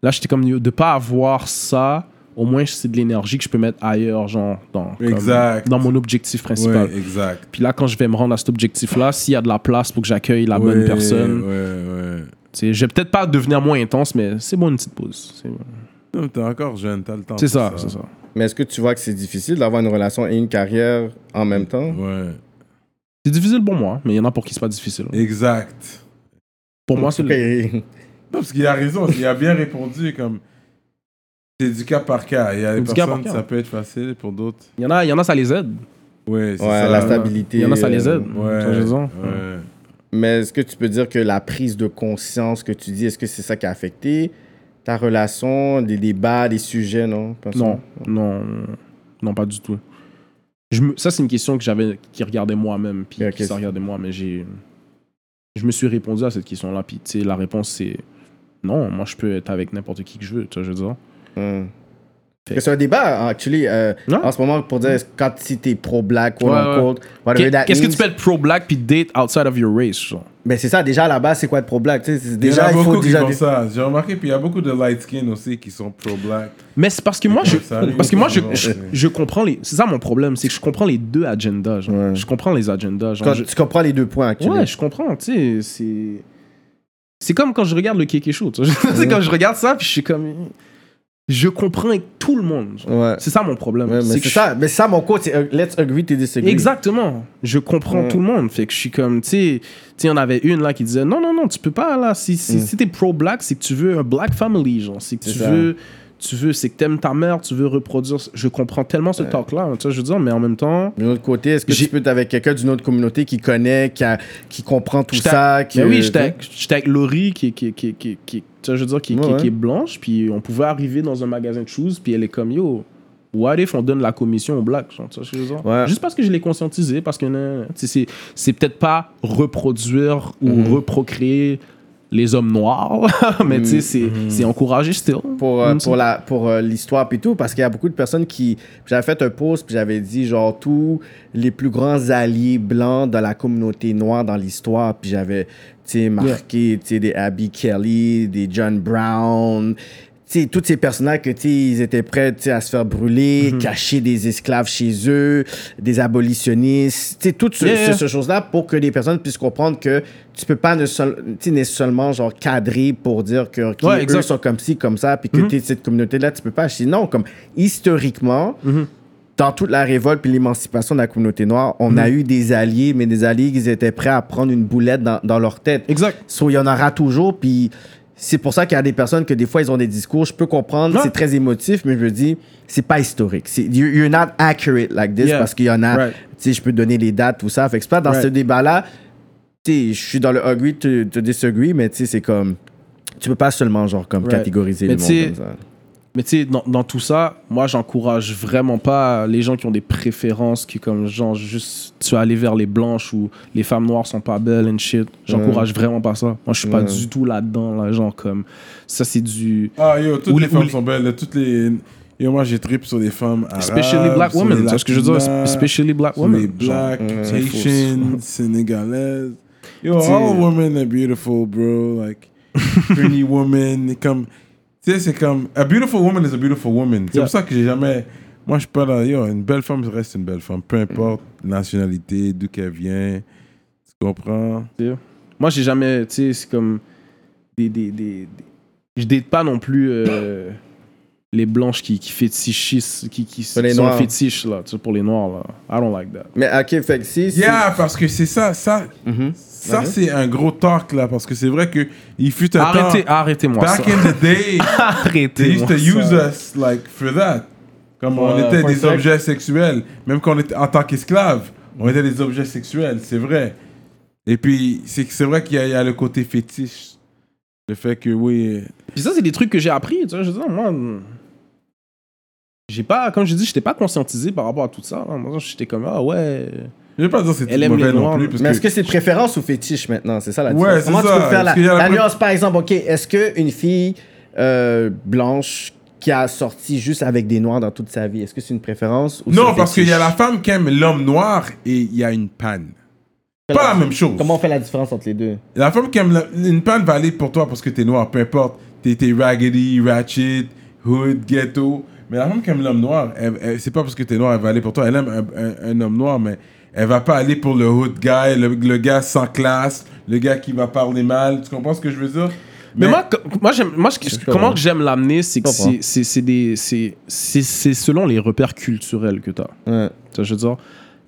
E: Là, j'étais comme yo, de pas avoir ça. Au moins, c'est de l'énergie que je peux mettre ailleurs, genre dans, comme-
C: Exact.
E: dans mon objectif principal.
C: Ouais, exact.
E: Puis là, quand je vais me rendre à cet objectif-là, s'il y a de la place pour que j'accueille la bonne
C: Ouais,
E: personne,
C: Ouais, ouais.
E: tu sais, je vais peut-être pas devenir moins intense, mais c'est bon une petite pause. C'est bon.
C: Non, mais t'es encore jeune, t'as le temps.
E: C'est
C: pour
E: ça, c'est ça.
D: Mais est-ce que tu vois que c'est difficile d'avoir une relation et une carrière en même temps?
C: Ouais.
E: C'est difficile pour moi, mais il y en a pour qui c'est pas difficile.
C: Exact.
E: Pour moi, c'est le-
D: Ok.
C: Non, parce qu'il a raison, il a bien répondu comme. C'est du cas par cas. Il y a des
E: Du cas par
C: personnes,
E: cas.
C: ça peut être facile, pour d'autres.
E: il y en a, il y en a, ça les aide.
C: Ouais, c'est
D: Ouais,
C: ça.
D: la stabilité.
E: Il y en a, ça les
D: euh,
E: aide.
C: Ouais.
E: Ça, j'ai raison.
C: Ouais.
D: Mais est-ce que tu peux dire que la prise de conscience que tu dis, est-ce que c'est ça qui a affecté ta relation, des débats, des sujets, non? Personne?
E: Non, non, non, pas du tout. Je me- Ça, c'est une question que j'avais, qui regardait moi-même, puis
D: Ok.
E: qui se regardait moi, mais j'ai, je me suis répondu à cette question-là, puis tu sais, la réponse c'est non, moi je peux être avec n'importe qui que je veux, tu vois, je veux dire.
D: Hum. Parce que C'est un débat, hein, actually, euh,
E: Non.
D: en ce moment, pour dire est-ce- quand si t'es pro-black, quote
E: Ouais,
D: unquote, whatever that
E: Qu'est-ce que
D: means.
E: tu peux être pro-black puis date outside of your race, genre?
D: Mais c'est ça, déjà à la base, c'est quoi être pro-black? tu sais, c'est-
C: Il y en
D: Déjà,
C: a
D: il
C: beaucoup
D: faut
C: qui
D: déjà.
C: font ça. J'ai remarqué, puis il y a beaucoup de light skin aussi qui sont pro-black.
E: Mais c'est parce que moi, je,
C: comme ça,
E: parce que moi, je,
C: oui,
E: je,
C: oui.
E: je comprends les. C'est ça mon problème, c'est que je comprends les deux agendas. genre.
D: Ouais.
E: Je comprends les agendas. genre.
D: Quand
E: Je-
D: Tu comprends les deux points, actually.
E: ouais, je comprends. Tu sais, c'est. C'est comme quand je regarde le Kéké Show. tu vois. C'est quand je regarde ça, puis je suis comme. Je comprends avec tout le monde. genre.
D: Ouais.
E: C'est ça mon problème.
D: Ouais, mais
E: C'est
D: c'est
E: que je-
D: ça, mais ça, mon coach, c'est euh, let's agree to disagree.
E: Exactement. Je comprends
D: Ouais.
E: tout le monde. Fait que je suis comme, tu sais, tu sais, il y en avait une là qui disait non, non, non, tu peux pas là. Si, si,
D: Mm.
E: si t'es pro-black, c'est que tu veux un black family, genre. C'est que
D: C'est
E: tu
D: ça.
E: veux, tu veux, c'est que t'aimes ta mère, tu veux reproduire. ce- Je comprends tellement ce talk là, tu vois, je veux dire, mais en même temps.
D: D'un autre côté, est-ce que
E: J'ai-
D: tu peux être avec quelqu'un d'une autre communauté qui connaît, qui, a- qui comprend tout
E: J'étais-
D: ça? Qui,
E: Ben oui,
D: euh,
E: j'étais avec- j'étais avec Laurie qui, qui, qui, qui, qui- tu vois, je veux dire, qui,
D: Ouais,
E: qui-
D: ouais.
E: qui est blanche, puis on pouvait arriver dans un magasin de shoes, puis elle est comme yo. What if on donne la commission aux blacks? genre, tu vois ce que je veux dire?
D: Ouais.
E: Juste parce que je l'ai conscientisé, parce que nan, nan, tu sais, c'est- c'est peut-être pas reproduire ou
D: Mhm.
E: reprocréer les hommes noirs, mais tu sais, c'est c'est encourager still.
D: Mhm. pour, euh,
E: Mm,
D: pour, la, pour euh, l'histoire puis tout, parce qu'il y a beaucoup de personnes qui... J'avais fait un post, puis j'avais dit, genre, tous les plus grands alliés blancs de la communauté noire dans l'histoire, puis j'avais, tu sais, marqué, tu sais, des Abby Kelly, des John Brown, tu sais, tous ces personnages que, tu sais, ils étaient prêts tu sais, à se faire brûler,
E: Mm-hmm.
D: cacher des esclaves chez eux, des abolitionnistes, tu sais, toutes ce-
E: Yeah, yeah.
D: ce- ces choses-là pour que les personnes puissent comprendre que tu peux pas ne seul- tu sais, nécessairement genre cadrer pour dire que ok,
E: Ouais,
D: eux
E: exact. Mhm.
D: sont comme ci, comme ça, puis que t'es de cette communauté-là, tu peux pas. Sinon, comme historiquement,
E: Mhm.
D: dans toute la révolte puis l'émancipation de la communauté noire, on
E: Mhm.
D: a eu des alliés, mais des alliés qui étaient prêts à prendre une boulette dans, dans leur tête.
E: Exact.
D: So, il y en aura toujours, puis c'est pour ça qu'il y a des personnes que des fois, ils ont des discours, je peux comprendre,
E: Ouais.
D: c'est très émotif, mais je me dis, c'est pas historique. C'est- you- You're not accurate like this,
E: Yeah.
D: parce qu'il y en a,
E: Right.
D: tu sais, je peux donner les dates, tout ça. Fait que c'est pas dans
E: Right.
D: ce débat-là, tu sais, je suis dans le agree to, to disagree, mais tu sais, c'est comme, tu peux pas seulement, genre, comme
E: Right.
D: catégoriser
E: Mais
D: le
E: tu sais,
D: monde comme ça.
E: Mais tu sais, dans, dans tout ça, moi, j'encourage vraiment pas les gens qui ont des préférences, qui comme genre juste tu vas aller vers les blanches ou les femmes noires sont pas belles and shit. J'encourage vraiment pas ça. Moi, je suis pas
D: Ouais.
E: du tout là-dedans, là, genre comme ça, c'est du.
C: Ah, yo, toutes
E: Ou
C: les
E: les- ou
C: femmes
E: les-
C: sont belles. là, Toutes les... Yo, moi, j'ai trip sur les femmes arabes.
E: Especially black
C: sur
E: women,
C: les
E: tu vois ce que je veux dire?
C: latinas,
E: Especially black
C: sur
E: women.
C: les
E: genre.
C: blacks,
E: c'est faux, ça.
C: Haitians, sénégalaises. Yo, all women are beautiful, bro. Like, pretty women. Comme, tu sais, c'est comme, a beautiful woman is a beautiful woman. C'est
E: Yeah.
C: pour ça que j'ai jamais. Moi, je suis pas dans. Yo, une belle femme reste une belle femme.
E: Mm.
C: Peu importe nationalité, d'où qu'elle vient. Tu comprends?
E: Moi, j'ai jamais, tu sais, c'est comme des, des, des, des- Je date pas non plus euh, les blanches qui, qui fétichisent, qui, qui
D: les
E: sont
D: noirs.
E: fétiches, là, tu sais, pour les noirs, là. I don't like that.
D: Mais ok, fait que si. si-
C: Yeah, parce que c'est ça, ça, ça
E: Uh-huh.
D: Mhm.
C: c'est un gros talk là, parce que c'est vrai que il fut un
E: Arrêtez,
C: temps.
E: arrêtez-moi ça.
C: Back in the day, they
E: Arrêtez.
C: used to use us like for that. Comme on
E: Ouais,
C: était
E: for
C: des
E: sex.
C: objets sexuels, même qu'on était en tant qu'esclaves, on était des objets sexuels, c'est vrai. Et puis c'est c'est vrai qu'il y, a- il y a le côté fétiche, le fait que oui,
E: Puis ça, c'est des trucs que j'ai appris, tu vois. Je veux dire, moi. mm, J'ai pas, comme je dis, j'étais pas conscientisé par rapport à tout ça. hein. Moi, j'étais comme, ah ouais.
C: je vais pas dire c'est
E: Elle
C: tout
E: aime
C: mauvais
E: les
C: non
E: noirs,
C: plus
E: mais
C: parce
D: Mais est-ce que
C: que
D: c'est préférence ou fétiche maintenant C'est ça la
C: Ouais,
D: différence.
C: c'est
D: Comment
C: ça.
D: tu peux faire la,
C: Est-ce qu'il y a la
D: la
C: pré-
D: nuance Par exemple, ok, est-ce qu'une fille euh, blanche qui a sorti juste avec des noirs dans toute sa vie, est-ce que c'est une préférence ou c'est
C: non
D: un
C: parce qu'il y a la
D: fétiche?
C: femme qui aime l'homme noir et il y a une panne. Pas la même chose.
D: Comment on fait la différence entre les deux
C: La femme qui aime la- une panne va aller pour toi parce que t'es noir, peu importe. T'es, t'es raggedy, ratchet, hood, ghetto. Mais la femme qui aime l'homme noir, elle- elle- c'est pas parce que t'es noir, elle va aller pour toi. Elle aime un, un- un homme noir, mais elle va pas aller pour le hood guy, le, le gars sans classe, le gars qui va parler mal. Tu comprends ce que je veux dire?
E: Mais, moi, co- moi, j'aime, moi je-
D: Je comprends.
E: comment que j'aime l'amener, c'est que
D: Je comprends.
E: c'est, c'est, c'est des, c'est, c'est, c'est selon les repères culturels que t'as.
D: Ouais.
E: Tu vois, je veux dire,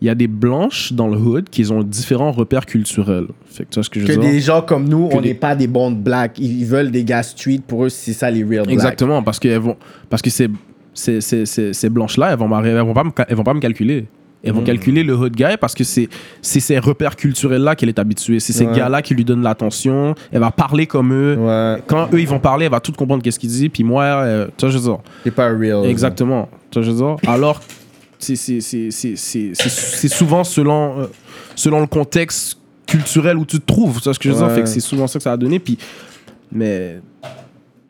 E: il y a des blanches dans le hood qui ont différents repères culturels. Fait que tu vois ce que je
D: Que
E: veux dire?
D: des gens comme nous,
E: Que
D: on
E: des-
D: n'est pas des bons blacks. Ils ils veulent des gars street. Pour eux, c'est ça les real blacks.
E: Exactement, parce que, elles vont, parce que ces, ces, ces, ces, ces blanches-là, elles vont, m'arriver- elles, vont pas me, ca- elles vont pas me calculer. Elles
D: Hmm.
E: vont calculer le hood guy parce que c'est c'est ces repères culturels-là qu'elle est habituée. C'est ces
D: Ouais.
E: gars-là qui lui donnent l'attention. Elle va parler comme eux.
D: Ouais,
E: Quand eux, ils vont parler, elle va tout comprendre qu'est-ce qu'ils disent. Puis moi, euh, tu vois, je veux dire,
D: t'es pas real.
E: Exactement. Tu vois, je veux dire, Alors, c'est- c'est- c'est c'est- c'est- c'est- c'est souvent selon, euh, selon le contexte culturel où tu te trouves. Tu vois ce que je veux dire?
D: Ouais.
E: Fait que c'est souvent ça que ça a donné. Puis, mais.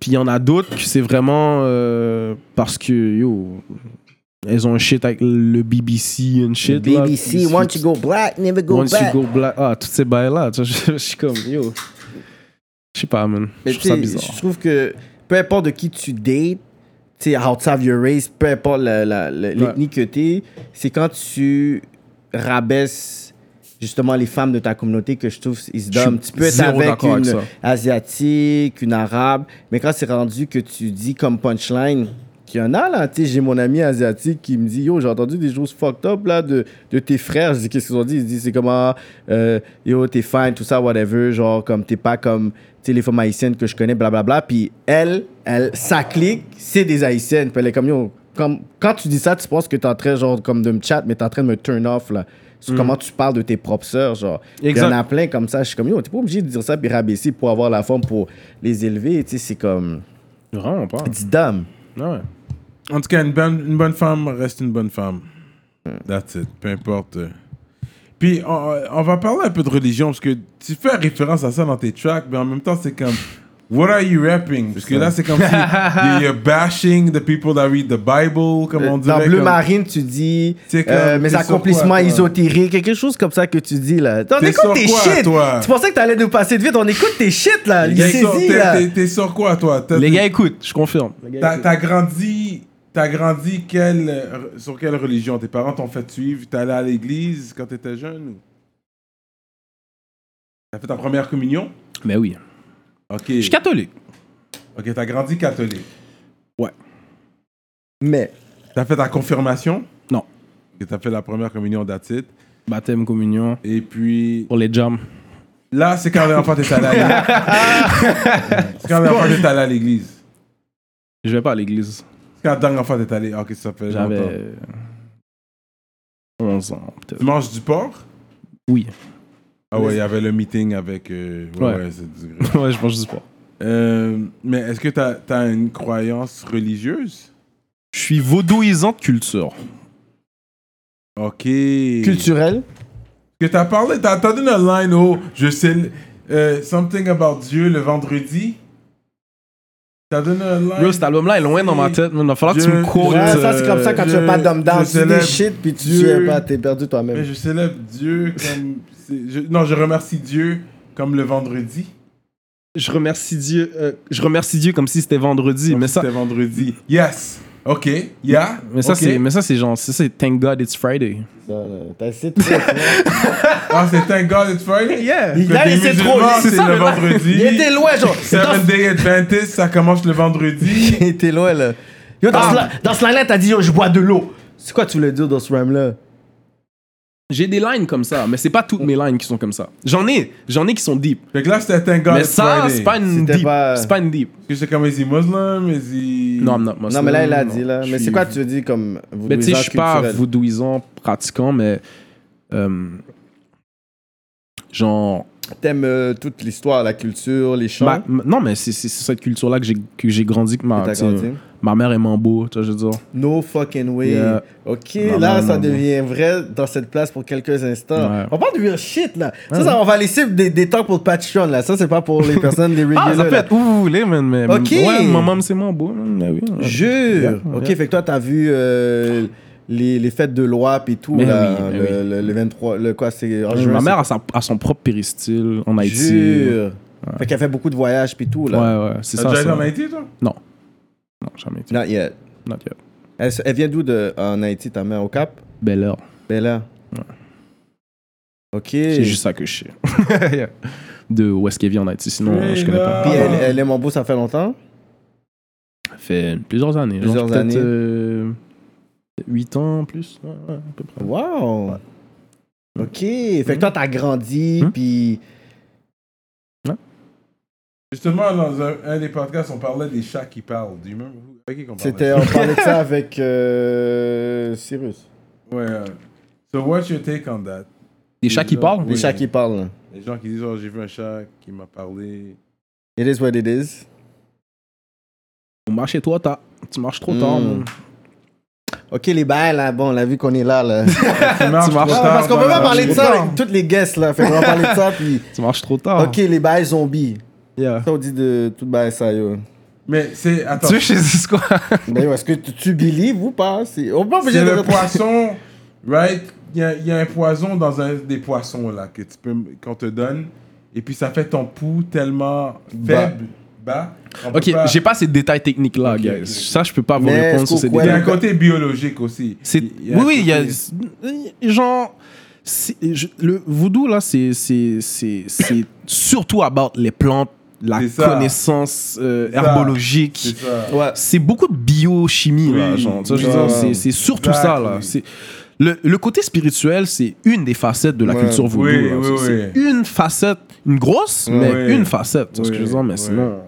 E: Puis il y en a d'autres que c'est vraiment euh, parce que, yo, elles ont un shit avec le BBC and shit. là.
D: BBC,
E: Puis,
D: once you go black, never go
E: once you
D: back.
E: go black. Ah, toutes ces bails-là. tu vois, Je je suis comme, yo. Je sais pas, man.
D: Mais
E: Je trouve ça
D: tu sais,
E: bizarre.
D: Je trouve que peu importe de qui tu dates, tu sais, outside your race, peu importe la- la- la- l'ethnie que t'es, c'est quand tu rabaisses justement les femmes de ta communauté que je trouve ils se
E: Je suis
D: donnent. Tu peux être
E: zéro
D: avec
E: d'accord
D: une
E: avec ça.
D: asiatique, une arabe, mais quand c'est rendu que tu dis comme punchline qu'il y en a là, tu sais, j'ai mon ami asiatique qui me dit yo j'ai entendu des choses fucked up là de, de tes frères, je dis qu'est-ce qu'ils ont dit, ils disent c'est comment euh, yo t'es fine tout ça whatever genre comme t'es pas comme tu sais les femmes haïtiennes que je connais blablabla puis elle elle ça clique c'est des haïtiennes puis elle est comme yo comme, quand tu dis ça, tu penses que t'es en train genre, comme de me chat, mais t'es en train de me turn off là. Sur
C: Hmm.
D: comment tu parles de tes propres sœurs, genre. Il y en
E: Exact.
D: a plein comme ça. Je suis comme, yo, t'es pas obligé de dire ça puis rabaisser pour avoir la forme pour les élever. Tu sais, c'est comme,
E: Vraiment pas.
D: dis dame.
E: Ah ouais.
C: En tout cas, une bonne, une bonne femme reste une bonne femme. That's it. Peu importe. euh. Puis, on, on va parler un peu de religion, parce que tu fais référence à ça dans tes tracks, mais en même temps, c'est comme... What are you rapping? Parce que là, c'est comme si you're- you're bashing the people that read the Bible, comme on
D: Dans
C: dirait.
D: Bleu
C: comme-
D: Marine, tu dis
C: C'est comme,
D: euh,
C: t'es
D: mes
C: sur
D: accomplissements
C: quoi, toi?
D: ésotériques, quelque chose comme ça que tu dis là. On
C: T'es sur
D: écoute tes
C: quoi,
D: shit.
C: toi?
D: Tu pensais que t'allais nous passer de vite. On écoute tes shit là.
C: T'es
D: Il
C: sur-
D: saisit
C: t'es-
D: là.
C: t'es- T'es sur quoi, toi? T'as-
E: Les gars, écoute, je confirme.
C: T'as t'as grandi, t'as grandi quelle, euh, sur quelle religion Tes parents t'ont fait suivre T'es allé à l'église quand t'étais jeune ou... T'as fait ta première communion
E: Mais Ben oui.
C: Ok.
E: Je suis catholique.
C: Ok, t'as grandi catholique.
D: Mais
C: T'as fait ta confirmation
E: Non.
C: Et t'as fait la première communion d'attitude.
E: Baptême, communion,
C: Et puis
E: pour les jams.
C: là, c'est quand la dernière fois que t'es allé à l'église. c'est quand la dernière fois que t'es allé à l'église.
E: Je vais pas à l'église.
C: C'est quand la dernière fois que t'es allé. Ok, ça fait
E: J'avais
C: longtemps.
E: euh, 11 ans,
C: Tu
E: peut-être.
C: manges du porc
E: Oui.
C: Ah ouais, il y avait le meeting avec. euh, ouais,
E: Ouais.
C: ouais, c'est du gros.
E: ouais, je mange du porc.
C: Euh, mais est-ce que t'as as une croyance religieuse
E: Je suis vaudouisant de culture.
C: Ok.
D: culturel.
C: Que t'as parlé, t'as t'as donné une line au, je sais, euh, something about Dieu le vendredi. T'as donné une line.
E: Bro, cet album-là est loin dans ma tête. man. Il va falloir que tu
C: Je-
E: me cours.
D: Ouais,
C: euh,
D: ça c'est comme ça quand tu
C: je-
D: fais pas d'homme down,
C: je
D: tu dis des
C: célèbre
D: shit puis tu
C: Dieu.
D: sais pas, t'es perdu
C: Mais
D: toi-même.
C: je célèbre Dieu comme. c'est- je- non, je remercie Dieu comme le vendredi.
E: Je remercie Dieu. euh, je remercie Dieu comme si c'était vendredi.
C: Comme
E: mais
C: si
E: ça,
C: C'était vendredi. Yes. Ok. Yeah.
E: mais ça,
C: Ok.
E: c'est, mais ça, c'est genre, ça, c'est Thank God It's Friday.
D: Ça, là, T'as essayé de faire, tu vois.
C: Ah, c'est un God It's Friday?
E: Yeah.
C: Que
D: Là,
C: des
D: il s'est
C: musulmans,
D: trop- c'est
C: C'est
D: ça,
C: le
D: le- Il était
C: vendredi.
D: loin, genre.
C: Seven
D: Dans-
C: Day Adventist, ça commence le vendredi.
D: Il était loin, là. Yo, dans,
C: Ah.
D: ce, la- dans ce line-là, t'as dit, yo, je bois de l'eau. C'est quoi tu voulais dire dans ce rhyme-là?
E: J'ai des lines comme ça, mais c'est pas toutes mes lines qui sont comme ça. J'en ai, j'en ai qui sont deep.
C: Fait que là, c'était un God
E: mais
C: It's
E: ça,
C: Friday.
E: c'est pas une
D: C'était
E: deep.
D: pas-
E: C'est pas une deep.
C: Parce que c'est comme, is he Muslim? Is he...
E: Non, I'm not Muslim,
D: Non, mais là, il a
E: non.
D: dit, là.
E: Je
D: Mais c'est
E: suis
D: quoi tu veux dire comme voodooisant
E: Mais tu sais, je suis pas
D: culturel?
E: vaudouisant pratiquant, mais. euh, genre.
D: T'aimes euh, toute l'histoire, la culture, les chants
E: ma- ma- non, mais c'est c'est- c'est cette culture-là que j'ai que j'ai grandi, que ma,
D: que t'as
E: tu sais,
D: grandi.
E: ma mère est mambo, tu vois, je veux dire.
D: No fucking way.
E: Yeah.
D: Ok,
E: Non,
D: là,
E: non,
D: ça
E: non,
D: devient vrai dans cette place pour quelques instants.
E: Ouais.
D: On parle de real shit, là. Ça, ça, on va laisser des, des talks pour Patreon, là. Ça, c'est pas pour les personnes, les
E: Ah,
D: regulars.
E: ça peut
D: là.
E: être où vous voulez, man, mais.
D: Ok.
E: Ouais, maman, c'est mambo, man, mais oui.
D: Jure.
E: Yeah,
D: ok,
E: yeah.
D: fait que toi, t'as vu euh, les, les fêtes de loi et tout,
E: Mais
D: là,
E: oui, mais
D: le, le- le 23, le quoi, c'est en juin,
E: Ma
D: c'est-
E: mère a, sa- a son propre péristyle en Haïti.
D: Jure. Fait qu'elle fait beaucoup de voyages et tout,
E: Ouais,
D: là.
E: ouais, c'est
C: T'as
E: ça.
C: déjà été
E: ça.
C: en Haïti, toi?
E: Non. Non, jamais. été.
D: Not yet.
E: Not yet.
D: Elle, elle vient d'où de, en Haïti, ta mère, au Cap
E: Belle heure.
D: Ben là. Ok.
E: C'est juste ça que je sais. Yeah. De où est-ce qu'elle vit en Haïti, sinon
C: Hey,
E: je connais pas.
D: Puis
C: là.
D: elle, elle aime en beau, ça fait longtemps
E: Ça fait plusieurs années.
D: Plusieurs
E: genre, peut-être,
D: années.
E: euh, 8 ans plus. Ouais, ouais, à peu près.
D: Wow. Ok. Fait que toi, t'as grandi,
E: Hmm.
D: puis.
C: Justement, dans un, un des podcasts, on parlait des chats qui parlent. Du même. Avec qui qu'on parlait?
D: C'était, on parlait de ça avec euh, Cyrus.
C: Ouais. euh, So, what's your take on that?
E: Des chats qui
C: Oui.
E: parlent
D: Les chats qui parlent. là.
C: Les gens qui disent, oh, j'ai vu un chat qui m'a parlé.
D: It is what it is.
E: On marche chez toi, t'as. Tu marches trop tard.
D: Mm.
E: mon.
D: Ok, les bails, là, bon, on a vu qu'on est là, là.
C: Tu marches
E: marches.
D: Ah,
C: trop tard
D: parce qu'on
C: dans
D: peut
C: la
D: pas parler de
C: rue.
D: ça avec toutes les guests, là. Fait qu'on va parler de ça, puis...
E: Tu marches trop tard.
D: Ok, les bails zombies.
E: Yeah.
D: Ça, on dit de tout bail, ça, yo.
C: Mais c'est. Attends.
E: Tu veux chez quoi
D: Mais yo, est-ce que tu, tu believe ou pas? C'est... On peut pas
C: C'est
D: obligé de...
C: le poisson, right? Il y, a- il y a un poison dans un des poissons, là, que tu peux. qu'on te donne. Et puis, ça fait ton pouls tellement
D: Bas.
C: faible, bas. on peut
E: Ok,
C: pas-
E: j'ai pas ces détails techniques là,
C: Ok,
E: guys.
C: ok.
E: Ça, je peux pas vous
D: Mais
E: répondre
D: est-ce
E: sur ces
D: qu'au
C: Il y a un
E: détails.
C: côté biologique aussi.
E: C'est... Oui,
C: Il y a un
E: oui, il y a.
C: côté-
E: Genre. c'est- je- Le voodoo, là, c'est, c'est, c'est, c'est surtout about les plantes, la
C: C'est ça.
E: connaissance euh,
C: C'est ça.
E: herbologique.
C: C'est ça.
D: Ouais.
E: c'est beaucoup de biochimie là,
C: Oui,
E: genre. Tu vois, je
C: oui.
E: veux dire,
D: Ouais.
E: c'est- c'est surtout
C: Exactly.
E: ça là. C'est le, le côté spirituel, c'est une des facettes de la
D: Ouais.
E: culture vaudou.
C: Oui,
E: là.
C: oui,
E: C'est-
C: oui.
E: c'est une facette, une grosse, mais
C: Oui.
E: une facette. Tu vois ce que je veux dire, mais
C: Oui,
E: sinon,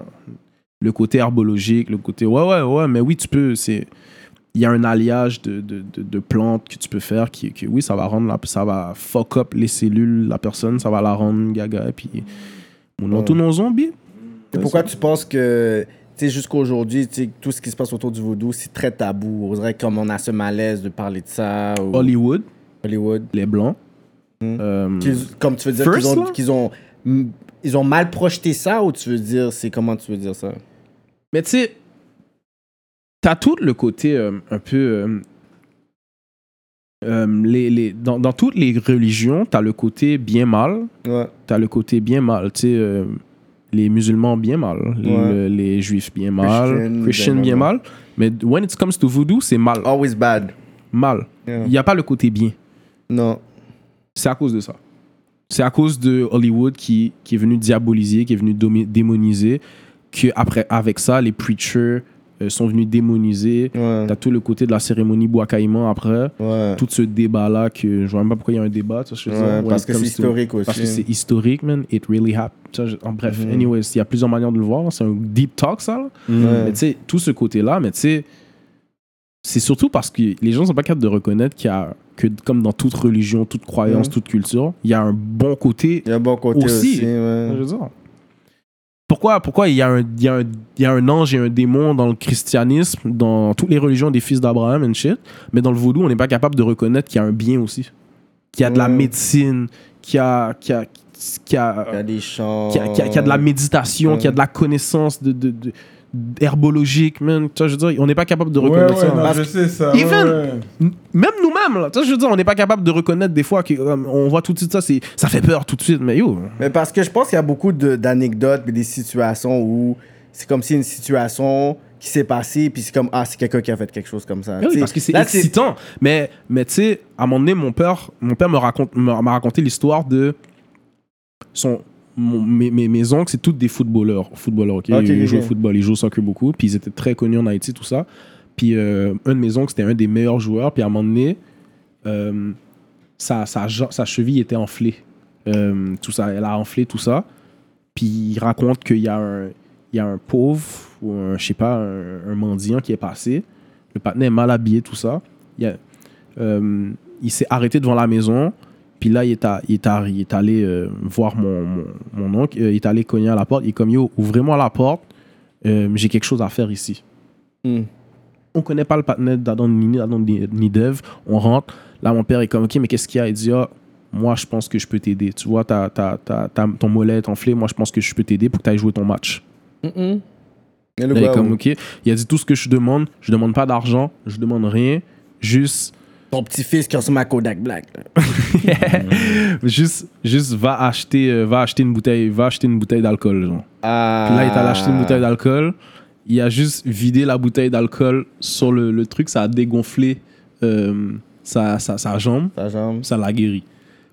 E: le côté herbologique, le côté ouais, ouais, ouais, mais oui, tu peux. C'est il y a un alliage de, de, de, de plantes que tu peux faire qui, qui oui, ça va rendre la, ça va fuck up les cellules, la personne, ça va la rendre gaga, et puis on
D: Ouais.
E: est tous nos zombies.
D: Et Pourquoi tu penses que, tu sais, jusqu'aujourd'hui, tu sais, tout ce qui se passe autour du vaudou, c'est très tabou. On dirait comme on a ce malaise de parler de ça. Ou...
E: Hollywood,
D: Hollywood.
E: les blancs.
D: Hmm.
E: euh,
D: Qu'ils- Comme tu veux dire
E: First,
D: qu'ils ont,
E: là?
D: qu'ils ont mm, ils ont mal projeté ça ou tu veux dire, c'est comment tu veux dire ça?
E: Mais tu sais, t'as tout le côté euh, un peu. euh, euh, les, les, dans, dans toutes les religions, t'as le côté bien mal,
D: Ouais.
E: t'as le côté bien mal. Tu sais, euh, les musulmans bien mal, le- les juifs bien mal,
D: Christian,
E: Christian,
D: ben,
E: bien
D: ben,
E: mal. Mais when it comes to voodoo, c'est mal.
D: Always bad.
E: Mal. Il
D: Yeah.
E: n'y a pas le côté bien.
D: Non.
E: C'est à cause de ça. C'est à cause de Hollywood qui, qui est venu diaboliser, qui est venu domi- démoniser, que après, avec ça, les preachers euh, sont venus démoniser.
D: Ouais.
E: T'as tout le côté de la cérémonie Bois-Caïman après.
D: Ouais.
E: Tout ce débat-là que je vois même pas pourquoi il y a un débat. tu vois ce que je veux
D: Ouais,
E: dire?
D: parce que
E: comme
D: c'est
E: si-
D: historique aussi. Mhm.
E: Parce que c'est historique, man. It really happened. Tu vois, je- En bref, anyways, il y a plusieurs manières de le voir. C'est un deep talk, ça. là.
D: Ouais.
E: Mais tu sais, tout ce côté-là, mais tu sais, c'est surtout parce que les gens sont pas capables de reconnaître qu'il y a, que comme dans toute religion, toute croyance,
D: Mhm.
E: toute culture, il y a un bon côté.
D: Il y a un bon côté aussi.
E: Aussi.
D: ouais.
E: Je veux dire. Pourquoi, pourquoi il, y a un, il, y a un, il y a un ange et un démon dans le christianisme, dans toutes les religions des fils d'Abraham and shit, mais dans le vaudou, on n'est pas capable de reconnaître qu'il y a un bien aussi. Qu'il y a de la
D: Ouais.
E: médecine, qu'il y a, qu'il y a, qu'il y a-
D: Il y a des chants.
E: qui a, qui a- qui a de la méditation,
D: Ouais.
E: qui a de la connaissance de, de, de- d'herbologique, man. Tu vois, je veux dire, on n'est pas capable de
C: Ouais,
E: reconnaître
C: ouais,
E: ça.
C: non,
E: Parce
C: je
E: que
C: sais ça.
E: Even-
C: ouais, ouais.
E: n- Même nous-mêmes, là, tu vois, je veux dire, on n'est pas capable de reconnaître des fois que, euh, on voit tout de suite ça, c'est, ça fait peur tout de suite, mais yo.
D: Mais parce que je pense qu'il y a beaucoup de- d'anecdotes et des situations où c'est comme si une situation qui s'est passée, puis c'est comme, ah, c'est quelqu'un qui a fait quelque chose comme ça.
E: Ah
D: Tu
E: oui,
D: sais,
E: parce que c'est
D: là,
E: excitant. Mais, mais tu sais, à un moment donné, mon père, mon père me raconte, m'a m'a raconté l'histoire de son. mon- mes, mes, mes oncles, c'est tous des footballeurs. footballeurs ok?
D: Ah, Ok,
E: ils
D: ok,
E: jouent
D: ok.
E: au football, ils jouent au soccer beaucoup. Puis ils étaient très connus en Haïti, tout ça. Puis euh, un de mes oncles, c'était un des meilleurs joueurs. Puis à un moment donné, euh, sa, sa, ja- sa cheville était enflée. Euh, tout ça, elle a enflé tout ça. Puis il raconte qu'il y a un, il y a un pauvre ou un, je sais pas, un, un mendiant qui est passé. Le patinet est mal habillé, tout ça. Il, y a- euh, il s'est arrêté devant la maison. Puis là, il est, à- il est, à- il est allé euh, voir mon, mon, mon oncle. Euh, il est allé cogner à la porte. Il est comme, yo, ouvrez-moi la porte. Euh, J'ai quelque chose à faire ici.
D: Hmm.
E: On connaît pas le patinet d'Adam ni, ni- Adam ni- ni Dev. On rentre. Là, mon père est comme, OK, mais qu'est-ce qu'il y a Il dit, Ah, moi, je pense que je peux t'aider. Tu vois, t'as- t'as- t'as- t'as- ton mollet est enflé. Moi, je pense que je peux t'aider pour que tu ailles jouer ton match.
D: Mm-mm. Mais le
E: Il est
D: gars,
E: comme,
D: oui.
E: ok. Il a dit tout ce que je demande. Je demande pas d'argent. Je demande rien. Juste,
D: Ton petit-fils qui ressemble à Kodak Black. là.
E: juste, juste va acheter, euh, va acheter une bouteille, va acheter une bouteille d'alcool. genre.
D: Ah.
E: Puis là, il t'a acheté une bouteille d'alcool. Il a juste vidé la bouteille d'alcool sur le, le truc. Ça a dégonflé euh, sa, sa, sa jambe.
D: Ta jambe.
E: Ça l'a guéri.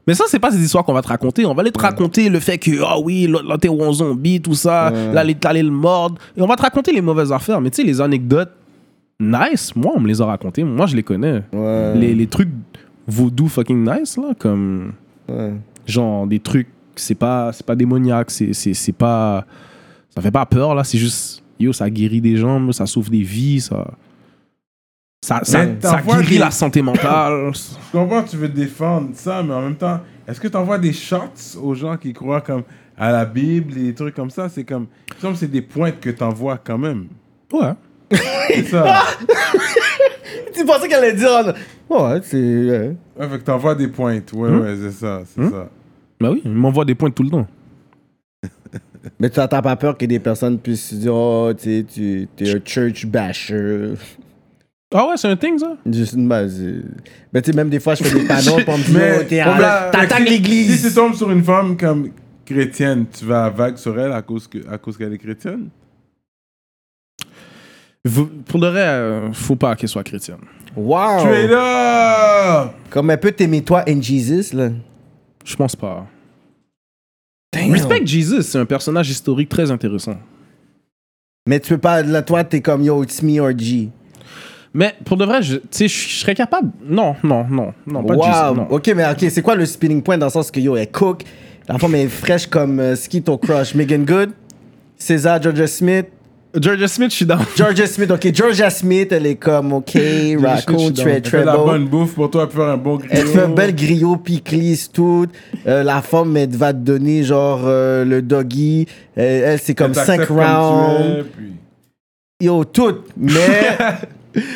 E: Mais ça, c'est pas ces histoires qu'on va te raconter. On va aller te raconter le fait que, ah oui, l'autre l'autre est un zombie, tout ça.
D: Ouais.
E: Là, l'autre allait le mordre. Et on va te raconter les mauvaises affaires. Mais tu sais, les anecdotes, nice, moi, on me les a racontées. Moi, je les connais.
D: Ouais.
E: Les, les trucs vaudou fucking nice, là, comme
D: Ouais.
E: genre des trucs, c'est pas, c'est pas démoniaque, c'est, c'est, c'est pas. Ça fait pas peur, là, c'est juste, yo, ça guérit des jambes, ça sauve des vies, ça. Ça, ça,
C: Mais
E: ça
C: t'envoies
E: guérit
C: des-
E: la santé mentale.
C: Je comprends que tu veux défendre ça, mais en même temps, est-ce que tu envoies des shots aux gens qui croient comme à la Bible et des trucs comme ça C'est comme, comme c'est des pointes que tu envoies quand même.
E: Ouais.
C: C'est ça.
D: Tu pensais qu'elle allait dire. oh, Ouais, c'est. ouais.
C: Ouais, fait que t'envoies des pointes. Ouais,
D: Hmm?
C: ouais, c'est ça, c'est ça.
E: Bah oui, il m'envoie des points tout le temps.
D: Mais t'as t'as pas peur que des personnes puissent se dire, oh, tu sais, tu- t'es un church basher.
E: Ah ouais, c'est un thing, ça.
D: Juste une base. euh. Mais tu sais, même des fois, je fais des panneaux pour me dire,
C: Mais-
D: oh, t'es
C: Ouais,
D: un-
C: mais-
D: t'attaques
C: Si tu
D: l'église.
C: tombes sur une femme comme chrétienne, tu vas à vague sur elle à cause que- à cause qu'elle est chrétienne
E: Vous- pour le vrai, euh, faut pas qu'elle soit chrétienne.
D: Wow.
C: Tu es là
D: Comme un peu t'aimer toi and Jesus, là.
E: Je pense pas.
D: Damn.
E: Respect Jesus, c'est un personnage historique très intéressant.
D: Mais tu peux pas, là, toi, t'es comme yo, it's me or G.
E: Mais pour de vrai, je- tu sais, je je serais capable. Non, non, non, non, pas
D: wow.
E: Jesus. non.
D: Ok, mais ok, c'est quoi le spinning point dans le sens que yo, elle cook, la femme est fraîche comme euh, Skeeto Crush, Megan Good, César, Georgia Smith.
E: Georgia Smith, je suis down.
D: Georgia Smith, ok, Georgia Smith, elle est comme, ok, Raccoon,
E: Smith, je suis down.
D: Tre
C: Elle fait de la
D: Treble.
C: bonne bouffe pour toi, elle peut faire un bon
D: Elle fait un
C: griot.
D: bel griot, piclis, tout. Euh, la femme, elle va te donner genre euh, le doggy. Euh, elle, c'est comme
C: Elle t'accepte
D: 5
C: comme tu es,
D: rounds.
C: puis-
D: Yo, tout. Mais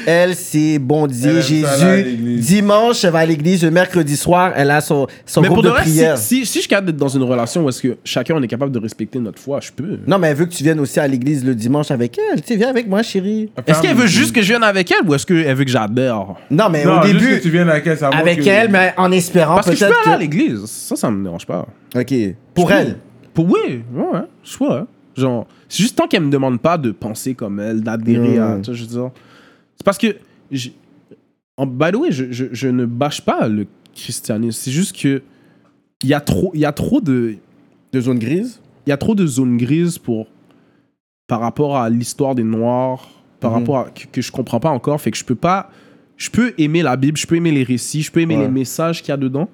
D: Elle, c'est
C: Elle
D: Bondier,
C: aime ça aller à
D: Jésus.
C: l'église.
D: Dimanche, elle va à l'église. Le mercredi soir, elle a son, son
E: Mais pour
D: groupe de
E: de vrai, si,
D: prière.
E: si, si je suis capable d'être dans une relation où est-ce que chacun on est capable de respecter notre foi, je peux.
D: Non, mais elle veut que tu viennes aussi à l'église le dimanche avec elle. Tu sais, viens avec moi, chérie.
E: Est-ce qu'elle veut juste que je vienne avec elle ou est-ce qu'elle veut que j'adore
D: Non, mais
C: Non,
D: au
C: juste
D: début,
C: que tu viennes avec elle, ça montre
D: avec
C: que-
D: elle, mais en espérant
E: Parce que je peux aller à
D: peut-être que...
E: l'église. Ça, ça me dérange pas.
D: OK. Pour
E: Je
D: elle.
E: peux. Pour, oui, ouais, ouais, je vois. hein. Genre, c'est juste tant qu'elle me demande pas de penser comme elle, d'adhérer à.
D: Mm.
E: Tu vois, je veux dire. C'est parce que. je- en- by the way, je, je- je ne bâche pas le christianisme. C'est juste que. Il y a trop, il y a trop de.
D: De zone grise?
E: il y a trop de zones grises pour par rapport à l'histoire des noirs par
D: Mhm.
E: rapport à que, que je comprends pas encore fait que je peux pas je peux aimer la bible je peux aimer les récits je peux aimer
D: Ouais.
E: les messages qu'il y a dedans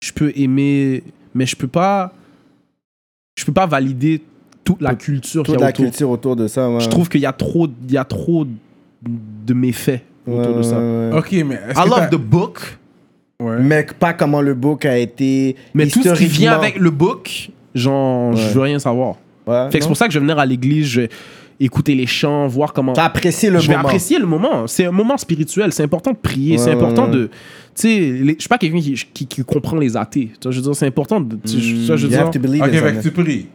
E: je peux aimer mais je peux pas je peux pas valider toute la culture qu'il y
D: Toute
E: a
D: la
E: autour
D: culture autour de ça, ouais.
E: je trouve qu'il y a trop il y a trop de méfaits
D: Ouais,
E: autour de ça Euh,
D: ouais, ouais.
C: Ok, mais. est-ce
E: I
C: que
E: love
C: t'as-
E: the book
C: Ouais.
D: Mais pas comment le book a été
E: mais tout ce qui vient
D: historiquement.
E: avec le book genre
D: Ouais.
E: je veux rien savoir
D: Ouais,
E: fait que c'est
D: non?
E: pour ça que je vais venir à l'église je vais écouter les chants voir comment
D: T'as apprécié le
E: je vais
D: moment.
E: apprécier le moment. C'est un moment spirituel. C'est important de prier.
D: Ouais,
E: c'est
D: ouais,
E: important
D: ouais.
E: de. Tu sais, les- je suis pas quelqu'un qui, qui, qui comprend les athées. Tu vois, je veux dire, c'est important de. tu sais, je- ça, je veux
D: Mm, You
E: dire,
D: have to believe
C: Ok,
D: in
C: fait que
E: hein.
D: something.
C: tu pries.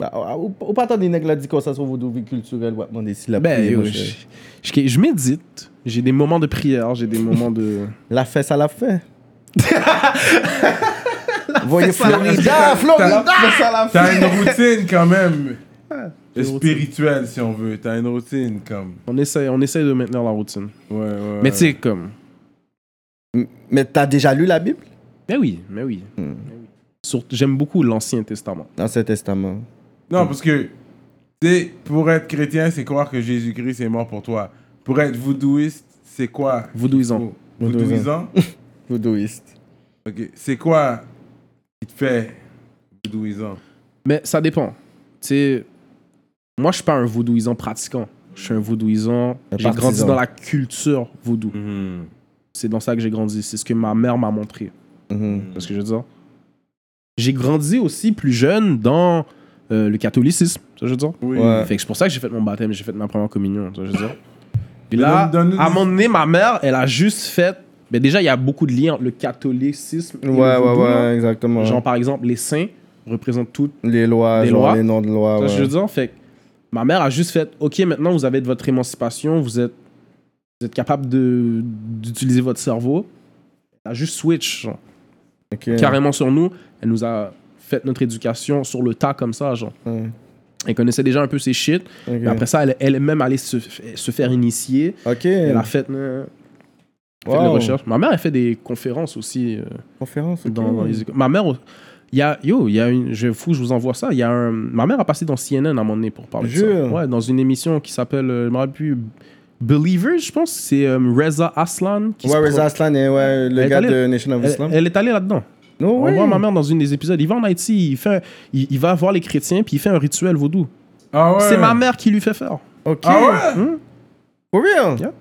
D: Bah, Ou ou pas attendre des nègres là, dit qu'on s'assoit vos devis culturels, ouais, mon ici la
E: ben,
D: prière,
E: yo,
D: mon
E: je,
D: cher.
E: je- je médite. J'ai des moments de prière. J'ai des moments de.
D: La fesse à la fin. Voyez
E: fesse à la
D: Florida,
C: fin.
D: Florida, la fesse à la fin.
C: T'as une routine quand même. Spirituelle, si on veut. T'as une routine, comme.
E: On essaie, on essaie de maintenir la routine.
C: Ouais, ouais.
E: Mais tu sais, comme.
D: Mais t'as déjà lu la Bible
E: Ben oui, mais oui.
D: Mm.
E: Ben oui. Surtout- J'aime beaucoup l'Ancien Testament.
D: L'Ancien Testament.
C: Non, parce que, tu sais, pour être chrétien, c'est croire que Jésus-Christ est mort pour toi. Pour être voodooiste, c'est quoi
E: Vaudouisant.
C: Voodooisant
D: Voodooïste.
C: Ok. C'est quoi qui te fait voodooisant
E: Mais ça dépend. Tu sais, moi, je suis pas un vaudouisant pratiquant. Je suis un vaudouisant.
D: Un
E: J'ai grandi
D: partisan.
E: dans la culture vaudou. C'est dans ça que j'ai grandi. C'est ce que ma mère m'a montré.
D: Mhm.
E: Parce que je veux dire, j'ai grandi aussi plus jeune dans euh, le catholicisme. Tu vois, je veux dire.
C: Oui.
D: Ouais.
E: Fait que c'est pour ça que j'ai fait mon baptême, j'ai fait ma première communion. Tu vois, je veux dire. Puis
C: Mais
E: là,
C: donne- donne-nous
E: à un
C: des-
E: moment donné, ma mère, elle a juste fait. Mais déjà, il y a beaucoup de liens entre le catholicisme et
D: Ouais,
E: le
D: ouais,
E: vaudou,
D: ouais,
E: là.
D: exactement.
E: Genre, par exemple, les saints représentent toutes
D: les lois,
E: Des
D: genre
E: lois.
D: les noms de lois.
E: tu vois ce que je
D: Ah Ouais.
E: veux dire? Fait que ma mère a juste fait Ok, maintenant vous avez de votre émancipation, vous êtes, vous êtes capable de- d'utiliser votre cerveau. Elle a juste switch genre,
D: Ok.
E: carrément sur nous. Elle nous a fait notre éducation sur le tas comme ça. Genre.
D: Ouais.
E: Elle connaissait déjà un peu ses shit.
D: Ok.
E: Mais après ça, elle, elle est même allée se, se faire initier.
D: Ok.
E: Elle a fait, euh, fait
D: Wow.
E: des recherches. Ma mère, elle fait des conférences aussi. euh,
D: Conférence. ok.
E: dans, dans les écoles. Ma mère, il y a, yo, il y a une, je fou, je vous envoie ça. Il y a un, ma mère a passé dans CNN à un moment donné pour parler de ça.
D: Jure.
E: Ouais, dans une émission qui s'appelle, euh, je me rappelle plus, Believers, je pense. C'est euh, Reza Aslan. Qui
D: Ouais,
E: se
D: Reza
E: pro-
D: Aslan est ouais,
E: Elle
D: le
E: est
D: gars
E: allée-
D: de Nation of Islam.
E: Elle, elle est allée là-dedans.
D: Non,
E: On
D: oui.
E: voit ma mère dans un des épisodes. Il va en Haïti, il, fait un- il, il va voir les chrétiens, puis il fait un rituel vaudou.
C: Ah ouais
E: C'est ma mère qui lui fait faire.
D: Ok.
C: Ah ouais
E: Hmm?
D: For real?
E: Yeah.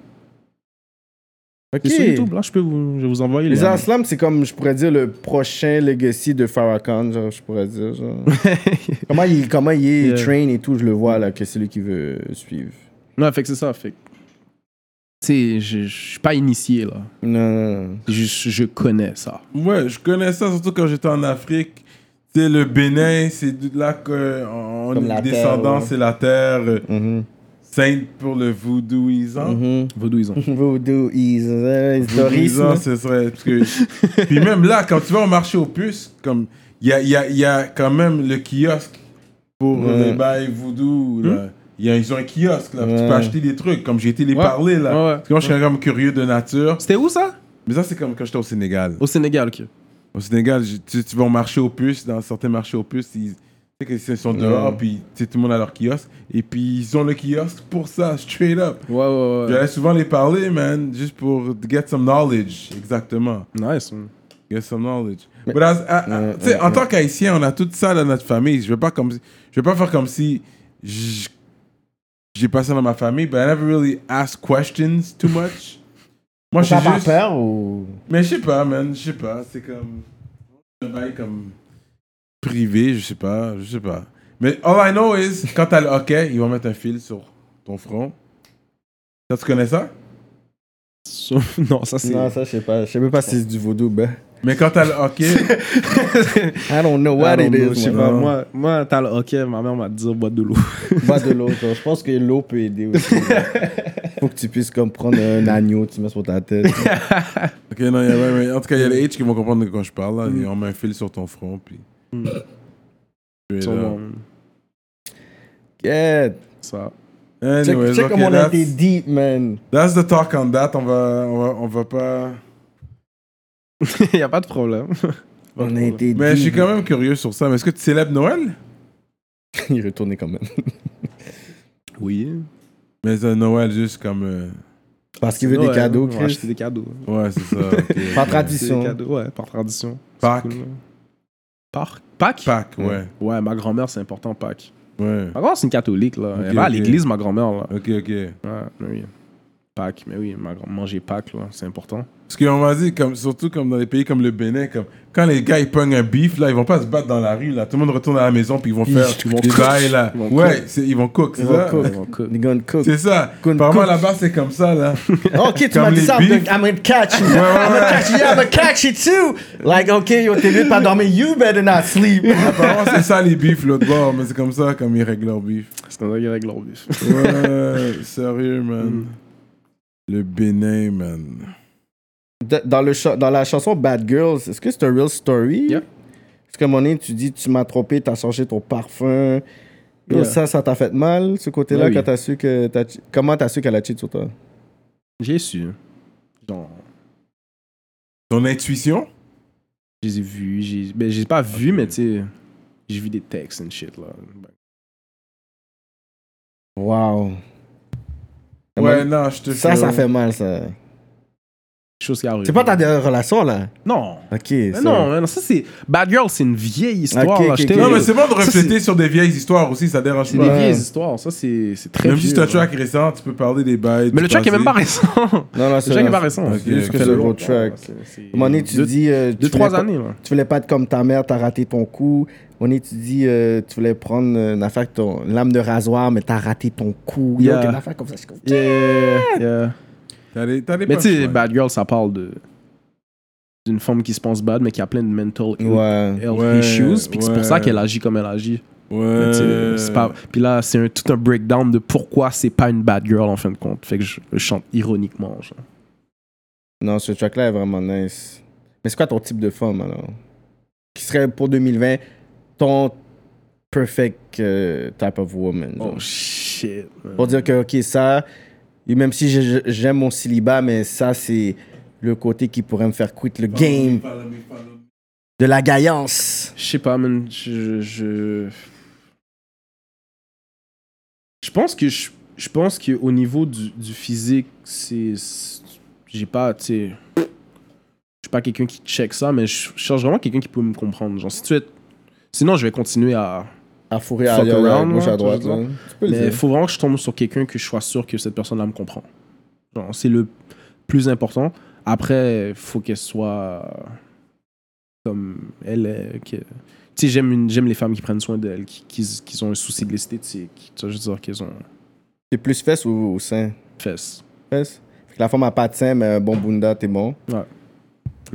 D: Ok.
E: C'est sur YouTube, là, je peux vous, je vais vous envoyer les
D: Les Aslam, c'est comme, je pourrais dire, le prochain legacy de Farrakhan, genre, je pourrais dire. Genre. comment, il, comment il est
E: Yeah.
D: train et tout, je le vois, là, que c'est lui qui veut suivre.
E: Non, fait que c'est ça. Fait que- Tu sais, je je suis pas initié, là.
D: Non, non, non.
E: Je- je connais ça.
C: Ouais, je connais ça, surtout quand j'étais en Afrique. Tu sais, le Bénin, c'est de là qu'on
D: Comme
C: est
D: la terre,
C: descendant,
D: ouais.
C: c'est la terre euh,
D: Mhm.
C: sainte pour le voodooisant.
D: Mhm.
E: Vaudouisant.
D: Voodoo is
E: euh,
D: uh, is tourisme.
C: Tourisme, ce serait. parce que- Puis même là, quand tu vas au marché aux puces, comme il y a, il y a- il y a quand même le kiosque pour euh,
D: Ouais. Hmm?
C: les bails voodoo. là. Il y a- ils ont un kiosque là, tu
D: Ouais.
C: peux acheter des trucs. Comme j'ai été les
E: Ouais.
C: parler là.
E: Ouais, ouais.
C: Parce que moi, je suis comme curieux de nature.
E: C'était où ça
C: Mais ça, c'est comme quand j'étais au Sénégal.
E: Au Sénégal, ok.
C: Au Sénégal, je- tu, tu vas au marché aux puces, dans certains marchés aux puces, ils, tu sais que ils sont dehors,
D: Ouais.
C: puis tu sais, tout le monde a leur kiosque. Et puis ils ont le kiosque pour ça, straight up.
E: Ouais, ouais,
C: J'allais souvent les parler, man, juste pour get some knowledge. Exactement.
E: Nice.
C: Get some knowledge. But as- a- a-
D: Ouais,
C: tu sais,
D: ouais,
C: en
D: ouais.
C: tant qu'haïtien, on a tout ça dans notre famille. Je veux pas comme si- je veux pas faire comme si j- j'ai pas ça dans ma famille, but I never really ask questions too much. Moi, je suis
D: T'as pas
C: juste.
D: peur ou.
C: Mais je sais pas, man, je sais pas. C'est comme un bail comme privé, je sais pas, je sais pas. Mais all I know is quand t'as le hockey, ils vont mettre un fil sur ton front. Ça, tu connais ça?
E: Sauf- Non, ça c'est.
D: Non, ça, je sais pas. Je sais même pas si c'est du vaudou, ben.
C: Mais quand t'as le hockey,
D: I don't know
E: I
D: what
E: don't
D: it
E: know,
D: is.
E: je sais
D: moi.
E: pas. Moi, moi t'as le hockey, ma mère m'a dit bois de l'eau.
D: Bois de l'eau. genre. Je pense que l'eau peut aider aussi. là. Faut que tu puisses comme prendre un agneau, tu mets sur ta tête.
C: Ok, non, y a, ouais, ouais. en tout cas, il y a les
D: Mm.
C: H qui vont comprendre de quoi je parle. Là. Et on met un fil sur ton front, puis.
D: Mm.
C: Tu es
E: Sur
C: là.
E: mon-
D: Yeah.
E: Ça.
D: Check,
C: Anyways,
D: check
C: ok,
D: comme on a
C: that's,
D: été deep, man.
C: that's the talk on that. On va, on va, on va pas.
E: y a pas de problème.
D: On a été deep.
C: Mais je suis quand même curieux sur ça. Mais est-ce que tu célèbres Noël
D: Il retournait quand même.
E: Oui.
C: Mais c'est un Noël juste comme. euh,
D: Parce qu'il veut des
E: Ouais,
D: cadeaux,
E: on va
D: Chris.
E: acheter des cadeaux.
C: Ouais, c'est ça. ok.
D: Par
C: Ouais.
D: tradition.
E: C'est des cadeaux, ouais, par tradition.
C: Pâques.
E: C'est cool, ouais. Pâques. Pâques?
C: Pâques, ouais.
E: Ouais, ma grand-mère, c'est important, Pâques.
C: Ouais.
E: Ma grand-mère, c'est une catholique, là.
C: Ok,
E: Elle va à
C: ok.
E: l'église, ma grand-mère, là.
C: Ok, ok.
E: Ouais, mais oui. Pâques, mais oui, ma grand- manger Pâques, là, c'est important.
C: Parce qu'on m'a dit, comme, surtout comme dans les pays comme le Bénin, comme, quand les gars ils pognent un bif, là, ils vont pas se battre dans la rue, là. Tout le monde retourne à la maison, puis ils vont faire
E: ils vont
C: des
E: cook.
C: bails, là.
E: Ils vont
C: Ouais, c'est- ils vont cook, c'est
D: Ils vont
C: ça
D: cook.
E: On cook.
D: They gonna cook.
C: C'est ça.
D: Gonna
C: Apparemment,
D: cook.
C: là-bas, c'est comme ça, là.
D: Ok, tu
C: Comme
D: m'as dit
C: les
D: ça, I'm
C: beefs.
D: gonna, I'm gonna catch you.
C: ouais,
D: I'm gonna
C: ouais.
D: catch you, I'm gonna catch you too. Like, ok, yo, t'es mieux de pas dormir, you better not sleep.
C: Apparemment, c'est ça, les bifs, l'autre bord, mais c'est comme ça, comme ils règlent leur bif.
E: C'est un gars avec leur bif.
C: Ouais, sérieux,
D: Mm.
C: man. Le Bénin, man.
D: D- dans, le cha- dans la chanson Bad Girls, est-ce que c'est un real story?
E: Yeah.
D: Parce qu'à un moment donné, tu dis, tu m'as trompé, t'as changé ton parfum. Yo,
E: Yeah.
D: Ça, ça t'a fait mal, ce côté-là,
E: Oui,
D: quand
E: oui.
D: t'as su que t'as... che- Comment t'as su qu'elle a cheat sur toi?
E: J'ai su. Genre,
C: Ton intuition
E: je les ai vus. j'ai- Ben, j'ai pas vu, mais tu sais, j'ai vu des textes and shit, là.
D: Wow.
C: Ouais, non, je te
D: Ça, ça fait mal, ça.
E: Chose qui arrive.
D: C'est pas ta dernière relation, là?
E: Non.
D: Ok,
E: Mais
D: ça-
E: non, mais non, ça c'est. Bad Girl, c'est une vieille histoire.
D: Ok,
E: là,
D: ok,
E: j'étais-
D: ok.
C: Non, mais c'est bon de
E: euh, Ça,
C: refléter sur des vieilles histoires aussi, ça dérange
E: C'est
C: pas.
E: des
D: Ouais.
E: vieilles histoires, ça c'est c'est très
C: Même si
E: vieux,
C: c'est un
E: là.
C: track récent, tu peux parler des bails.
E: Mais le
C: du
E: track est même pas
C: passé.
E: récent.
D: Non, non,
E: Le
D: c'est
E: track est
D: vrai.
E: pas récent.
C: Ok,
E: C'est juste
C: ok.
E: que
C: C'est
E: le
D: le road
E: long-
D: track.
E: c'est- c'est-
D: À un moment donné, tu
E: hein. deux,
D: dis... euh, tu
E: deux trois
D: voulais pas-
E: années là.
D: Tu voulais pas être comme ta mère, t'as raté ton coup. On est, tu dis, euh, tu voulais prendre euh, une affaire, que ton lame de rasoir, mais t'as raté ton coup. Yo,
E: Yeah.
D: t'as une affaire comme ça, je suis comme,
E: Yeah, yeah.
C: T'as des- t'as des
E: Mais tu sais, bah,
C: punchlines.
E: Bad Girl, ça parle de d'une femme qui se pense bad mais qui a plein de mental health
D: Ouais.
E: health
C: Ouais,
E: issues. Puis c'est
C: ouais.
E: pour ça qu'elle agit comme elle agit. Mais tu
C: Ouais.
E: sais, c'est pas- Puis là, c'est un- tout un breakdown de pourquoi c'est pas une bad girl en fin de compte. Fait que je le chante ironiquement. genre.
D: Non, ce track-là est vraiment nice. Mais c'est quoi ton type de femme, alors Qui serait pour 2020 ton perfect euh, type of woman genre?
E: Oh shit. man.
D: Pour dire que, ok, ça, et même si je- je- j'aime mon célibat, mais ça, c'est le côté qui pourrait me faire quitter le game de la gaillance.
E: Je sais pas, man. Je. Je, je- je pense que je, je pense que au niveau du, du physique, c'est. c'est- J'ai pas, tu sais. Je suis pas quelqu'un qui check ça, mais je je cherche vraiment quelqu'un qui peut me comprendre. Genre, si tu es. Sinon, je vais continuer à.
D: À fourrer
E: Fuck
D: ailleurs, à
E: around,
D: gauche,
E: là,
D: à droite.
E: tout ça.
D: là. hein, Tu peux le
E: Mais
D: dire.
E: il faut vraiment que je tombe sur quelqu'un que je sois sûr que cette personne-là me comprend. Genre, c'est le plus important. Après, faut qu'elle soit comme elle est. que- Tu sais, j'aime une- j'aime les femmes qui prennent soin d'elles, qui, qui, qui ont un souci de l'esthétique. Tu vois, je veux dire qu'elles ont
D: T'es plus fesses ou, ou sein
E: fesses.
D: Fesses. Fait que la femme a pas de sein, mais un bon bunda, t'es bon.
E: Le
D: Si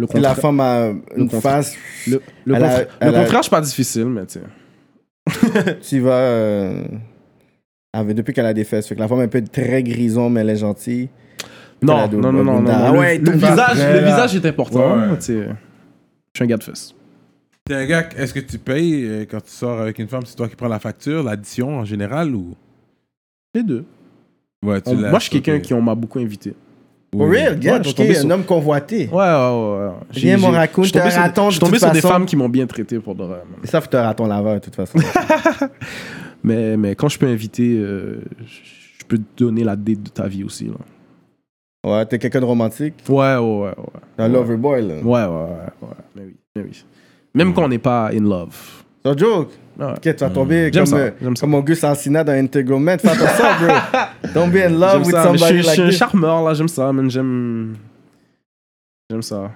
D: la
E: contraire,
D: femme a une
E: contraire.
D: face,
E: le, le
D: elle a-
E: contraire, le
D: elle a-
E: contraire, c'est pas difficile, mais tu sais.
D: tu vas. euh, avec- depuis qu'elle a des fesses. Fait que la femme, elle peut être très grison, mais elle est gentille.
E: Non,
D: Puis elle
E: non,
D: a de-
E: non, non, non.
D: bunda. Ah
E: le-
D: ouais,
E: le,
D: tout
E: visage,
C: parfait,
E: le
C: là.
E: visage est important.
C: Ouais, ouais.
E: tu sais. Je suis un gars de fesses.
C: T'es un gars, est-ce que tu payes euh, quand tu sors avec une femme C'est toi qui prends la facture, l'addition en général ou
E: Les deux.
C: Ouais, tu
E: On-
C: l'as-
E: moi, je suis quelqu'un
C: ok.
E: qui on m'a beaucoup invité.
D: Pour real,
E: Ouais,
D: regarde,
E: je suis
D: t'es
E: tombé
D: un
E: sur-
D: homme convoité.
E: Ouais, ouais, ouais. ouais. J'ai-
D: Viens, mon
E: j'ai-
D: raccoon,
E: je suis tombé
D: t'es un
E: sur des-
D: raton,
E: Je suis tombé
D: de toute
E: sur des
D: façon.
E: femmes qui m'ont bien traité pour de vrai. man.
D: Ça, faut te raton laveur, de toute façon.
E: Mais, mais quand je peux inviter, euh, je je peux te donner la date de ta vie aussi. Là.
D: ouais, t'es quelqu'un de romantique.
E: Ouais, ouais, ouais. Ouais,
D: T'es un lover boy, là.
E: ouais, ouais. ouais, ouais. Mais oui, mais oui. Même quand on n'est pas in love.
D: C'est un joke.
E: Ouais.
D: Ok, tu vas tomber
E: Mm. J'aime
D: comme,
E: ça,
D: euh,
E: j'aime ça.
D: comme Auguste Alsina dans Integral Man. Fais attention, bro. Don't be in love
E: J'aime
D: with
E: ça, mais je suis-
D: somebody
E: je suis un
D: like this.
E: charmeur, là. J'aime ça, man. J'aime. J'aime ça.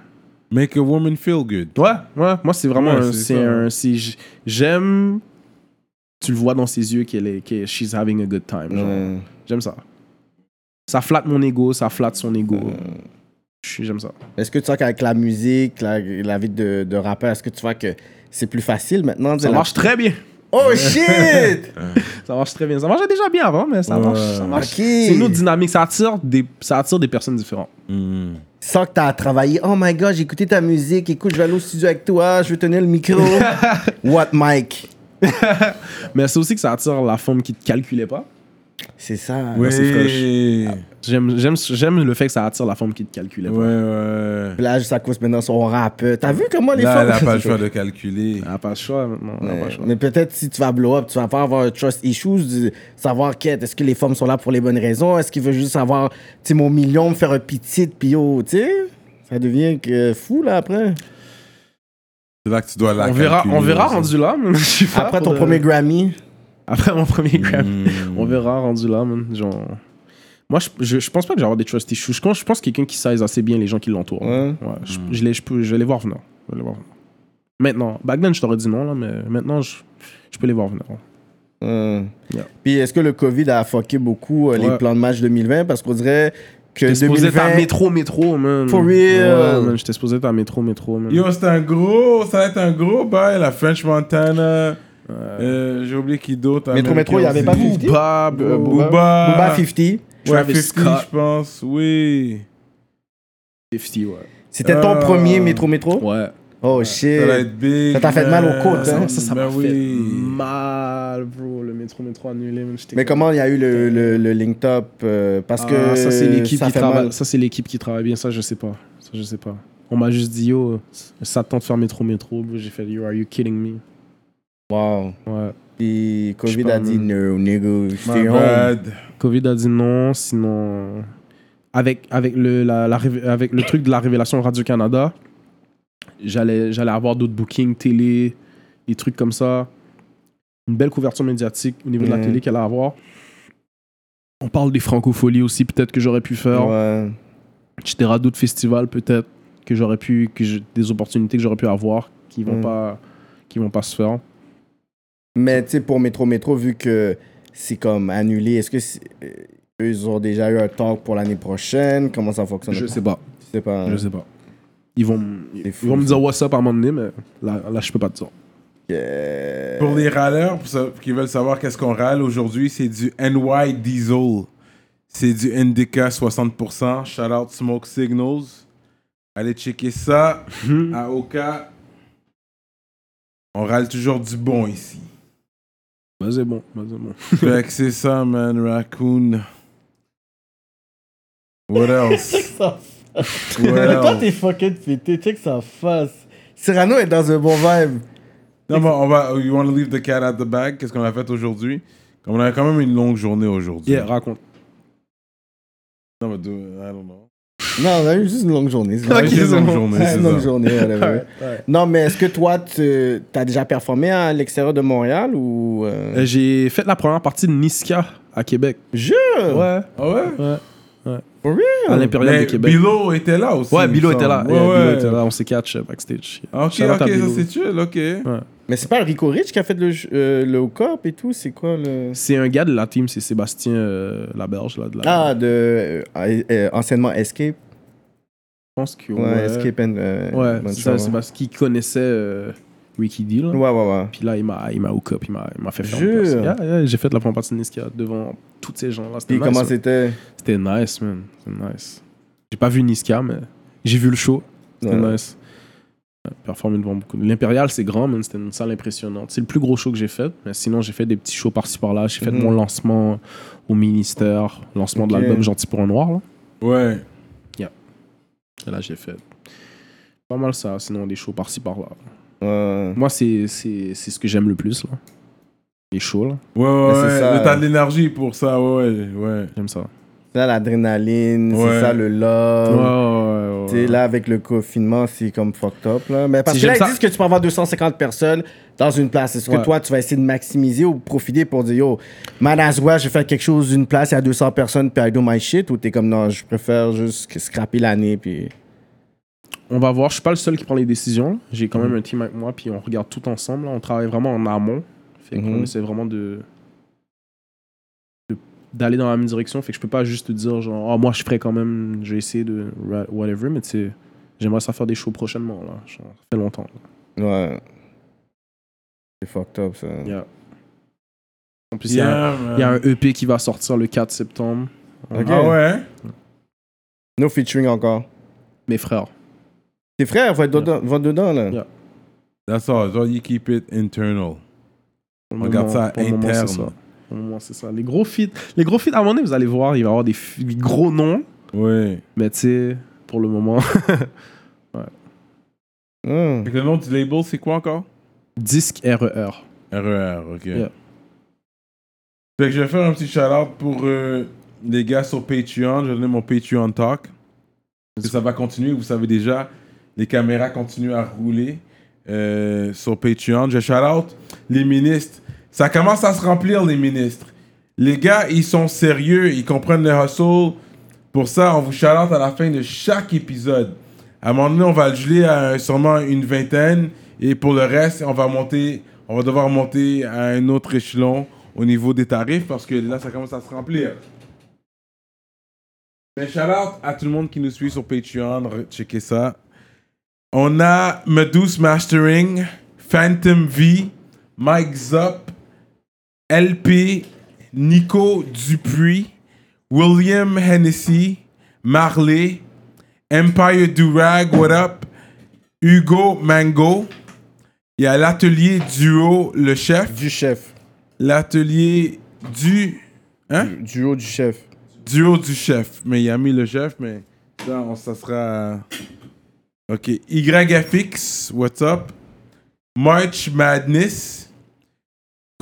C: Make a woman feel good.
E: Ouais, ouais. Moi, c'est vraiment
C: Ouais,
E: un.
C: c'est
E: c'est
C: ça.
E: un- c'est- j- J'aime. Tu le vois dans ses yeux qu'elle est. que she's having a good time. genre.
D: Ouais.
E: J'aime ça. Ça flatte mon ego, ça flatte son ego. Je- J'aime ça.
D: Est-ce que tu sens qu'avec la musique, la, la vie de, de rappeur, est-ce que tu vois que c'est plus facile maintenant? de
E: Ça
D: la-
E: marche très bien.
D: Oh shit!
E: Ça marche très bien. Ça marchait déjà bien avant, mais ça marche. Ça marche.
D: Ok.
E: C'est une autre dynamique. Ça attire, des, ça attire des personnes différentes.
D: Sans que t'as travaillé, oh my god, j'ai écouté ta musique, écoute, je vais aller au studio avec toi, je vais tenir le micro. What, Mike?
E: Mais c'est aussi que ça attire la femme qui ne te calculait pas.
D: C'est ça.
C: Oui.
E: c'est J'aime j'aime- j'aime le fait que ça attire la femme qui te calculait
C: Ouais,
E: pas.
C: ouais.
D: Puis Là, juste à cause maintenant son rap. euh, T'as vu comment les
C: Là,
D: femmes-
C: elle a pas le choix de calculer.
E: On n'a pas le choix maintenant. on n'a
D: Ouais,
E: pas le choix.
D: Mais peut-être si tu vas blow up, tu vas pas avoir un trust issues, de savoir qu'est, est-ce que les femmes sont là pour les bonnes raisons, est-ce qu'ils veulent juste avoir, tu sais, mon million, me faire un petit, puis yo, tu sais, ça devient que fou là après.
C: C'est là que tu dois la
E: On verra,
C: calculer
E: on verra
C: aussi.
E: rendu là. mais je sais
C: Ah,
E: pas,
D: Après
E: pour
D: ton
E: de-
D: premier Hmm. Grammy,
E: Après mon premier Grammy.
C: Hmm.
E: On verra rendu là, man. Genre... Moi, je, je, je pense pas que j'aurai des trust issues. Je, pense- je pense que quelqu'un qui size assez bien les gens qui l'entourent.
D: Ouais.
E: je, je les, je, peux- je vais les voir venir. Je vais les voir venir. Maintenant, back then, je t'aurais dit non, là, mais maintenant, je, je peux les voir venir.
D: Euh.
E: Yeah.
D: Puis est-ce que le COVID a fucké beaucoup euh, les
E: Ouais.
D: plans de match 2020 parce qu'on dirait que
E: J'étais supposé être à
D: 2020
E: métro, métro, man.
D: For real.
E: Ouais, man, J'étais supposé être à métro, métro, man.
C: Yo, c'est un gros, ça va être un gros bail, la French Montana. Euh, J'ai oublié qui d'autre.
D: Métro, métro, il y avait pas
C: Américain aussi.
D: 50
E: Booba,
D: Euh,
E: Booba,
C: Booba.
D: Booba 50.
C: Ouais,
E: Travis
C: 50,
E: Scott.
C: je pense, oui.
E: 50, ouais.
D: C'était ton
C: Euh.
D: premier métro métro
E: Ouais.
D: Oh
C: Ça va
D: shit.
C: être big.
D: Ça t'a fait mal aux côtes,
E: Ça,
D: hein.
E: ça, ça
C: Ben
E: m'a
C: oui.
E: fait mal, bro. Le métro, métro annulé, man. J'étais
D: Mais
E: comme-
D: comment il y a eu le, le, le link top euh, parce
E: Ah,
D: que
E: ça c'est l'équipe
D: ça
E: qui
D: fait
E: travaille.
D: mal.
E: Ça c'est l'équipe qui travaille bien. Ça je sais pas. Ça je sais pas. On m'a juste dit yo, ça te tente de faire métro métro. bro. J'ai fait yo, are you kidding me?
D: Wow.
E: Ouais.
D: Puis
E: Je sais
D: Covid
E: pas,
D: a dit no nigga,
C: My
D: stay home.
C: bad.
E: Covid a dit non. Sinon, avec avec le la, la révé- avec le truc de la révélation Radio Canada, j'allais j'allais avoir d'autres bookings télé, des trucs comme ça. Une belle couverture médiatique au niveau de la
D: Mm.
E: télé qu'elle allait avoir. On parle des francopholies aussi, peut-être que j'aurais pu faire.
D: Ouais.
E: etc. d'autres festivals peut-être que j'aurais pu que j'ai- des opportunités que j'aurais pu avoir qui vont
D: Mm.
E: pas qui vont pas se faire
D: Mais tu sais pour métro métro vu que c'est comme annulé, est-ce que c'est- euh, eux, ils ont déjà eu un talk pour l'année prochaine Comment ça fonctionne
E: je sais pas
D: Je sais pas.
E: je sais pas ils vont m-
D: C'est
E: ils
D: fou,
E: vont me
D: ça.
E: dire what's up à un moment donné mais là, là je peux pas te dire
D: Euh,
C: Pour les râleurs, pour ceux qui veulent savoir qu'est-ce qu'on râle aujourd'hui, c'est du NY Diesel. C'est du NDK 60%. Shout out Smoke Signals. Allez checker ça. À Oka. On râle toujours du bon ici.
E: Bah, c'est bon bah, c'est bon
C: fait que c'est ça, man. Raccoon. What else?
D: ça.
C: What
D: Toi,
C: else?
D: t'es fucking pété, check sa face. Cyrano est dans un bon vibe.
C: Non, mais on va. You want to leave the cat at the bag? Qu'est-ce qu'on a fait aujourd'hui? Comme on a quand même une longue journée aujourd'hui.
E: yeah raconte
C: Non, mais do- I don't know.
D: Non, on a eu juste une longue journée. c'est
E: Ok,
D: vrai.
E: c'est
D: Juste
E: bon.
C: Journée,
D: Ouais,
C: c'est
D: une longue
C: ça.
D: journée, whatever. Non, mais est-ce que toi, tu as déjà performé à l'extérieur de Montréal ou. euh,
E: Euh, j'ai fait la première partie de Niska à Québec
D: Jure
E: ouais
C: Ah ouais?
E: ouais
D: For
E: à l'impérial de
C: Mais
E: Québec
C: Bilo était là aussi.
E: ouais
C: il
E: Bilo
C: me
E: était là
C: semble.
E: Yeah,
C: Ouais,
E: Bilo
C: ouais.
E: était là on s'est catch euh, backstage
C: Ok,
E: Shout out à
C: ok, ça
E: Bilo.
C: c'est chill, ok.
D: Mais c'est pas Rico Rich qui a fait le, euh, le cop et tout, c'est quoi le.
E: c'est un gars de la team c'est Sébastien euh, Laberge là de la
D: Ah, de. euh, euh, anciennement Escape.
E: je pense que
D: Ouais,
E: ouais.
D: Escape and.
E: Ouais,
D: euh,
E: c'est
D: Montreal,
E: ça, c'est parce qu'il connaissait euh, Ricky D. là.
D: ouais, ouais, ouais.
E: Puis là, il m'a, il m'a hook up, il m'a, il m'a fait faire
D: Jure.
E: une place. Yeah, yeah, j'ai fait la première partie de Niska devant tous ces gens-là. C'était
D: Puis
E: nice.
D: comment
E: man.
D: c'était
E: C'était nice, man. C'était nice. J'ai pas vu Niska, mais j'ai vu le show. C'était
D: Ouais.
E: nice. Ouais, Performer devant beaucoup. de- L'Impérial, c'est grand, man. C'était une salle impressionnante. C'est le plus gros show que j'ai fait. Mais sinon, j'ai fait des petits shows par-ci par-là. J'ai fait
D: Mhm.
E: mon lancement au ministère, lancement de
D: Ok.
E: l'album Gentil pour un Noir. Là.
C: Ouais.
E: Et là, j'ai fait pas mal ça. Sinon, des shows par-ci par-là.
D: Ouais.
E: Moi, c'est, c'est, c'est ce que j'aime le plus, là. Les shows, là.
C: Ouais, ouais,
D: Mais c'est
C: ouais.
D: ça.
C: Mais t'as de l'énergie pour ça, ouais, ouais, ouais.
E: J'aime ça.
D: C'est ça l'adrénaline,
C: Ouais.
D: c'est ça le
E: Euh,
D: love.
E: ouais,
D: Tu sais, là, avec le confinement, c'est comme fucked up. Là. Mais parce
E: Si
D: que là,
E: j'aime
D: ils
E: ça-
D: disent que tu peux avoir 250 personnes dans une place. Est-ce que
E: Ouais.
D: toi, tu vas essayer de maximiser ou profiter pour dire, yo, man as well, je vais faire quelque chose d'une place, il y a 200 personnes, puis I do my shit, ou t'es comme, non, je préfère juste scraper l'année, puis.
E: On va voir. Je suis pas le seul qui prend les décisions. J'ai quand même un team avec moi, puis on regarde tout ensemble. là. On travaille vraiment en amont. Fait qu'on
D: Mhm.
E: essaie vraiment de... de d'aller dans la même direction. Fait que je peux pas juste te dire, genre, Ah, moi, je ferais quand même, j'ai essayé de ra- whatever, mais tu sais, j'aimerais ça faire des shows prochainement, là. Genre, ça fait longtemps. là.
D: Ouais. C'est fucked up, ça.
E: Yeah. En plus, il y a un-
C: Yeah,
E: il y, a
C: man.
E: un EP qui va sortir le 4 septembre.
D: Ok.
C: Ah ouais? hein?
D: No featuring encore.
E: Mes frères.
D: Tes frères vont être dedans, vont être dedans là.
E: Yeah.
C: That's all. So you keep it internal.
E: Pour
C: On
E: le
C: garde
E: moment-
C: ça
E: pour le moment, c'est
C: interne.
E: ça. Pour le moment, c'est ça. Les gros feats, les gros feats, à un moment donné, vous allez voir, il va y avoir des, f- des gros noms,
C: Oui.
E: mais tu sais, pour le moment,
D: Hmm.
C: Fait que le nom du label, c'est quoi encore?
E: disque E RER.
C: RER, E ok.
E: Yeah.
C: Fait que je vais faire un petit shout-out pour euh, les gars sur Patreon. Je vais donner mon Patreon Talk. Parce que ça va continuer. Vous savez déjà, les caméras continuent à rouler euh, sur Patreon. Je shout-out les ministres. Ça commence à se remplir, les ministres. Les gars, ils sont sérieux. Ils comprennent le hustle. Pour ça, on vous shout-out à la fin de chaque épisode. À un moment donné, on va le geler à euh, sûrement une vingtaine. Et pour le reste, on va monter, on va devoir monter à un autre échelon au niveau des tarifs parce que là, ça commence à se remplir. Mais shout out à tout le monde qui nous suit sur Patreon. Re- Checkez ça. On a Medus Mastering, Phantom V, Mike Zop, LP, Nico Dupuis, William Hennessy, Marley, Empire Durag, what up? Hugo Mango. Il y a l'atelier duo Le Chef.
D: Du chef.
C: L'atelier du. Hein?
D: Du- Duo du chef.
C: Duo du chef. Mais il a mis le chef, mais. Ça, on- ça sera. Ok. YFX, what's up? March Madness.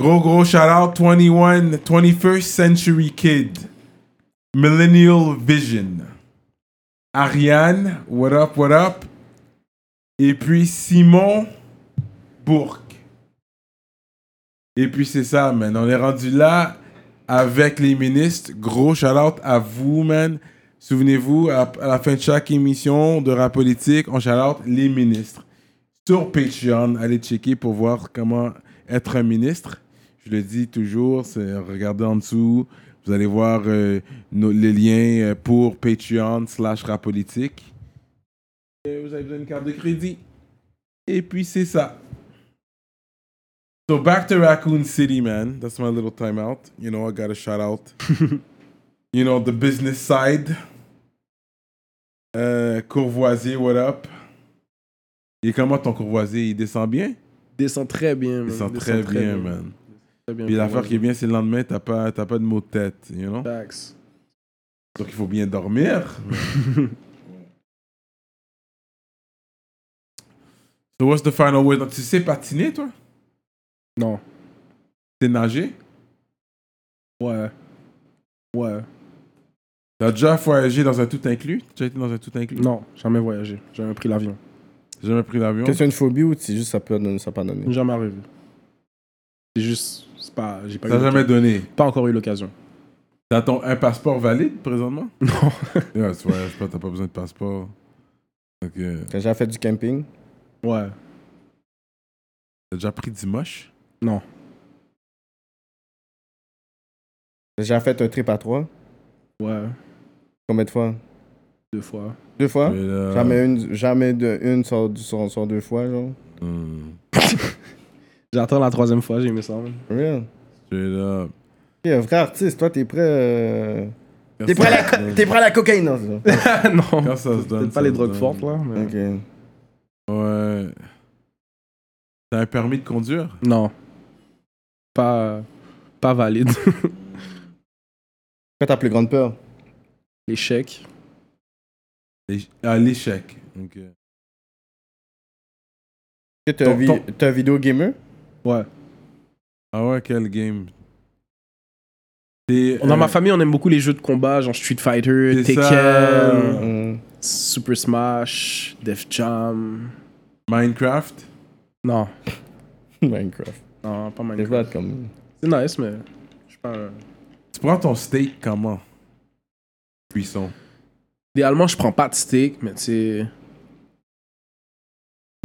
C: Gros gros shout out 21, 21st Century Kid. Millennial Vision. Ariane, what up, what up? Et puis Simon Bourque. Et puis c'est ça, man. On est rendu là avec les ministres. Gros shout-out à vous, man. Souvenez-vous, à, à la fin de chaque émission de Rap Politique, on shout-out les ministres. Sur Patreon, allez checker pour voir comment être un ministre. Je le dis toujours, c'est regardez en dessous. Vous allez voir euh, nos- les liens euh, pour Patreon slash Rap Politique. Et vous avez besoin d'une carte de crédit. Et puis c'est ça. So back to Raccoon City, man. That's my little timeout. You know, I got a shout out. you know, the business side. Euh, courvoisier, what up? Et comment ton courvoisier, il descend bien?
E: Descend très bien, man.
C: Il descend très, bien, man.
E: Très bien
C: Puis
E: pour
C: l'affaire
E: moi,
C: qui est bien, c'est le lendemain, t'as pas, t'as pas de maux de tête, you know?
E: Facts.
C: Donc il faut bien dormir. so what's the final word? Donc, tu sais patiner, toi?
E: Non.
C: T'es nager?
E: Ouais. Ouais.
C: T'as déjà voyagé dans un tout inclus? T'as déjà été dans un tout inclus?
E: Non, jamais voyagé. Jamais pris l'avion.
C: J'ai jamais pris l'avion.
D: Que c'est une phobie ou c'est juste ça peut donner, ça pas donné.
E: Jamais arrivé. C'est juste, c'est pas, j'ai pas, eu
C: T'as
E: l'occasion.
C: jamais donné.
E: pas encore eu l'occasion.
C: T'as ton un passeport valide présentement?
E: Non.
C: Yeah, tu voyages pas, t'as pas besoin de passeport. Ok.
D: T'as déjà fait du camping?
E: Ouais.
C: T'as déjà pris Dimanche?
E: Non.
D: T'as déjà fait un trip à trois?
E: Ouais.
D: Combien de fois?
E: Deux fois.
D: Deux fois?
C: Mais là-
D: Hein? Jamais une, jamais de, une sur, sur- sur deux fois, genre.
C: Hmm.
E: J'attends la troisième fois, j'ai aimé ça. man.
D: For Real.
C: Straight up.
D: T'es un vrai artiste, toi, t'es prêt. euh, T'es prêt, à la co- t'es prêt à la cocaïne, non? c'est ça?
E: non.
C: Quand ça se
E: Peut-être
C: donne,
E: pas
C: ça
E: les
C: se
E: drogues
C: donne.
E: fortes, là. mais-
D: Ok.
C: Ouais. T'as un permis de conduire?
E: Non. Pas, pas valide.
D: Quoi ta plus grande peur?
E: L'échec.
C: L'éch- Ah, l'échec. Ok.
D: Est-ce que T'es un,
E: Ton-
D: vi-
E: ton-
D: t'es un vidéo gamer?
E: Ouais.
C: Ah ouais, quel game. T'es,
E: Dans
C: euh,
E: ma famille, on aime beaucoup les jeux de combat, genre Street Fighter,
C: C'est
E: Tekken,
C: ça.
D: Hum.
E: Super Smash, Def Jam.
C: Minecraft?
E: Non,
D: Minecraft.
E: non, pas
D: C'est
E: Minecraft.
D: vrai, comme.
E: C'est nice, mais je suis pas. un-
C: Tu prends ton steak comment? Cuisson.
E: Idéalement, je prends pas de steak, mais tu sais.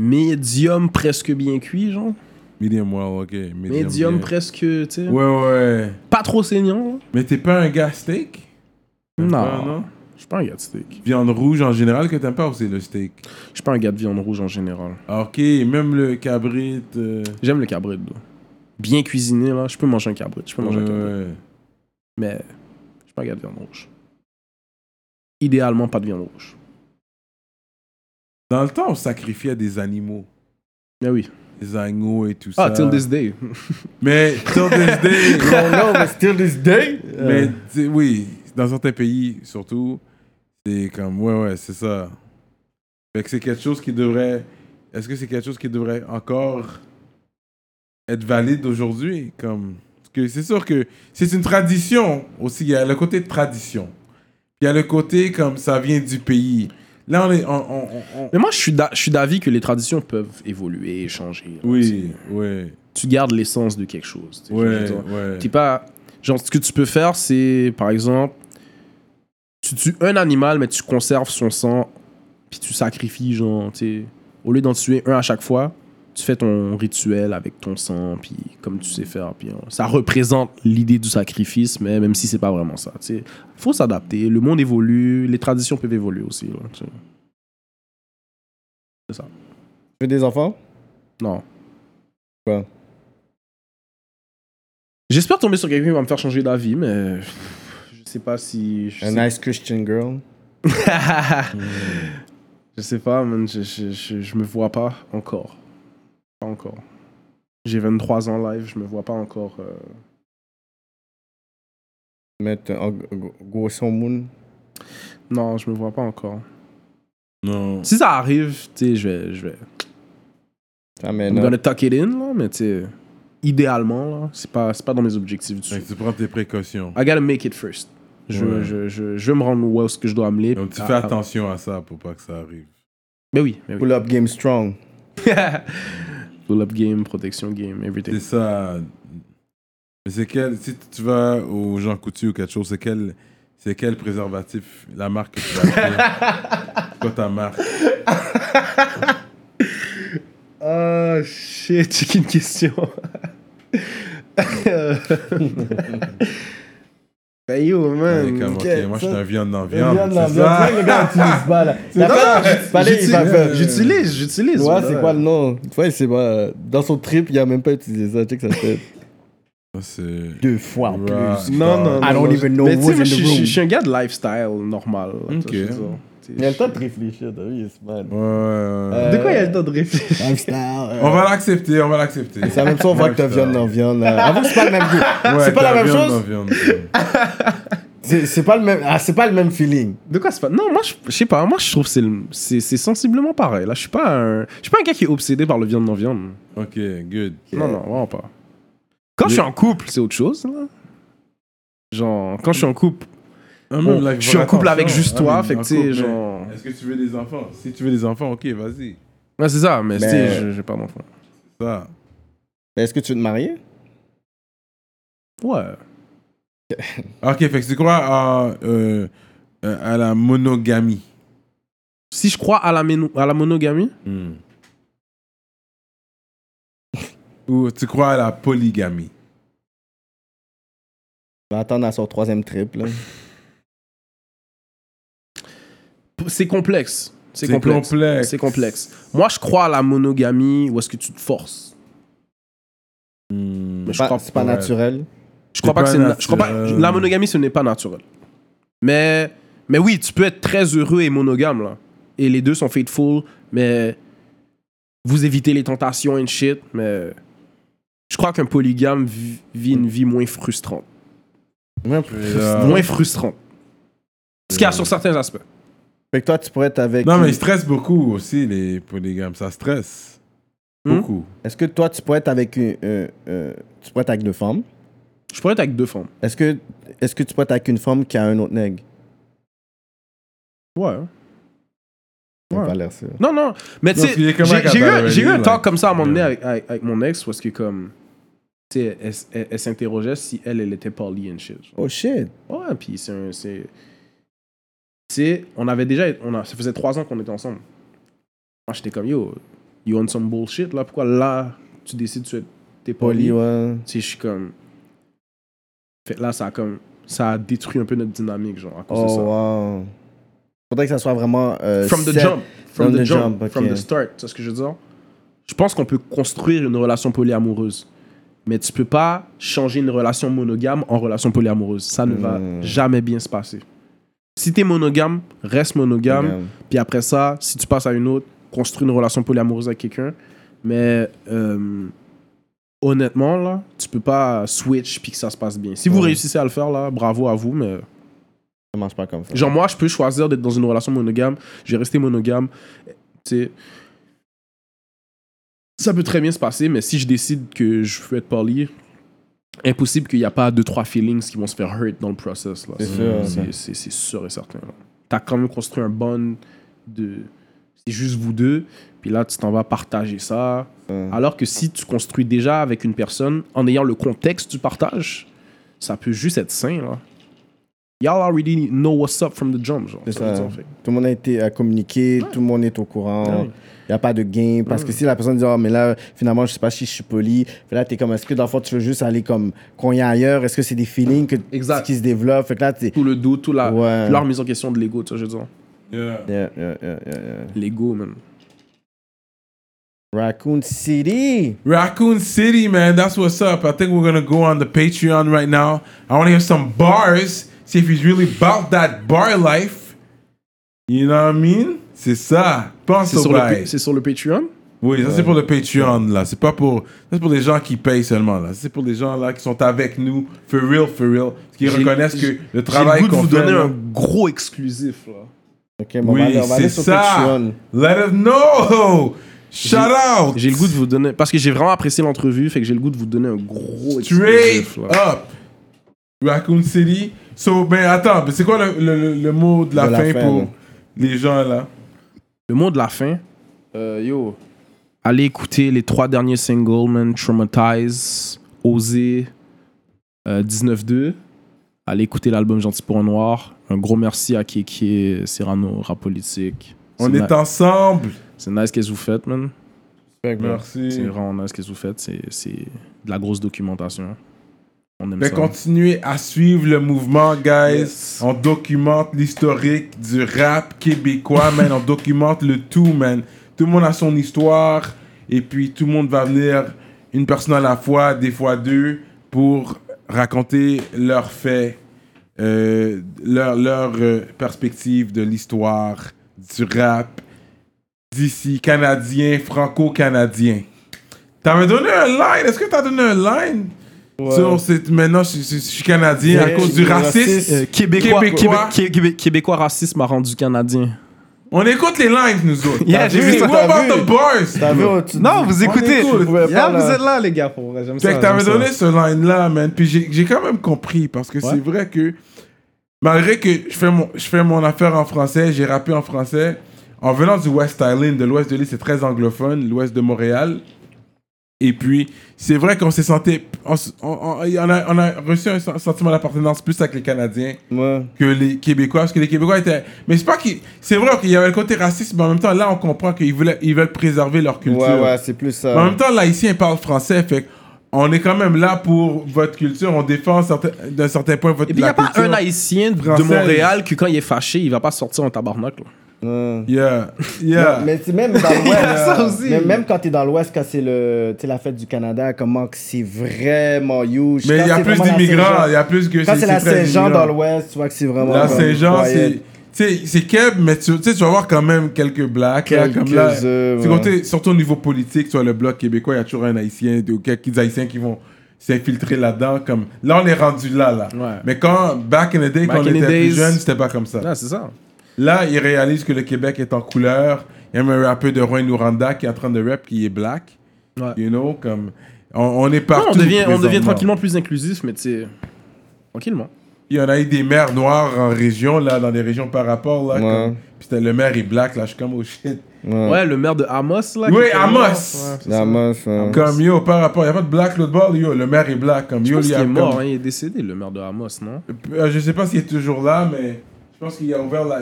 E: Médium presque bien cuit, genre.
C: Medium well, ok. Medium,
E: Médium
C: bien.
E: presque, tu sais.
C: Ouais, ouais.
E: Pas trop saignant. là.
C: Mais t'es pas un gars steak
E: Non.
C: pas, non?
E: Je suis pas un gars de steak.
C: Viande rouge en général que t'aimes pas ou c'est le steak
E: Je suis pas un gars de viande rouge en général.
C: Ah, Ok, même le cabrit. euh,
E: J'aime le cabrit, là. Bien cuisiné, là. Je peux manger un cabrit. Je peux manger un
C: ouais,
E: cabrit.
C: ouais.
E: Mais je suis pas un gars de viande rouge. Idéalement, pas de viande rouge.
C: Dans le temps, on sacrifiait des animaux.
E: Mais oui.
C: Des agneaux et tout
E: Ah,
C: ça.
E: till this day.
C: Mais till this day.
D: Non, non, Oh mais still this day.
E: Euh.
C: mais tu sais, oui, dans certains pays surtout, c'est comme ouais ouais c'est ça. Fait que c'est quelque chose qui devrait. Est-ce que c'est quelque chose qui devrait encore être valide aujourd'hui Comme parce que c'est sûr que c'est une tradition aussi. Il y a le côté de tradition. Il y a le côté comme ça vient du pays. Là on est on, on- on- on-
E: Mais moi, je suis d'a- je suis d'avis que les traditions peuvent évoluer, changer. là,
C: oui ouais
E: tu gardes l'essence de quelque chose. tu sais, je veux
C: ouais
E: dire.
C: ouais.
E: T'es pas. Genre, ce que tu peux faire, c'est, par exemple, tu tues un animal, mais tu conserves son sang, puis tu sacrifies, genre, tu sais. Au lieu d'en tuer un à chaque fois, tu fais ton rituel avec ton sang, puis comme tu sais faire, puis hein, ça représente l'idée du sacrifice, mais même si c'est pas vraiment ça, tu sais. Faut s'adapter, le monde évolue, les traditions peuvent évoluer aussi, là, tu sais. C'est ça.
D: Tu veux des enfants
E: Non.
D: Quoi?
E: J'espère tomber sur quelqu'un qui va me faire changer d'avis, mais je sais pas si. Je,
D: A
E: sais...
D: nice Christian girl.
E: je sais pas, man, je, je, je, je me vois pas encore. Pas encore. J'ai 23 ans live, je me vois pas encore. euh,
D: Mettre un g- g- Gosson Moon.
E: Non, je me vois pas encore.
C: Non.
E: Si ça arrive, tu sais, je vais. Je vais...
D: Ça
E: I'm
D: m'énerve.
E: gonna tuck it in, là, mais tu sais, idéalement, là, c'est pas, c'est pas dans mes objectifs du
C: Fait
E: tout.
C: que tu prends tes précautions.
E: I gotta make it first. Je,
C: Ouais.
E: je, je, je vais me rendre où est-ce que je dois amener.
C: Donc tu
E: Ah,
C: fais
E: ah,
C: attention à ça pour pas que ça arrive.
E: Mais oui, mais oui.
D: Pull up game strong.
E: Pull-up game, protection game, everything.
C: C'est ça. Mais c'est quel. Si t- tu vas au Jean Coutu ou quelque chose, c'est quel. C'est quel préservatif La marque que tu vas acheter C'est quoi ta marque
D: Ah,
E: Oh shit, j'ai qu'une question. Ben yo,
C: Ouais, comme, ok,
D: ok,
C: Moi, je
D: ça-
C: suis un viande dans
D: Viens
C: viande.
D: dans
C: C'est ça
D: l'ambiance. Le gars, Ah, tu dis pas là.
C: Non,
D: T'as pas tu parlais, il va faire.
E: J'utilise, j'utilise.
D: Tu vois,
E: voilà.
D: c'est quoi le nom Tu vois, c'est pas. Dans son trip, il a même pas utilisé ça. Tu sais que ça fait
C: Ça, c'est.
D: deux fois en
C: Right.
D: plus.
E: Non, non, non.
D: I don't
E: non,
D: even
E: je-
D: know
E: mais tu sais,
D: who's
E: moi, je
D: in the
E: suis- je
D: room.
E: suis un gars de lifestyle normal. là,
C: Ok.
E: je veux dire. Tu sais,
D: Il a le temps de réfléchir, t'as vu, c'est mal.
C: Ouais, ouais, ouais.
D: Euh,
E: De quoi il y a le temps de réfléchir
D: Lifestyle.
C: On
D: euh,
C: va l'accepter, on va l'accepter.
D: C'est la même chose, on voit que t'as viande dans viande. là. Avoue, c'est pas le même goût.
C: Ouais,
D: Ah, c'est pas
C: t'as
D: la même
C: viande
D: chose? Ah.
C: dans viande, ouais.
D: C'est c'est pas le même. Ah, c'est pas le même feeling.
E: De quoi c'est pas Non, moi je je sais pas, moi je trouve que c'est le- c'est c'est sensiblement pareil. Là, je suis pas un je suis pas un gars qui est obsédé par le viande non viande.
C: Ok, good.
E: Non non, vraiment pas. Quand je suis en couple, c'est autre chose. là. Genre quand je suis en couple,
C: Ah,
E: bon,
C: même là, il faut
E: je suis en
C: faire
E: couple avec
C: attention.
E: juste
C: Ah,
E: toi,
C: mais
E: fait que
C: en
E: tu sais
C: couple,
E: genre
C: mais Est-ce que tu veux des enfants Si tu veux des enfants, ok, vas-y.
E: Ouais, c'est ça, mais, tu
D: Mais-
E: sais je- j'ai pas d'enfant.
C: Ça.
D: Mais Ben, Est-ce que tu veux te marier
E: Ouais.
C: Ah, Ok, fait que tu crois à, euh, euh, à la monogamie.
E: Si je crois à la méno- à la monogamie,
C: Ou tu crois à la polygamie.
D: On va attendre à son troisième trip.
C: Ben,
D: là.
E: p- c'est complexe. C'est
C: C'est
E: complexe.
C: complexe.
E: C'est complexe. Moi, je crois à la monogamie où est-ce que tu te forces.
C: Hmm.
E: Mais je
D: Pas-
E: crois
D: C'est pas
C: ouais.
D: naturel.
E: Je crois
C: C'est
E: pas, que
C: pas euh,
E: c'est. na- Je crois pas.
C: naturel.
E: La monogamie, ce n'est pas naturel. Mais, mais oui, tu peux être très heureux et monogame là. Et les deux sont faithful, mais vous évitez les tentations and shit. Mais je crois qu'un polygame vi- vit une vie moins frustrante.
D: Ouais,
C: Euh,
E: Moins frustrante. Ce qu'il y a sur certains aspects.
D: Fait que toi, tu pourrais être avec.
C: Non, mais
D: une-
C: ils stressent beaucoup aussi, les polygames. Ça stresse.
E: Hmm?
C: Beaucoup.
D: Est-ce que toi, tu pourrais être avec une. euh, euh, tu pourrais être avec deux femmes
E: Je pourrais être avec deux femmes.
D: Est-ce que, est que tu pourrais être avec une femme qui a un autre nègre
E: Ouais.
D: T'as
E: Ouais.
D: pas l'air sûr.
E: Non, non. Mais tu
C: hein. Non,
E: sais,
C: il est comme un
E: j'ai- j'ai eu, un-
C: cadavre,
E: j'ai eu un
C: là.
E: talk comme ça à un moment donné avec, avec- avec mon ex parce que, comme. Tu sais, elle, elle- elle s'interrogeait si elle, elle était poly and shit. genre.
D: Oh shit.
E: Ouais, puis c'est un. C'est. c'est- on avait déjà. On a, ça faisait trois ans qu'on était ensemble. Moi, j'étais comme, yo, you on some bullshit, là, pourquoi là, tu décides tu es- t'es poli.
D: Poli, ouais.
E: Tu sais, je suis comme. Fait que là, ça a comme. Ça a détruit un peu notre dynamique, genre, à cause de
D: Oh,
E: ça.
D: wow. Faudrait que ça soit vraiment. euh,
E: From the
D: set.
E: jump. From the jump.
D: ok.
E: From the start. Tu vois ce que je veux dire? Je pense qu'on peut construire une relation polyamoureuse. Mais tu peux pas changer une relation monogame en relation polyamoureuse. Ça ne va
D: Mm.
E: jamais bien se passer. Si t'es monogame, reste monogame.
D: Monogame.
E: Puis après ça, si tu passes à une autre, construis une relation polyamoureuse avec quelqu'un. Mais euh, honnêtement, là, tu peux pas switch puis que ça se passe bien. Si vous
D: Ouais.
E: réussissez à le faire, là, bravo à vous, mais
D: Ça marche pas comme ça.
E: Genre, moi, je peux choisir d'être dans une relation monogame. Je vais rester monogame. Tu sais. Ça peut très bien se passer, mais si je décide que je veux être poly, impossible qu'il n'y a pas deux, trois feelings qui vont se faire hurt dans le process. là.
D: C'est sûr.
E: C'est- C'est c'est sûr et certain. là. T'as quand même construit un bond de. C'est juste vous deux. Puis là, tu t'en vas partager ça.
D: Ouais.
E: Alors que si tu construis déjà avec une personne en ayant le contexte du partage, ça peut juste être sain. Là. Y'all already know what's up from the jump. Genre,
D: C'est
E: Ça veut
D: ça.
E: dire, fait.
D: Tout le monde a été euh, communiqué, tout le monde est au
C: Ah
D: courant.
E: Ouais.
D: Il n'y a pas de gain. Parce que si la personne dit, oh, mais là, finalement, je sais pas si je suis poli. Fait là, tu es comme, est-ce que dans le fond, tu veux juste aller comme qu'on y a ailleurs Est-ce que c'est des feelings que,
E: Exact.
D: qui se développent Fait que là, tu
E: Tout le doute, tout la,
D: Ouais.
E: toute la remise en question de l'ego. Tu vois, je veux dire.
C: Yeah.
D: Yeah, yeah, yeah, yeah, yeah.
E: L'ego, man.
D: Raccoon City
C: Raccoon City, man. That's what's up. I think we're gonna go on the Patreon right now. I want to hear some bars. See if he's really about that bar life. You know what I mean? C'est ça. Pense
E: C'est
C: au
E: sur, le, pa-
C: bail.
E: c'est sur le Patreon
C: Oui, ça c'est pour le Patreon là. C'est pas pour, ça, c'est pour les gens qui payent seulement là. C'est pour les gens là qui sont avec nous, for real, for real, parce qu'ils
E: J'ai-
C: reconnaissent que
E: j'ai-
C: le
E: J'ai
C: travail
E: le goût
C: qu'on
E: de vous
C: fait.
E: donner
C: là-
E: un gros exclusif. Là.
D: Ok, bon,
C: Oui,
D: on va aller- on va aller
C: c'est
D: sur
C: ça.
D: Patreon.
C: Let us know. Shout out.
E: J'ai le goût de vous donner. Parce que j'ai vraiment apprécié l'entrevue, fait que j'ai le goût de vous donner un gros
C: Straight
E: exclusif. là.
C: up. Raccoon City. So, ben attends, mais c'est quoi le, le- le- le mot de la,
D: De la
C: fin,
D: fin,
C: pour
D: là.
C: les gens là
E: Le mot de la fin, euh, yo, allez écouter les trois derniers singles, man, Traumatize, Oser, 19-2. Allez écouter l'album Gentil pour un Noir. Un gros merci à Kéké, Cyrano, Rap Politique.
C: On
E: C'est
C: est
E: ni-
C: ensemble.
E: C'est nice qu'est-ce que vous faites, man. C'est
C: Merci. Ben,
E: vraiment nice qu'est-ce que vous faites. C'est c'est de la grosse documentation. On aime
C: Mais
E: ça.
C: continuez à suivre le mouvement, guys.
E: Yes.
C: On documente l'historique du rap québécois, man. On documente le tout, man. Tout le monde a son histoire. Et puis, tout le monde va venir, une personne à la fois, des fois deux, pour raconter leurs faits, euh, leur, leur euh, perspective de l'histoire du rap d'ici, canadien, franco-canadien. T'avais donné un line. Est-ce que t'as donné un line? Sur cette- maintenant, je, je- je suis canadien à
D: Ouais,
C: cause du
D: du
C: racisme.
D: racisme.
E: Euh, Québécois,
C: Québécois.
E: Québé- Québé- Québé- Québécois racisme a rendu Canadien.
C: On écoute les lives, nous autres.
E: Yeah, j'ai vu
C: Hey,
E: ça.
C: What
D: T'as
C: about
D: vu?
C: the bars?
D: T'as vu au-dessus de-
E: Non, vous écoutez.
C: écoute.
E: Là,
D: Ouais, parle,
E: vous
D: là.
E: êtes là, les gars, pour vrai. J'aime ça.
C: Fait que t'avais
E: j'aime ça.
C: donné ce line-là, man. Puis j'ai j'ai quand même compris, parce que c'est vrai que malgré que je fais, mon, je fais mon affaire en français, j'ai rappé en français, en venant du West Island, de l'ouest de l'île, c'est très anglophone, l'ouest de Montréal. Et puis, c'est vrai qu'on s'est senti. On, s- on- on- on a, on a reçu un sen- sentiment d'appartenance plus avec les Canadiens
D: Ouais.
C: que les Québécois, parce que les Québécois étaient. Mais c'est pas qu'ils. C'est vrai qu'il y avait le côté raciste, mais en même temps, là, on comprend qu'ils voulaient, ils veulent préserver leur culture.
D: Ouais, ouais, c'est plus ça.
C: Mais en même temps, l'haïtien parle français, fait on est quand même là pour votre culture, on défend certains- d'un certain point votre
E: Et puis, il n'y
C: la
E: a pas
C: culture.
E: un Haïtien de
C: française.
E: Montréal que quand il est fâché, il va pas sortir en tabarnak. là.
D: Ouais.
C: Yeah, yeah.
D: Mais c'est même dans
E: y a
D: l'Ouest.
E: ça aussi.
D: Mais même quand t'es dans l'Ouest, quand c'est le, tu sais, la fête du Canada, comment que c'est vraiment huge.
C: Mais
D: Quand
C: il y a
D: c'est
C: plus
D: vraiment la
C: d'immigrants,
D: Saint-Jean-
C: il y a plus que
D: Quand c'est la
C: très
D: Saint-Jean
C: immigrant.
D: dans l'Ouest, tu vois que c'est vraiment.
C: La
D: comme
C: Saint-Jean,
D: quiet.
C: c'est. Tu sais, c'est Keb, mais tu tu sais, tu vas voir quand même quelques blacks. là,
D: Quelques,
C: comme là,
D: euh,
C: c'est
D: ouais.
C: côté- surtout au niveau politique, tu vois, le bloc québécois, il y a toujours un haïtien de- ou quelques haïtiens qui vont s'infiltrer là-dedans. Comme... Là, on est rendu là, là.
E: Ouais.
C: Mais quand, back in the day,
E: Back
C: quand on
E: in the
C: était plus
E: days.
C: jeune, c'était pas comme ça.
E: Ah, c'est ça.
C: Là, ils réalisent que le Québec est en couleur. Il y a même un rappeur de Rouen Nouranda qui est en train de rap, qui est black.
E: Ouais.
C: You know, comme. On, on est
E: Non,
C: partout.
E: on, devient, on devient
C: présentement.
E: tranquillement plus inclusif, mais tu sais. Tranquillement.
C: Il y en a eu des maires noirs en région, là, dans des régions par rapport, là.
D: Ouais.
C: comme- Puis c'était le maire est black, là, je suis comme au shit.
D: Ouais.
E: Ouais, le maire de Amos, là.
C: Oui,
E: Ah, qui était
C: Amos.
E: mort, ouais, c'est ça.
D: La masse, hein.
C: Comme yo, par rapport, il n'y a pas de black l'autre bord, yo, le maire est black. Comme
E: Je
C: yo,
E: pense
C: il y
E: qu'il
C: a
E: est mort,
C: comme-
E: hein, il est décédé, le maire de Amos, non
C: Euh, Je sais pas s'il est toujours là, mais je pense qu'il a ouvert la,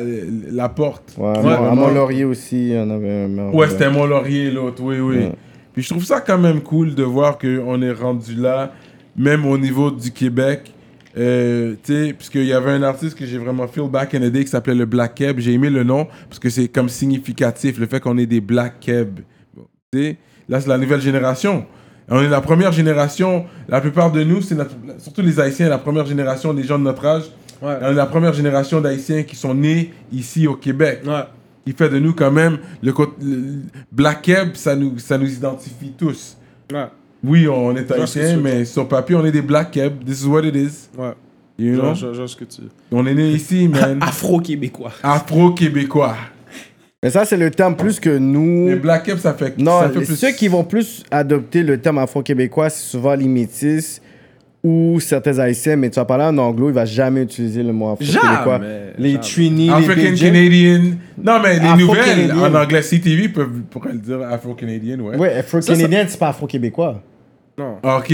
C: la porte.
D: Ouais, à
E: vraiment.
D: Mont- à Mont-Laurier aussi, il y en avait un. mais-
C: Ouais, c'était Mont-Laurier, l'autre, oui, oui.
D: euh, Ouais.
C: Puis je trouve ça quand même cool de voir qu'on est rendu là, même au niveau du Québec. Euh, tu sais, puisqu'il y avait un artiste que j'ai vraiment feel back in the day qui s'appelait le Black Keb. J'ai aimé le nom parce que c'est comme significatif le fait qu'on est des Black Keb. Bon, tu sais, là, c'est la nouvelle génération. On est la première génération. La plupart de nous, c'est notre- surtout les Haïtiens, la première génération des gens de notre âge.
E: Ouais.
C: On est la première génération d'Haïtiens qui sont nés ici au Québec. Il fait de nous quand même le, co- le- Black Keb, ça nous, ça nous identifie tous.
E: Ouais.
C: Oui, on est
E: vois ce que tu
C: haïtien,
E: veux
C: mais sur papier, on est des black cab. This is what it is.
E: Ouais.
C: You know?
E: ce que tu.
C: On est né ici, man.
E: Afro-québécois.
C: Afro-québécois.
D: Mais ça, c'est le terme plus que nous.
C: Les black cab, ça fait,
D: Non,
C: ça fait plus.
D: ceux qui vont plus adopter le terme afro-québécois, c'est souvent les métis ou certains haïtiens, mais tu vas parler en anglo, il va jamais utiliser le mot afro-québécois.
E: Jamais,
D: Les
E: jamais.
D: Trini, les
C: African
D: Beijing.
C: Canadian. Non, mais les
D: Afro-Canadien.
C: nouvelles en anglais CTV peuvent, pourraient le dire Afro-Canadian, ouais.
D: Ouais, afro-canadien, c'est pas afro-québécois.
C: Ok.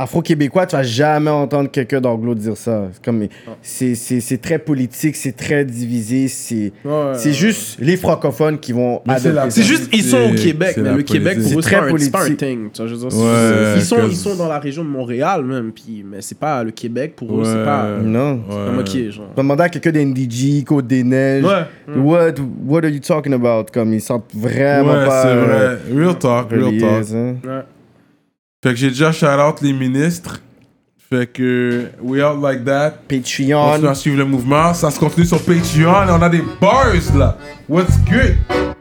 D: Afro-québécois, tu vas jamais entendre quelqu'un d'anglo dire ça. C'est comme- C'est c'est- c'est très politique, c'est très divisé, c'est
E: ouais,
D: c'est
E: ouais,
D: juste les francophones qui vont
C: Mais c'est
D: adopter
C: la-
D: ça.
E: C'est juste, ils sont au
C: C'est-
E: Québec,
C: c'est
E: mais
C: la
E: le Québec,
C: politique.
E: pour eux,
D: C'est
E: c'est
D: très
E: pas un- c'est pas un
D: politique.
E: thing. Tu vois, je veux dire,
C: Ouais,
E: c'est- ils, sont,
C: cause-
E: ils sont dans la région de Montréal, même, puis, mais c'est pas le Québec, pour eux, c'est
C: Ouais.
E: pas.
D: Non.
E: C'est comme ok, genre.
D: Demander à quelqu'un d'NDG, Côte des Neiges,
E: Ouais.
D: what, what are you talking about? Comme ils sentent vraiment
C: Ouais,
D: pas.
C: c'est
D: euh,
C: vrai. Real talk, real
D: reliés,
C: talk.
D: hein.
E: Ouais.
C: Fait que j'ai déjà shout-out les ministres. Fait que we out like that.
D: Patreon.
C: Continuez à suivre le mouvement. Ça se continue sur Patreon. On a des bars là. What's good?